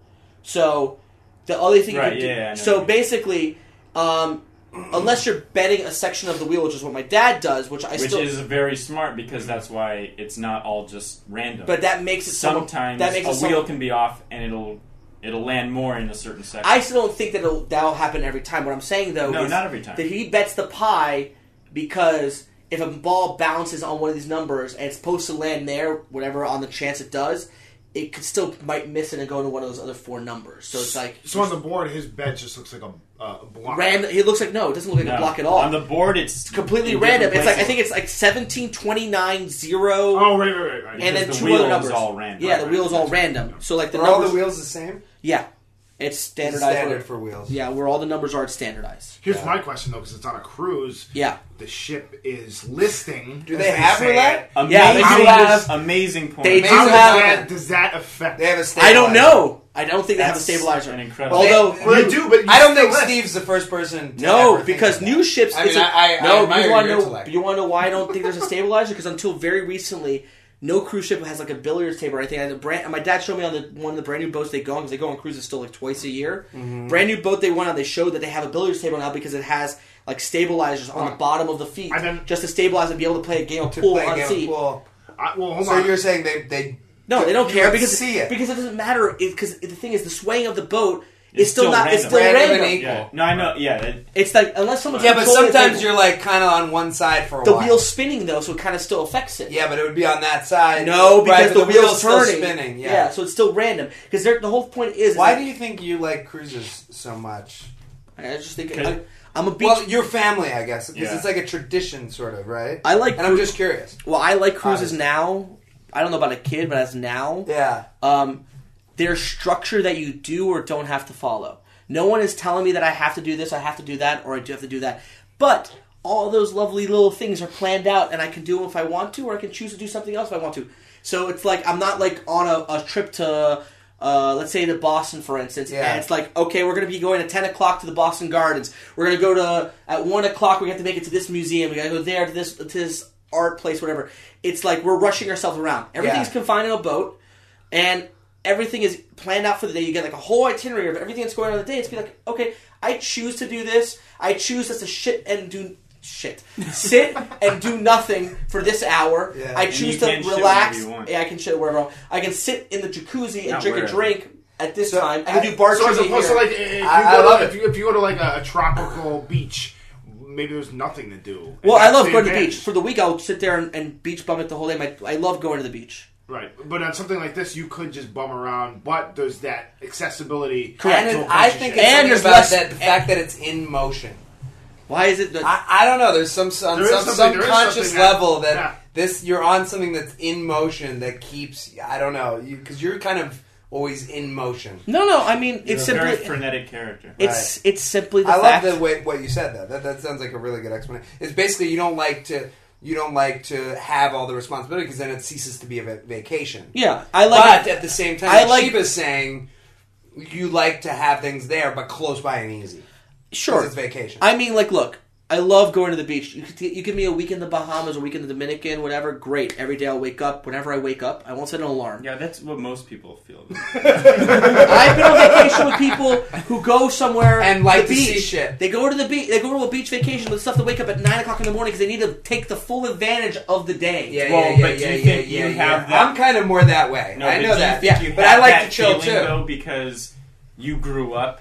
[SPEAKER 1] So the only thing
[SPEAKER 3] Right,
[SPEAKER 1] you can do.
[SPEAKER 3] yeah, yeah, I know what
[SPEAKER 1] so
[SPEAKER 3] you mean.
[SPEAKER 1] basically, um, unless you're betting a section of the wheel, which is what my dad does, which I
[SPEAKER 3] which
[SPEAKER 1] still.
[SPEAKER 3] is very smart because that's why it's not all just random.
[SPEAKER 1] but that makes it somewhat-
[SPEAKER 3] sometimes
[SPEAKER 1] that makes
[SPEAKER 3] a
[SPEAKER 1] it somewhat-
[SPEAKER 3] wheel can be off and it'll it'll land more in a certain section.
[SPEAKER 1] I still don't think that it'll, that'll happen every time. What I'm saying though,
[SPEAKER 3] No,
[SPEAKER 1] is
[SPEAKER 3] not every time.
[SPEAKER 1] That he bets the pie because if a ball bounces on one of these numbers and it's supposed to land there, whatever on the chance it does, it could still might miss it and go to one of those other four numbers. So it's like
[SPEAKER 4] So on the board, his bed just looks like a uh, a block.
[SPEAKER 1] random. He looks like no, it doesn't look like
[SPEAKER 3] No.
[SPEAKER 1] a block at all.
[SPEAKER 3] On the board, it's
[SPEAKER 1] completely
[SPEAKER 3] in
[SPEAKER 1] random.
[SPEAKER 3] different
[SPEAKER 1] It's like I
[SPEAKER 3] places.
[SPEAKER 1] think it's like 17, 29, 0,
[SPEAKER 4] Oh, right, right, right, right.
[SPEAKER 1] and then
[SPEAKER 3] Because
[SPEAKER 1] two
[SPEAKER 3] the wheel
[SPEAKER 1] other
[SPEAKER 3] is
[SPEAKER 1] numbers.
[SPEAKER 3] all random.
[SPEAKER 1] Yeah, the
[SPEAKER 3] Right,
[SPEAKER 1] wheel is all
[SPEAKER 3] right.
[SPEAKER 1] random. So like the
[SPEAKER 2] Are all
[SPEAKER 1] numbers,
[SPEAKER 2] the wheels the same?
[SPEAKER 1] yeah, it's standardized.
[SPEAKER 2] Standard for wheels.
[SPEAKER 1] yeah, where all the numbers are, it's standardized.
[SPEAKER 4] Here's my question though, because it's on a cruise.
[SPEAKER 1] Yeah.
[SPEAKER 4] The ship is listing.
[SPEAKER 2] Do they have roulette?
[SPEAKER 3] amazing,
[SPEAKER 1] Yeah, they do have-
[SPEAKER 3] amazing point.
[SPEAKER 1] they do
[SPEAKER 4] How does
[SPEAKER 1] have-
[SPEAKER 4] that, does that affect?
[SPEAKER 2] They have a
[SPEAKER 1] I don't
[SPEAKER 2] stabilizer.
[SPEAKER 1] know. I don't think they have a
[SPEAKER 3] That's
[SPEAKER 1] stabilizer.
[SPEAKER 3] an incredible-
[SPEAKER 1] Although
[SPEAKER 4] Well, they
[SPEAKER 1] new-
[SPEAKER 4] do, but you
[SPEAKER 2] I don't
[SPEAKER 4] still
[SPEAKER 2] think
[SPEAKER 4] list.
[SPEAKER 2] Steve's the first person. to ever
[SPEAKER 1] no,
[SPEAKER 2] think
[SPEAKER 1] because
[SPEAKER 2] of
[SPEAKER 1] new
[SPEAKER 2] that.
[SPEAKER 1] ships.
[SPEAKER 2] I mean,
[SPEAKER 1] isn't-
[SPEAKER 2] I- I- I
[SPEAKER 1] no,
[SPEAKER 2] admire
[SPEAKER 1] you want
[SPEAKER 2] your
[SPEAKER 1] to know?
[SPEAKER 2] intellect.
[SPEAKER 1] You want to know why I don't think there's a stabilizer? Because until very recently, No cruise ship has like a billiards table or anything. And the brand, and my dad showed me on the one of the brand new boats they go on because they go on cruises still like twice a year.
[SPEAKER 2] Mm-hmm.
[SPEAKER 1] Brand new boat they went on, they showed that they have a billiards table now because it has like stabilizers on the bottom of the feet
[SPEAKER 4] I've been-
[SPEAKER 1] just to stabilize and be able to play a game of
[SPEAKER 2] to
[SPEAKER 1] pool
[SPEAKER 2] play a
[SPEAKER 1] on
[SPEAKER 2] game
[SPEAKER 1] sea.
[SPEAKER 2] of pool.
[SPEAKER 4] I, well, hold
[SPEAKER 2] So
[SPEAKER 4] on.
[SPEAKER 2] you're saying they they
[SPEAKER 1] No, they don't
[SPEAKER 2] you
[SPEAKER 1] care because
[SPEAKER 2] see it
[SPEAKER 1] because it doesn't matter because the thing is the swaying of the boat is
[SPEAKER 3] It's
[SPEAKER 1] still,
[SPEAKER 3] still
[SPEAKER 1] not it's
[SPEAKER 3] random.
[SPEAKER 1] still
[SPEAKER 2] Random and
[SPEAKER 1] random.
[SPEAKER 2] equal.
[SPEAKER 3] Yeah. No, I know. Yeah. That,
[SPEAKER 1] It's like unless someone's
[SPEAKER 2] Yeah, but
[SPEAKER 1] controlling the
[SPEAKER 2] sometimes
[SPEAKER 1] table.
[SPEAKER 2] you're like kind of on one side for a
[SPEAKER 1] the
[SPEAKER 2] while.
[SPEAKER 1] wheel's spinning though, so it kind of still affects it.
[SPEAKER 2] Yeah, but it would be on that side.
[SPEAKER 1] No, because
[SPEAKER 2] Right, but
[SPEAKER 1] the, wheel's,
[SPEAKER 2] still
[SPEAKER 1] turning.
[SPEAKER 2] spinning. Yeah.
[SPEAKER 1] so it's still random because the whole point is.
[SPEAKER 2] Why do you think you like cruises so much?
[SPEAKER 1] I just think
[SPEAKER 3] Cause-
[SPEAKER 1] I, I'm a beach.
[SPEAKER 2] Well, your family, I guess, because
[SPEAKER 3] Yeah.
[SPEAKER 2] it's like a tradition, sort of, right?
[SPEAKER 1] I like
[SPEAKER 2] and I'm
[SPEAKER 1] cru-
[SPEAKER 2] just curious.
[SPEAKER 1] well, I like cruises
[SPEAKER 2] Honest.
[SPEAKER 1] now. I don't know about a kid, but as now,
[SPEAKER 2] Yeah,
[SPEAKER 1] um, there's structure that you do or don't have to follow. No one is telling me that I have to do this, I have to do that, or I do have to do that. But all those lovely little things are planned out, and I can do them if I want to, or I can choose to do something else if I want to. So it's like I'm not like on a, a trip to. Uh, let's say to Boston, for instance,
[SPEAKER 2] Yeah.
[SPEAKER 1] and it's like, okay, we're going to be going at ten o'clock to the Boston Gardens. We're going to go to at one o'clock. We have to make it to this museum. We got to go there to this to this art place, whatever. It's like we're rushing ourselves around. Everything's
[SPEAKER 2] Yeah.
[SPEAKER 1] confined in a boat and everything is planned out for the day. You get like a whole itinerary of everything that's going on the day. It's be like, okay, I choose to do this. I choose just to shit and do shit, sit and do nothing for this hour.
[SPEAKER 2] Yeah.
[SPEAKER 1] I
[SPEAKER 2] And
[SPEAKER 1] choose
[SPEAKER 3] you
[SPEAKER 1] to
[SPEAKER 3] can shit
[SPEAKER 1] relax.
[SPEAKER 3] whenever you want.
[SPEAKER 1] Yeah, I can shit wherever. I want. I can sit in the jacuzzi and
[SPEAKER 3] Not
[SPEAKER 1] drink
[SPEAKER 3] wherever.
[SPEAKER 1] a drink at this
[SPEAKER 2] So,
[SPEAKER 1] time. I
[SPEAKER 2] I-
[SPEAKER 1] can do bar
[SPEAKER 4] So as
[SPEAKER 1] trivia
[SPEAKER 4] opposed to
[SPEAKER 1] here.
[SPEAKER 4] like, if you,
[SPEAKER 2] I- I
[SPEAKER 4] go, to-
[SPEAKER 2] love it.
[SPEAKER 4] if, you, if you go to like a, a tropical beach, maybe there's nothing to do. And
[SPEAKER 1] well, I
[SPEAKER 4] that's
[SPEAKER 1] love
[SPEAKER 4] the
[SPEAKER 1] going to the
[SPEAKER 4] advantage.
[SPEAKER 1] beach for the week. I'll sit there and, and beach bum it the whole day. My, I love going to the beach.
[SPEAKER 4] Right, but on something like this, you could just bum around, but there's that accessibility.
[SPEAKER 1] Correct.
[SPEAKER 2] and
[SPEAKER 4] to a
[SPEAKER 2] it,
[SPEAKER 4] bunch
[SPEAKER 2] I
[SPEAKER 4] of
[SPEAKER 2] think it's
[SPEAKER 4] shit.
[SPEAKER 1] And
[SPEAKER 2] something
[SPEAKER 1] there's
[SPEAKER 2] about
[SPEAKER 1] less-
[SPEAKER 2] that the fact that it's in motion.
[SPEAKER 1] Why is it? That,
[SPEAKER 2] I, I don't know. There's some on
[SPEAKER 4] There is
[SPEAKER 2] some
[SPEAKER 4] something- there is
[SPEAKER 2] subconscious
[SPEAKER 4] something that-
[SPEAKER 2] level that
[SPEAKER 4] yeah.
[SPEAKER 2] this you're on something that's in motion that keeps. I don't know you because you're kind of always in motion.
[SPEAKER 1] no, no. I mean, it's
[SPEAKER 3] a very
[SPEAKER 1] simply
[SPEAKER 3] frenetic character.
[SPEAKER 1] it's it's simply the
[SPEAKER 2] I love
[SPEAKER 1] fact.
[SPEAKER 2] the way what you said that. that. That sounds like a really good explanation. It's basically you don't like to you don't like to have all the responsibility because then it ceases to be a va- vacation.
[SPEAKER 1] yeah, I like.
[SPEAKER 2] but at the same time,
[SPEAKER 1] I
[SPEAKER 2] I
[SPEAKER 1] like-
[SPEAKER 2] like is saying you like to have things there but close by and easy. 'Cause
[SPEAKER 1] Sure,
[SPEAKER 2] it's vacation.
[SPEAKER 1] I mean, like, look, I love going to the beach. You, could- you give me a week in the Bahamas, a week in the Dominican, whatever. Great. Every day I'll wake up. Whenever I wake up, I won't set an alarm.
[SPEAKER 3] Yeah, that's what most people feel.
[SPEAKER 1] I've been on vacation with people who go somewhere
[SPEAKER 2] And like
[SPEAKER 1] the
[SPEAKER 2] to
[SPEAKER 1] beach.
[SPEAKER 2] see shit.
[SPEAKER 1] They go to the beach. They go to a beach vacation with stuff. They wake up at nine o'clock in the morning because they need to take the full advantage of the day.
[SPEAKER 2] yeah,
[SPEAKER 3] Well,
[SPEAKER 2] yeah, yeah,
[SPEAKER 3] but do
[SPEAKER 2] yeah,
[SPEAKER 3] you
[SPEAKER 2] yeah,
[SPEAKER 3] think
[SPEAKER 2] yeah,
[SPEAKER 3] you
[SPEAKER 2] yeah.
[SPEAKER 3] have that-
[SPEAKER 2] I'm kind of more that way.
[SPEAKER 3] No,
[SPEAKER 2] I
[SPEAKER 3] but
[SPEAKER 2] know
[SPEAKER 3] do
[SPEAKER 2] that.
[SPEAKER 3] You think
[SPEAKER 2] Yeah,
[SPEAKER 3] you
[SPEAKER 2] but
[SPEAKER 3] have
[SPEAKER 2] I like
[SPEAKER 3] that
[SPEAKER 2] to chill
[SPEAKER 3] feeling,
[SPEAKER 2] too.
[SPEAKER 3] Though, because you grew up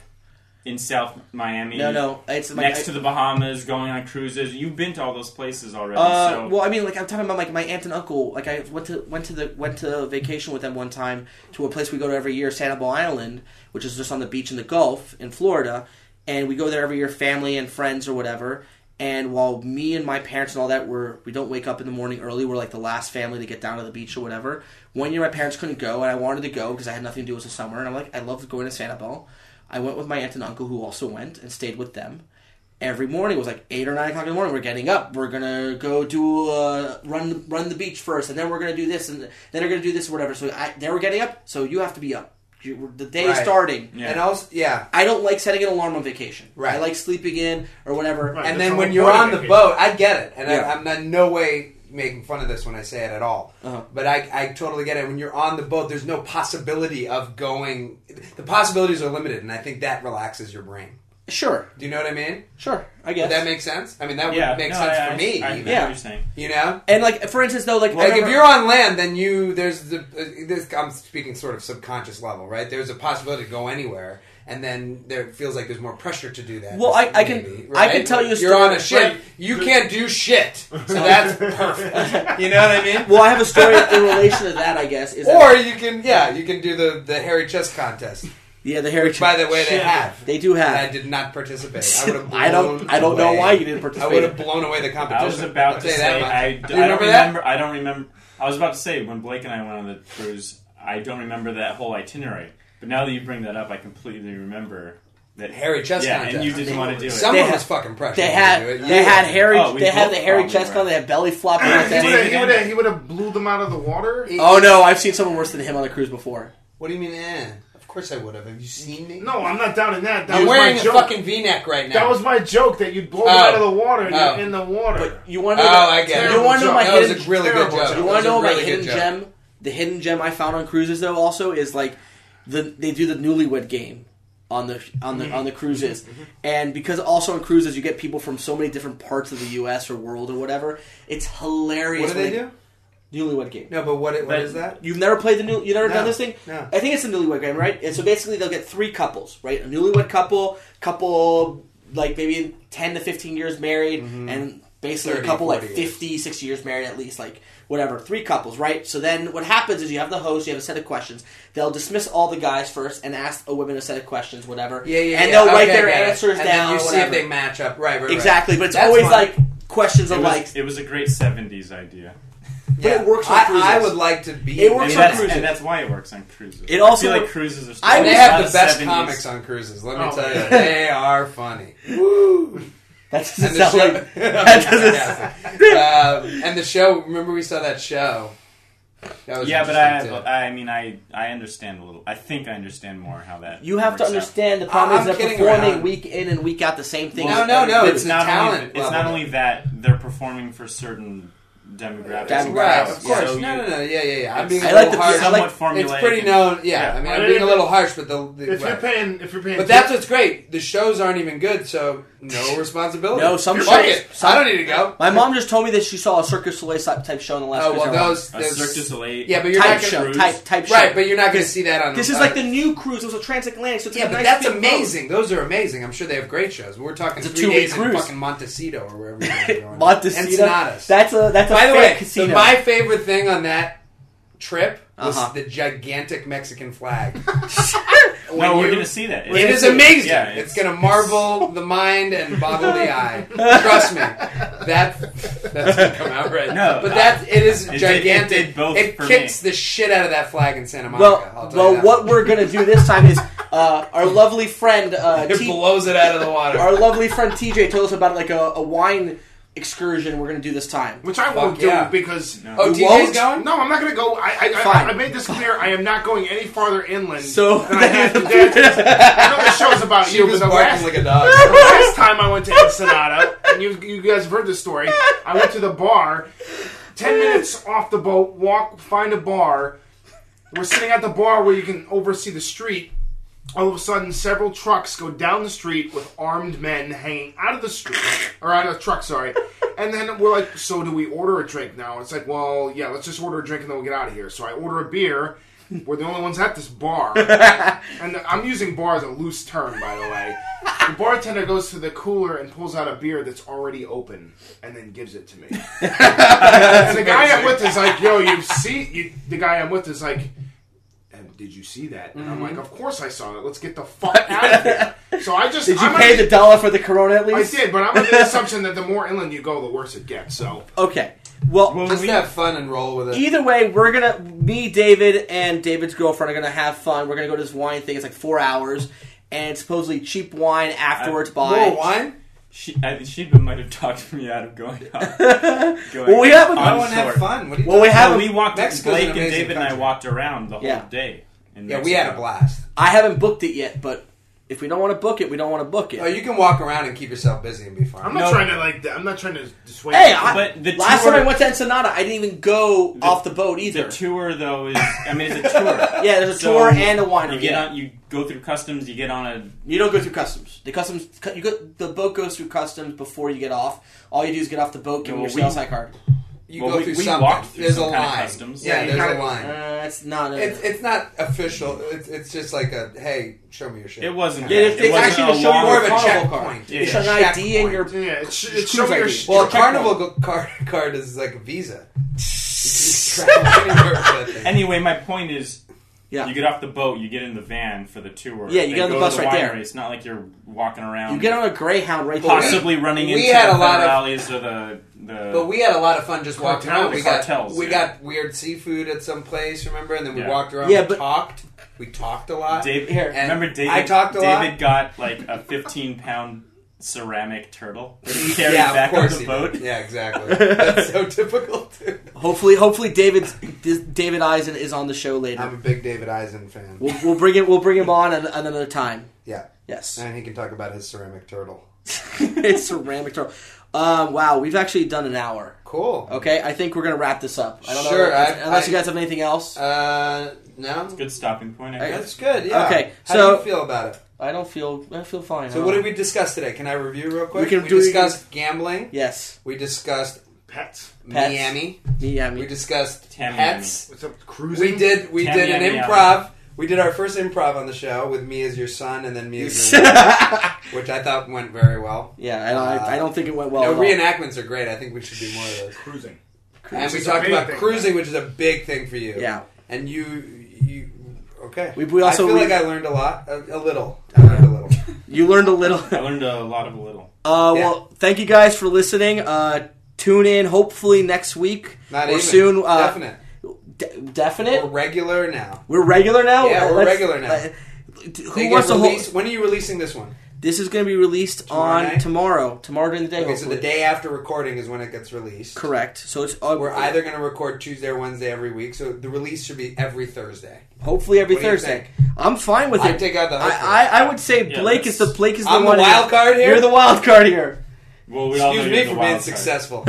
[SPEAKER 3] in South Miami.
[SPEAKER 1] No, no, it's like,
[SPEAKER 3] next
[SPEAKER 1] I-
[SPEAKER 3] to the Bahamas, going on cruises. You've been to all those places already.
[SPEAKER 1] Uh,
[SPEAKER 3] so
[SPEAKER 1] Well, I mean, like I'm talking about like my aunt and uncle. Like I went to went to the went to vacation with them one time to a place we go to every year, Sanibel Island, which is just on the beach in the Gulf in Florida, and we go there every year, family and friends or whatever. And while me and my parents and all that were, we don't wake up in the morning early. We're like the last family to get down to the beach or whatever. One year my parents couldn't go, and I wanted to go because I had nothing to do. It was the summer, and I'm like, I loved going to Sanibel. I went with my aunt and uncle who also went and stayed with them every morning it was like eight or nine o'clock in the morning. We're getting up. We're gonna go do uh, run run the beach first, and then we're gonna do this, and then they're gonna do this or whatever. So I, they were getting up. So you have to be up. You, the day is
[SPEAKER 2] Right.
[SPEAKER 1] starting.
[SPEAKER 3] Yeah.
[SPEAKER 2] And also, yeah.
[SPEAKER 1] I don't like setting an alarm on vacation.
[SPEAKER 2] Right.
[SPEAKER 1] I like sleeping in or whatever.
[SPEAKER 4] Right.
[SPEAKER 2] and
[SPEAKER 4] That's
[SPEAKER 2] then
[SPEAKER 4] the
[SPEAKER 2] when
[SPEAKER 4] whole
[SPEAKER 2] you're
[SPEAKER 4] point
[SPEAKER 2] on
[SPEAKER 4] of
[SPEAKER 2] the
[SPEAKER 4] vacation.
[SPEAKER 2] boat, I get it, and
[SPEAKER 1] Yeah.
[SPEAKER 2] I, I'm not no way making fun of this when I say it at all.
[SPEAKER 1] Uh-huh.
[SPEAKER 2] But I, I totally get it. When you're on the boat, there's no possibility of going. The possibilities are limited, and I think that relaxes your brain.
[SPEAKER 1] Sure,
[SPEAKER 2] Do you know what I mean?
[SPEAKER 1] sure, I
[SPEAKER 2] Would
[SPEAKER 1] guess.
[SPEAKER 2] that make sense? I mean, that
[SPEAKER 3] yeah,
[SPEAKER 2] would make
[SPEAKER 3] no,
[SPEAKER 2] sense
[SPEAKER 3] I,
[SPEAKER 2] for me.
[SPEAKER 3] I, I,
[SPEAKER 2] even.
[SPEAKER 3] know what
[SPEAKER 1] Yeah.
[SPEAKER 3] you're saying.
[SPEAKER 2] You know.
[SPEAKER 1] and like for instance, though, like, I
[SPEAKER 2] Like if
[SPEAKER 1] remember-
[SPEAKER 2] you're on land, then you there's the uh, this. I'm speaking sort of subconscious level, right? There's a possibility to go anywhere, and then there feels like there's more pressure to do that.
[SPEAKER 1] Well, I- I can-
[SPEAKER 2] maybe,
[SPEAKER 1] I
[SPEAKER 2] right?
[SPEAKER 1] can tell you a
[SPEAKER 2] You're on a
[SPEAKER 1] story-
[SPEAKER 2] ship. You can't do shit, so that's perfect. You know what I mean?
[SPEAKER 1] well, I have a story in relation to that. I guess is that,
[SPEAKER 2] Or you can, yeah, you can do the the hairy chest contest.
[SPEAKER 1] yeah, the heritage.
[SPEAKER 2] By the way, they have.
[SPEAKER 1] they do
[SPEAKER 2] And I
[SPEAKER 1] have.
[SPEAKER 2] did not participate. I would have.
[SPEAKER 1] I don't.
[SPEAKER 2] blown
[SPEAKER 1] I don't know
[SPEAKER 2] away-
[SPEAKER 1] why you didn't
[SPEAKER 2] I would
[SPEAKER 1] participate.
[SPEAKER 2] have blown away the competition.
[SPEAKER 3] I was about
[SPEAKER 2] I'll
[SPEAKER 3] to
[SPEAKER 2] tell you
[SPEAKER 3] say
[SPEAKER 2] much.
[SPEAKER 3] I, I
[SPEAKER 2] Do
[SPEAKER 3] don't
[SPEAKER 2] you
[SPEAKER 3] remember.
[SPEAKER 2] remember that?
[SPEAKER 3] I don't remember. I was about to say when Blake and I went on the cruise, I don't remember that whole itinerary. But now that you bring that up, I completely remember that.
[SPEAKER 2] Hairy chest
[SPEAKER 3] yeah,
[SPEAKER 2] contest.
[SPEAKER 3] and you didn't want to do it.
[SPEAKER 2] Someone
[SPEAKER 1] They
[SPEAKER 2] was
[SPEAKER 1] had-
[SPEAKER 2] fucking pressured.
[SPEAKER 1] They
[SPEAKER 2] to
[SPEAKER 1] had.
[SPEAKER 2] do it.
[SPEAKER 1] They
[SPEAKER 2] You-
[SPEAKER 1] had hairy.
[SPEAKER 3] Oh, we
[SPEAKER 1] they had
[SPEAKER 3] both
[SPEAKER 1] the hairy
[SPEAKER 3] probably
[SPEAKER 1] chest
[SPEAKER 3] were.
[SPEAKER 1] on. They had belly flopping. like that.
[SPEAKER 4] He would've- he
[SPEAKER 3] David
[SPEAKER 4] would've-
[SPEAKER 3] Emmett.
[SPEAKER 4] he would have blew them out of the water.
[SPEAKER 1] Oh no, I've seen someone worse than him on a cruise before.
[SPEAKER 2] What do you mean? Eh? Of course I would have. Have you seen me?
[SPEAKER 4] No, I'm not doubting that. That
[SPEAKER 2] I'm
[SPEAKER 4] was
[SPEAKER 2] wearing
[SPEAKER 4] my
[SPEAKER 2] a
[SPEAKER 4] joke.
[SPEAKER 2] fucking V-neck right now.
[SPEAKER 4] That was my joke that you'd blow
[SPEAKER 2] Oh.
[SPEAKER 4] it out of the water and
[SPEAKER 2] Oh.
[SPEAKER 4] you're in the water.
[SPEAKER 1] But you want
[SPEAKER 2] Oh,
[SPEAKER 1] to know?
[SPEAKER 2] I get it.
[SPEAKER 1] You want to know my
[SPEAKER 2] That was
[SPEAKER 1] hidden?
[SPEAKER 2] a really good
[SPEAKER 4] terrible
[SPEAKER 2] joke.
[SPEAKER 4] joke.
[SPEAKER 2] That
[SPEAKER 1] you
[SPEAKER 2] was
[SPEAKER 1] want
[SPEAKER 2] a
[SPEAKER 1] to know my
[SPEAKER 2] really good
[SPEAKER 1] hidden
[SPEAKER 2] joke.
[SPEAKER 1] gem? The hidden gem I found on cruises though also is like the they do the newlywed game on the on
[SPEAKER 2] Mm-hmm.
[SPEAKER 1] the on the cruises, and because also on cruises you get people from so many different parts of the U.S. or world or whatever. It's hilarious.
[SPEAKER 2] What do
[SPEAKER 1] when
[SPEAKER 2] they do?
[SPEAKER 1] Newlywed game.
[SPEAKER 2] No, but what it- what
[SPEAKER 3] That-
[SPEAKER 2] is that?
[SPEAKER 1] You've never played the new. You never
[SPEAKER 2] No,
[SPEAKER 1] done this thing.
[SPEAKER 2] no.
[SPEAKER 1] I think it's a newlywed game, right? And so basically, they'll get three couples, right? A newlywed couple, couple like maybe ten to fifteen years married, and basically
[SPEAKER 2] 30,
[SPEAKER 1] a couple like
[SPEAKER 2] 40 Mm-hmm. years.
[SPEAKER 1] 50, 60 years married at least, like whatever. Three couples, right? So then what happens is you have the host, you have a set of questions. They'll dismiss all the guys first and ask the women a set of questions, whatever.
[SPEAKER 2] Yeah, yeah,
[SPEAKER 1] And
[SPEAKER 2] yeah.
[SPEAKER 1] they'll write
[SPEAKER 2] Okay,
[SPEAKER 1] their
[SPEAKER 2] got it.
[SPEAKER 1] answers
[SPEAKER 2] and
[SPEAKER 1] down.
[SPEAKER 2] Then you
[SPEAKER 1] or
[SPEAKER 2] see if
[SPEAKER 1] whatever.
[SPEAKER 2] they match up. Right, right, right.
[SPEAKER 1] exactly, but it's
[SPEAKER 2] That's
[SPEAKER 1] always
[SPEAKER 2] fun.
[SPEAKER 1] like questions
[SPEAKER 3] It
[SPEAKER 1] of
[SPEAKER 3] was,
[SPEAKER 1] like.
[SPEAKER 3] it was a great '70s idea,
[SPEAKER 1] But it works on cruises.
[SPEAKER 2] I, I would like to be.
[SPEAKER 1] It
[SPEAKER 3] and
[SPEAKER 1] works on
[SPEAKER 3] that's,
[SPEAKER 1] cruises.
[SPEAKER 3] and that's why it works on cruises.
[SPEAKER 1] It also-
[SPEAKER 3] I feel like cruises are.
[SPEAKER 1] I
[SPEAKER 2] And they
[SPEAKER 1] would-
[SPEAKER 3] a lot
[SPEAKER 2] have the
[SPEAKER 3] of
[SPEAKER 2] best
[SPEAKER 3] 70s
[SPEAKER 2] comics on cruises. Let me
[SPEAKER 4] Oh,
[SPEAKER 2] tell
[SPEAKER 4] yeah.
[SPEAKER 2] you, they are funny.
[SPEAKER 1] That doesn't
[SPEAKER 2] And the
[SPEAKER 1] sound
[SPEAKER 2] show,
[SPEAKER 1] like. That doesn't
[SPEAKER 2] Um, and the show. Remember, we saw that show. That was
[SPEAKER 3] Yeah, but I,
[SPEAKER 2] interesting,
[SPEAKER 3] have,
[SPEAKER 2] too.
[SPEAKER 3] I mean, I, I understand a little. I think I understand more how that.
[SPEAKER 1] You have to
[SPEAKER 3] works out.
[SPEAKER 1] understand the problem
[SPEAKER 2] I'm
[SPEAKER 1] is they're
[SPEAKER 2] kidding
[SPEAKER 1] performing
[SPEAKER 2] around.
[SPEAKER 1] week in and week out the same thing.
[SPEAKER 2] No, no, no,
[SPEAKER 1] But
[SPEAKER 2] it's-
[SPEAKER 3] not
[SPEAKER 2] talent
[SPEAKER 3] only it's
[SPEAKER 2] level.
[SPEAKER 3] not only that they're performing for certain demographics.
[SPEAKER 1] Demographics,
[SPEAKER 2] right,
[SPEAKER 1] Yeah,
[SPEAKER 2] of course.
[SPEAKER 3] So
[SPEAKER 2] no,
[SPEAKER 3] you-
[SPEAKER 2] no, no. Yeah, yeah, yeah. I'm
[SPEAKER 3] It's-
[SPEAKER 2] being a
[SPEAKER 1] I
[SPEAKER 2] little
[SPEAKER 1] like the-
[SPEAKER 2] harsh.
[SPEAKER 1] I like-
[SPEAKER 3] Somewhat formulaic.
[SPEAKER 2] it's pretty known. Yeah,
[SPEAKER 3] Yeah.
[SPEAKER 2] I mean,
[SPEAKER 4] I
[SPEAKER 2] I'm
[SPEAKER 4] mean,
[SPEAKER 2] being a
[SPEAKER 4] if-
[SPEAKER 2] little harsh, but the, the
[SPEAKER 4] if you're
[SPEAKER 2] right.
[SPEAKER 4] paying, if you're paying,
[SPEAKER 2] But that's what's great. The shows aren't even good, so no responsibility.
[SPEAKER 1] No, some
[SPEAKER 2] Fuck
[SPEAKER 1] shows-
[SPEAKER 2] it.
[SPEAKER 1] some-
[SPEAKER 2] I don't need to go.
[SPEAKER 1] My mom just told me that she saw a Circus Soleil type show in the last.
[SPEAKER 2] Oh well,
[SPEAKER 1] cruise I went.
[SPEAKER 2] those,
[SPEAKER 3] a
[SPEAKER 2] those
[SPEAKER 3] Cirque du Soleil.
[SPEAKER 2] Yeah, but you're
[SPEAKER 1] type
[SPEAKER 2] not gonna-
[SPEAKER 1] show,
[SPEAKER 3] cruise.
[SPEAKER 1] type type show.
[SPEAKER 2] right, but you're not going to see that on.
[SPEAKER 1] this is
[SPEAKER 2] on-
[SPEAKER 1] like the new cruise. It was a transatlantic, so it's
[SPEAKER 2] Yeah,
[SPEAKER 1] like a
[SPEAKER 2] but
[SPEAKER 1] nice
[SPEAKER 2] that's
[SPEAKER 1] big boat.
[SPEAKER 2] amazing. Those are amazing. I'm sure they have great shows. But we're talking
[SPEAKER 1] It's a
[SPEAKER 2] three
[SPEAKER 1] two-week
[SPEAKER 2] days in
[SPEAKER 1] cruise.
[SPEAKER 2] fucking Montecito or wherever you're going.
[SPEAKER 1] Montecito.
[SPEAKER 2] Ensenadas.
[SPEAKER 1] That's a that's a
[SPEAKER 2] By the
[SPEAKER 1] fake
[SPEAKER 2] way,
[SPEAKER 1] casino.
[SPEAKER 2] the- my favorite thing on that trip was
[SPEAKER 1] Uh-huh.
[SPEAKER 2] the gigantic Mexican flag.
[SPEAKER 3] No,
[SPEAKER 2] When
[SPEAKER 3] we're
[SPEAKER 2] you-
[SPEAKER 3] gonna see that.
[SPEAKER 2] It is
[SPEAKER 1] Yeah,
[SPEAKER 2] amazing.
[SPEAKER 3] it's-
[SPEAKER 2] it's, going to marvel the mind and boggle the eye. Trust me, that that's going to come out right.
[SPEAKER 3] No.
[SPEAKER 2] but that it is
[SPEAKER 3] It did- it
[SPEAKER 2] gigantic.
[SPEAKER 3] did both
[SPEAKER 2] It
[SPEAKER 3] for
[SPEAKER 2] kicks the shit out of that flag in Santa Monica. I'll tell
[SPEAKER 1] well,
[SPEAKER 2] you
[SPEAKER 1] well,
[SPEAKER 2] that.
[SPEAKER 1] what we're gonna do this time is uh, our lovely friend uh,
[SPEAKER 2] it
[SPEAKER 1] T-
[SPEAKER 2] blows it out of the water.
[SPEAKER 1] our lovely friend TJ told us about like a, a wine excursion we're gonna do this time.
[SPEAKER 4] which I won't
[SPEAKER 2] Fuck yeah.
[SPEAKER 4] do because
[SPEAKER 3] No.
[SPEAKER 2] oh,
[SPEAKER 1] You
[SPEAKER 2] TJ's
[SPEAKER 1] won't?
[SPEAKER 2] going.
[SPEAKER 4] No, I'm not going to go. I, I,
[SPEAKER 1] Fine.
[SPEAKER 4] I, I made this clear. I am not going any farther inland.
[SPEAKER 1] So-
[SPEAKER 4] than I have to. I know the show's about
[SPEAKER 2] She
[SPEAKER 4] you
[SPEAKER 2] was
[SPEAKER 4] because the
[SPEAKER 2] barking
[SPEAKER 4] last,
[SPEAKER 2] like a dog.
[SPEAKER 4] the last time I went to Ensenada, and you you guys have heard the story. I went to the bar, ten minutes off the boat, walk, find a bar. We're sitting at the bar where you can oversee the street. All of a sudden, several trucks go down the street with armed men hanging out of the street, or out of the truck, sorry. And then we're like, so do we order a drink now? It's like, well, yeah, let's just order a drink and then we'll get out of here. So I order a beer. We're the only ones at this bar. and I'm using bar as a loose term, by the way. The bartender goes to the cooler and pulls out a beer that's already open and then gives it to me. And the guy I'm with is like, yo, you see, you, the guy I'm with is like, and did you see that? And I'm like, of course I saw it. Let's get the fuck out of here. So I just
[SPEAKER 1] Did you
[SPEAKER 4] I'm
[SPEAKER 1] pay
[SPEAKER 4] under-
[SPEAKER 1] the dollar for the Corona at
[SPEAKER 4] I
[SPEAKER 1] least?
[SPEAKER 4] did, but I'm under the assumption that the more inland you go, the worse it gets. So
[SPEAKER 1] Okay. Well,
[SPEAKER 3] Well,
[SPEAKER 2] Just
[SPEAKER 3] we-
[SPEAKER 2] have fun and roll with it.
[SPEAKER 1] Either way, we're gonna me, David, and David's girlfriend are gonna have fun. We're gonna go to this wine thing. It's like four hours, and it's supposedly cheap wine afterwards. by
[SPEAKER 2] Uh, More wine?
[SPEAKER 3] she, I, she might have talked me out of going. out. going
[SPEAKER 1] Well, we have a-
[SPEAKER 2] I
[SPEAKER 1] I'm
[SPEAKER 2] want to have fun. What do you
[SPEAKER 1] Well, we
[SPEAKER 2] talking
[SPEAKER 1] have.
[SPEAKER 3] No,
[SPEAKER 1] we
[SPEAKER 3] we walked.
[SPEAKER 2] Mexico's an
[SPEAKER 3] Blake and
[SPEAKER 2] amazing
[SPEAKER 3] David and I
[SPEAKER 2] country.
[SPEAKER 3] walked around the whole
[SPEAKER 1] Yeah.
[SPEAKER 3] day. in
[SPEAKER 2] about? Yeah, we had a
[SPEAKER 3] Mexico.
[SPEAKER 2] blast.
[SPEAKER 1] I haven't booked it yet, but if we don't want to book it, we don't want to book it.
[SPEAKER 2] Oh, you can walk around and keep yourself busy and be fun.
[SPEAKER 4] I'm not
[SPEAKER 3] No.
[SPEAKER 4] trying to like. I'm not trying to dissuade.
[SPEAKER 1] hey,
[SPEAKER 4] you.
[SPEAKER 1] I,
[SPEAKER 3] But the
[SPEAKER 1] last
[SPEAKER 3] tour-
[SPEAKER 1] time I went to Ensenada, I didn't even go off the boat either.
[SPEAKER 3] The tour though is, I mean, it's a tour.
[SPEAKER 1] yeah, there's a
[SPEAKER 3] So
[SPEAKER 1] tour and a winery.
[SPEAKER 3] You
[SPEAKER 1] You,
[SPEAKER 3] get on. You go through customs. You get on a.
[SPEAKER 1] you don't go through customs. The customs, cu- you go, the boat goes through customs before you get off. All you do is get off the boat, give
[SPEAKER 3] Yeah, well,
[SPEAKER 1] them your sales
[SPEAKER 3] we-
[SPEAKER 1] high card.
[SPEAKER 2] You
[SPEAKER 3] Well,
[SPEAKER 2] go
[SPEAKER 3] we-
[SPEAKER 2] through
[SPEAKER 3] we
[SPEAKER 2] something.
[SPEAKER 3] walked through
[SPEAKER 2] There's
[SPEAKER 3] some
[SPEAKER 2] a
[SPEAKER 3] kind of
[SPEAKER 2] line.
[SPEAKER 3] customs.
[SPEAKER 2] Yeah,
[SPEAKER 4] Yeah, you
[SPEAKER 2] there's
[SPEAKER 4] gotta-
[SPEAKER 2] a line.
[SPEAKER 1] Uh, it's not. A,
[SPEAKER 2] it's it's not official. It's it's just like a hey, show me your shit.
[SPEAKER 3] It wasn't.
[SPEAKER 1] Yeah,
[SPEAKER 3] that.
[SPEAKER 1] it's-
[SPEAKER 3] it
[SPEAKER 1] it's
[SPEAKER 3] wasn't
[SPEAKER 1] actually
[SPEAKER 3] a
[SPEAKER 1] to show you
[SPEAKER 3] long
[SPEAKER 1] more
[SPEAKER 2] of a
[SPEAKER 3] tour.
[SPEAKER 1] carnival
[SPEAKER 2] checkpoint.
[SPEAKER 1] card. You
[SPEAKER 3] Yeah,
[SPEAKER 1] show an
[SPEAKER 2] yeah.
[SPEAKER 1] ID and your
[SPEAKER 4] yeah, it's, sh-
[SPEAKER 1] Cruise
[SPEAKER 4] it's show me your
[SPEAKER 1] ID.
[SPEAKER 4] sh-
[SPEAKER 2] Well, a
[SPEAKER 1] Check one.
[SPEAKER 2] carnival go- card card is like a visa. You can travel anywhere with that thing.
[SPEAKER 3] Anyway, my point is,
[SPEAKER 1] Yeah.
[SPEAKER 3] you get off the boat, you get in the van for the tour.
[SPEAKER 1] Yeah, you
[SPEAKER 3] They
[SPEAKER 1] get on the
[SPEAKER 3] go
[SPEAKER 1] bus
[SPEAKER 3] to
[SPEAKER 1] right there.
[SPEAKER 3] winery. It's not like you're walking around.
[SPEAKER 1] You get on a Greyhound right there.
[SPEAKER 3] possibly running
[SPEAKER 2] we
[SPEAKER 3] into
[SPEAKER 2] had a
[SPEAKER 3] the
[SPEAKER 2] lot of-
[SPEAKER 3] rallies or the the.
[SPEAKER 2] But we had a lot of fun just walking
[SPEAKER 4] Cartels,
[SPEAKER 2] around. We got
[SPEAKER 3] cartels,
[SPEAKER 2] we
[SPEAKER 3] yeah.
[SPEAKER 2] got weird seafood at some place, remember? And then we
[SPEAKER 3] Yeah.
[SPEAKER 2] walked around.
[SPEAKER 1] Yeah,
[SPEAKER 2] we
[SPEAKER 1] but-
[SPEAKER 2] talked. We talked a lot.
[SPEAKER 3] David,
[SPEAKER 1] Here.
[SPEAKER 2] uh, And
[SPEAKER 3] remember David?
[SPEAKER 2] I talked a lot.
[SPEAKER 3] David got like a 15 pound ceramic turtle that he carried
[SPEAKER 1] Yeah, of
[SPEAKER 3] back on
[SPEAKER 2] course
[SPEAKER 3] the
[SPEAKER 2] he
[SPEAKER 3] boat.
[SPEAKER 2] did. Yeah, exactly. That's so typical. Too.
[SPEAKER 1] Hopefully, hopefully David David Eisen is on the show later.
[SPEAKER 2] I'm a big David Eisen fan.
[SPEAKER 1] we'll, we'll bring it. We'll bring him on at, at another time.
[SPEAKER 2] Yeah,
[SPEAKER 1] Yes,
[SPEAKER 2] and he can talk about his ceramic turtle.
[SPEAKER 1] it's ceramic turtle. Um, wow, we've actually done an hour.
[SPEAKER 2] Cool.
[SPEAKER 1] Okay, I think we're gonna wrap this up. I don't
[SPEAKER 2] Sure,
[SPEAKER 1] know,
[SPEAKER 2] I-
[SPEAKER 1] unless you
[SPEAKER 2] I-
[SPEAKER 1] guys have anything else.
[SPEAKER 2] Uh, no,
[SPEAKER 3] Good stopping point, I guess.
[SPEAKER 2] that's good. Yeah.
[SPEAKER 1] Okay,
[SPEAKER 2] How
[SPEAKER 1] so-
[SPEAKER 2] do you feel about it?
[SPEAKER 1] I don't feel. I feel fine. Uh,
[SPEAKER 2] So, what did we discuss today? Can I review real quick?
[SPEAKER 1] We can do it
[SPEAKER 2] discussed gambling.
[SPEAKER 1] Yes,
[SPEAKER 2] We discussed
[SPEAKER 4] Pets.
[SPEAKER 1] Pets.
[SPEAKER 2] Miami.
[SPEAKER 1] me. I
[SPEAKER 2] We
[SPEAKER 1] mean,
[SPEAKER 2] discussed
[SPEAKER 3] Tamiami.
[SPEAKER 2] pets.
[SPEAKER 4] What's up? Cruising.
[SPEAKER 2] We did. We did an
[SPEAKER 3] Tamiami.
[SPEAKER 2] improv. We did our first improv on the show with me as your son and then me as your wife,
[SPEAKER 1] yeah,
[SPEAKER 2] which I thought went very well.
[SPEAKER 1] I don't. I, I don't think it went well.
[SPEAKER 2] No,
[SPEAKER 1] at all.
[SPEAKER 2] reenactments are great. I think we should do more of those.
[SPEAKER 4] Cruising.
[SPEAKER 2] And we
[SPEAKER 4] Cruising's
[SPEAKER 2] talked
[SPEAKER 4] a big
[SPEAKER 2] about
[SPEAKER 4] thing.
[SPEAKER 2] cruising, which is a big thing for you.
[SPEAKER 1] Yeah.
[SPEAKER 2] And you, you, okay.
[SPEAKER 1] We- we also-
[SPEAKER 2] I feel
[SPEAKER 1] we-
[SPEAKER 2] like I learned a lot, a, a little. I learned a little.
[SPEAKER 1] You learned a little.
[SPEAKER 3] I learned a lot of a little.
[SPEAKER 1] Uh,
[SPEAKER 2] Yeah.
[SPEAKER 1] Well, thank you guys for listening. Uh, tune in hopefully next week
[SPEAKER 2] Not
[SPEAKER 1] or
[SPEAKER 2] even.
[SPEAKER 1] soon. Uh,
[SPEAKER 2] Definite.
[SPEAKER 1] de-
[SPEAKER 2] We're
[SPEAKER 1] definite.
[SPEAKER 2] regular now.
[SPEAKER 1] We're regular now.
[SPEAKER 2] Yeah,
[SPEAKER 1] Uh,
[SPEAKER 2] we're
[SPEAKER 1] let's-
[SPEAKER 2] regular now.
[SPEAKER 1] uh, who
[SPEAKER 2] They get
[SPEAKER 1] wants to
[SPEAKER 2] released-
[SPEAKER 1] hold?
[SPEAKER 2] When are you releasing this one?
[SPEAKER 1] This is going to be released
[SPEAKER 2] Tomorrow
[SPEAKER 1] on
[SPEAKER 2] night?
[SPEAKER 1] tomorrow. Tomorrow during the day.
[SPEAKER 2] Okay, so
[SPEAKER 1] hopefully.
[SPEAKER 2] the day after recording is when it gets released.
[SPEAKER 1] Correct. So it's uh,
[SPEAKER 2] We're either going to record Tuesday or Wednesday every week, so the release should be every Thursday.
[SPEAKER 1] hopefully every
[SPEAKER 2] What do you
[SPEAKER 1] Thursday. I'm fine with
[SPEAKER 2] I
[SPEAKER 1] it.
[SPEAKER 2] take out the
[SPEAKER 1] I,
[SPEAKER 2] host.
[SPEAKER 1] I, I would say
[SPEAKER 3] Yeah,
[SPEAKER 1] Blake is the
[SPEAKER 3] that's-
[SPEAKER 1] Blake is the
[SPEAKER 2] I'm the
[SPEAKER 1] one.
[SPEAKER 2] wild card here?
[SPEAKER 1] You're the wild card here.
[SPEAKER 3] Well, we all know
[SPEAKER 2] Excuse
[SPEAKER 3] you're
[SPEAKER 2] me
[SPEAKER 3] the
[SPEAKER 2] for
[SPEAKER 3] wild
[SPEAKER 2] being
[SPEAKER 3] card.
[SPEAKER 2] successful.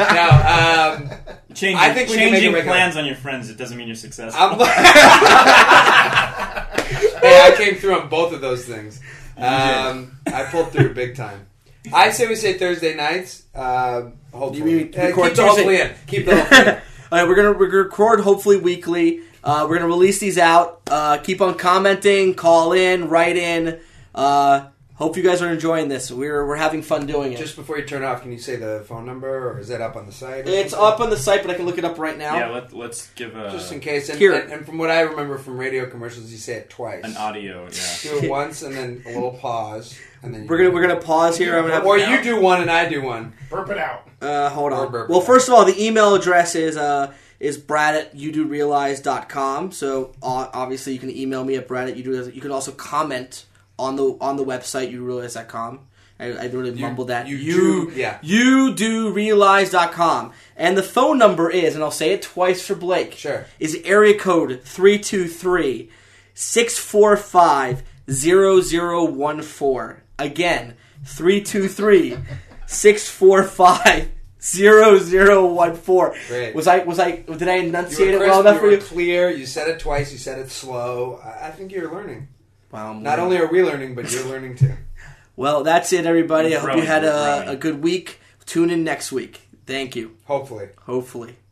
[SPEAKER 2] now, um,
[SPEAKER 3] Changing,
[SPEAKER 2] I think we can make it
[SPEAKER 3] changing
[SPEAKER 2] make it
[SPEAKER 3] plans on your friends, it doesn't mean you're successful.
[SPEAKER 2] I'm hey, I came through on both of those things. Um, I pulled through big time. I say we say Thursday nights. Um hopefully,
[SPEAKER 1] You mean
[SPEAKER 2] Uh,
[SPEAKER 1] record
[SPEAKER 2] keep the hopefully
[SPEAKER 1] Tuesday?
[SPEAKER 2] in. Keep the hopefully in.
[SPEAKER 1] All right, we're gonna we're gonna record hopefully weekly. Uh, we're gonna release these out. Uh, keep on commenting, call in, write in. Uh, hope you guys are enjoying this. We're we're having fun doing it.
[SPEAKER 2] Just before you turn off, can you say the phone number, or is that up on the site? or
[SPEAKER 1] it's
[SPEAKER 2] something?
[SPEAKER 1] up on the site, but I can look it up right now.
[SPEAKER 3] yeah, let, let's give uh, a,
[SPEAKER 2] just in case. And,
[SPEAKER 1] Here.
[SPEAKER 2] and, and from what I remember from radio commercials, you say it twice.
[SPEAKER 3] an audio. Yeah.
[SPEAKER 2] Do it once, and then a little pause, and then you
[SPEAKER 1] we're gonna we're gonna pause here. I'm gonna have
[SPEAKER 2] Or
[SPEAKER 1] to,
[SPEAKER 2] you do one and I do one.
[SPEAKER 4] Burp it out.
[SPEAKER 1] uh, hold
[SPEAKER 2] or
[SPEAKER 1] on.
[SPEAKER 2] burp.
[SPEAKER 1] Well, first of all, the email address is uh, is brad at you do realize.com. So uh, obviously, you can email me at brad at you do. realize. You can also comment on the on the website you realize.com. I, I really mumbled that.
[SPEAKER 2] you do- yeah.
[SPEAKER 1] You do realize.com. And the phone number is, and I'll say it twice for Blake.
[SPEAKER 2] Sure.
[SPEAKER 1] Is area code 323 645 0014. Again, 323 645 0014.
[SPEAKER 2] Great.
[SPEAKER 1] Was I, was I, did I
[SPEAKER 2] You
[SPEAKER 1] enunciate it
[SPEAKER 2] were
[SPEAKER 1] well
[SPEAKER 2] crisp,
[SPEAKER 1] enough
[SPEAKER 2] you
[SPEAKER 1] for
[SPEAKER 2] were
[SPEAKER 1] you?
[SPEAKER 2] clear. You said it twice. You said it slow. I, I think you're learning.
[SPEAKER 1] Wow, I'm
[SPEAKER 2] Not
[SPEAKER 1] learning.
[SPEAKER 2] only are we learning, but you're learning too.
[SPEAKER 1] Well, that's it, everybody. I hope you
[SPEAKER 3] Growing,
[SPEAKER 1] had
[SPEAKER 3] we're
[SPEAKER 1] a,
[SPEAKER 3] growing.
[SPEAKER 1] a good week. Tune in next week. Thank you.
[SPEAKER 2] Hopefully.
[SPEAKER 1] Hopefully.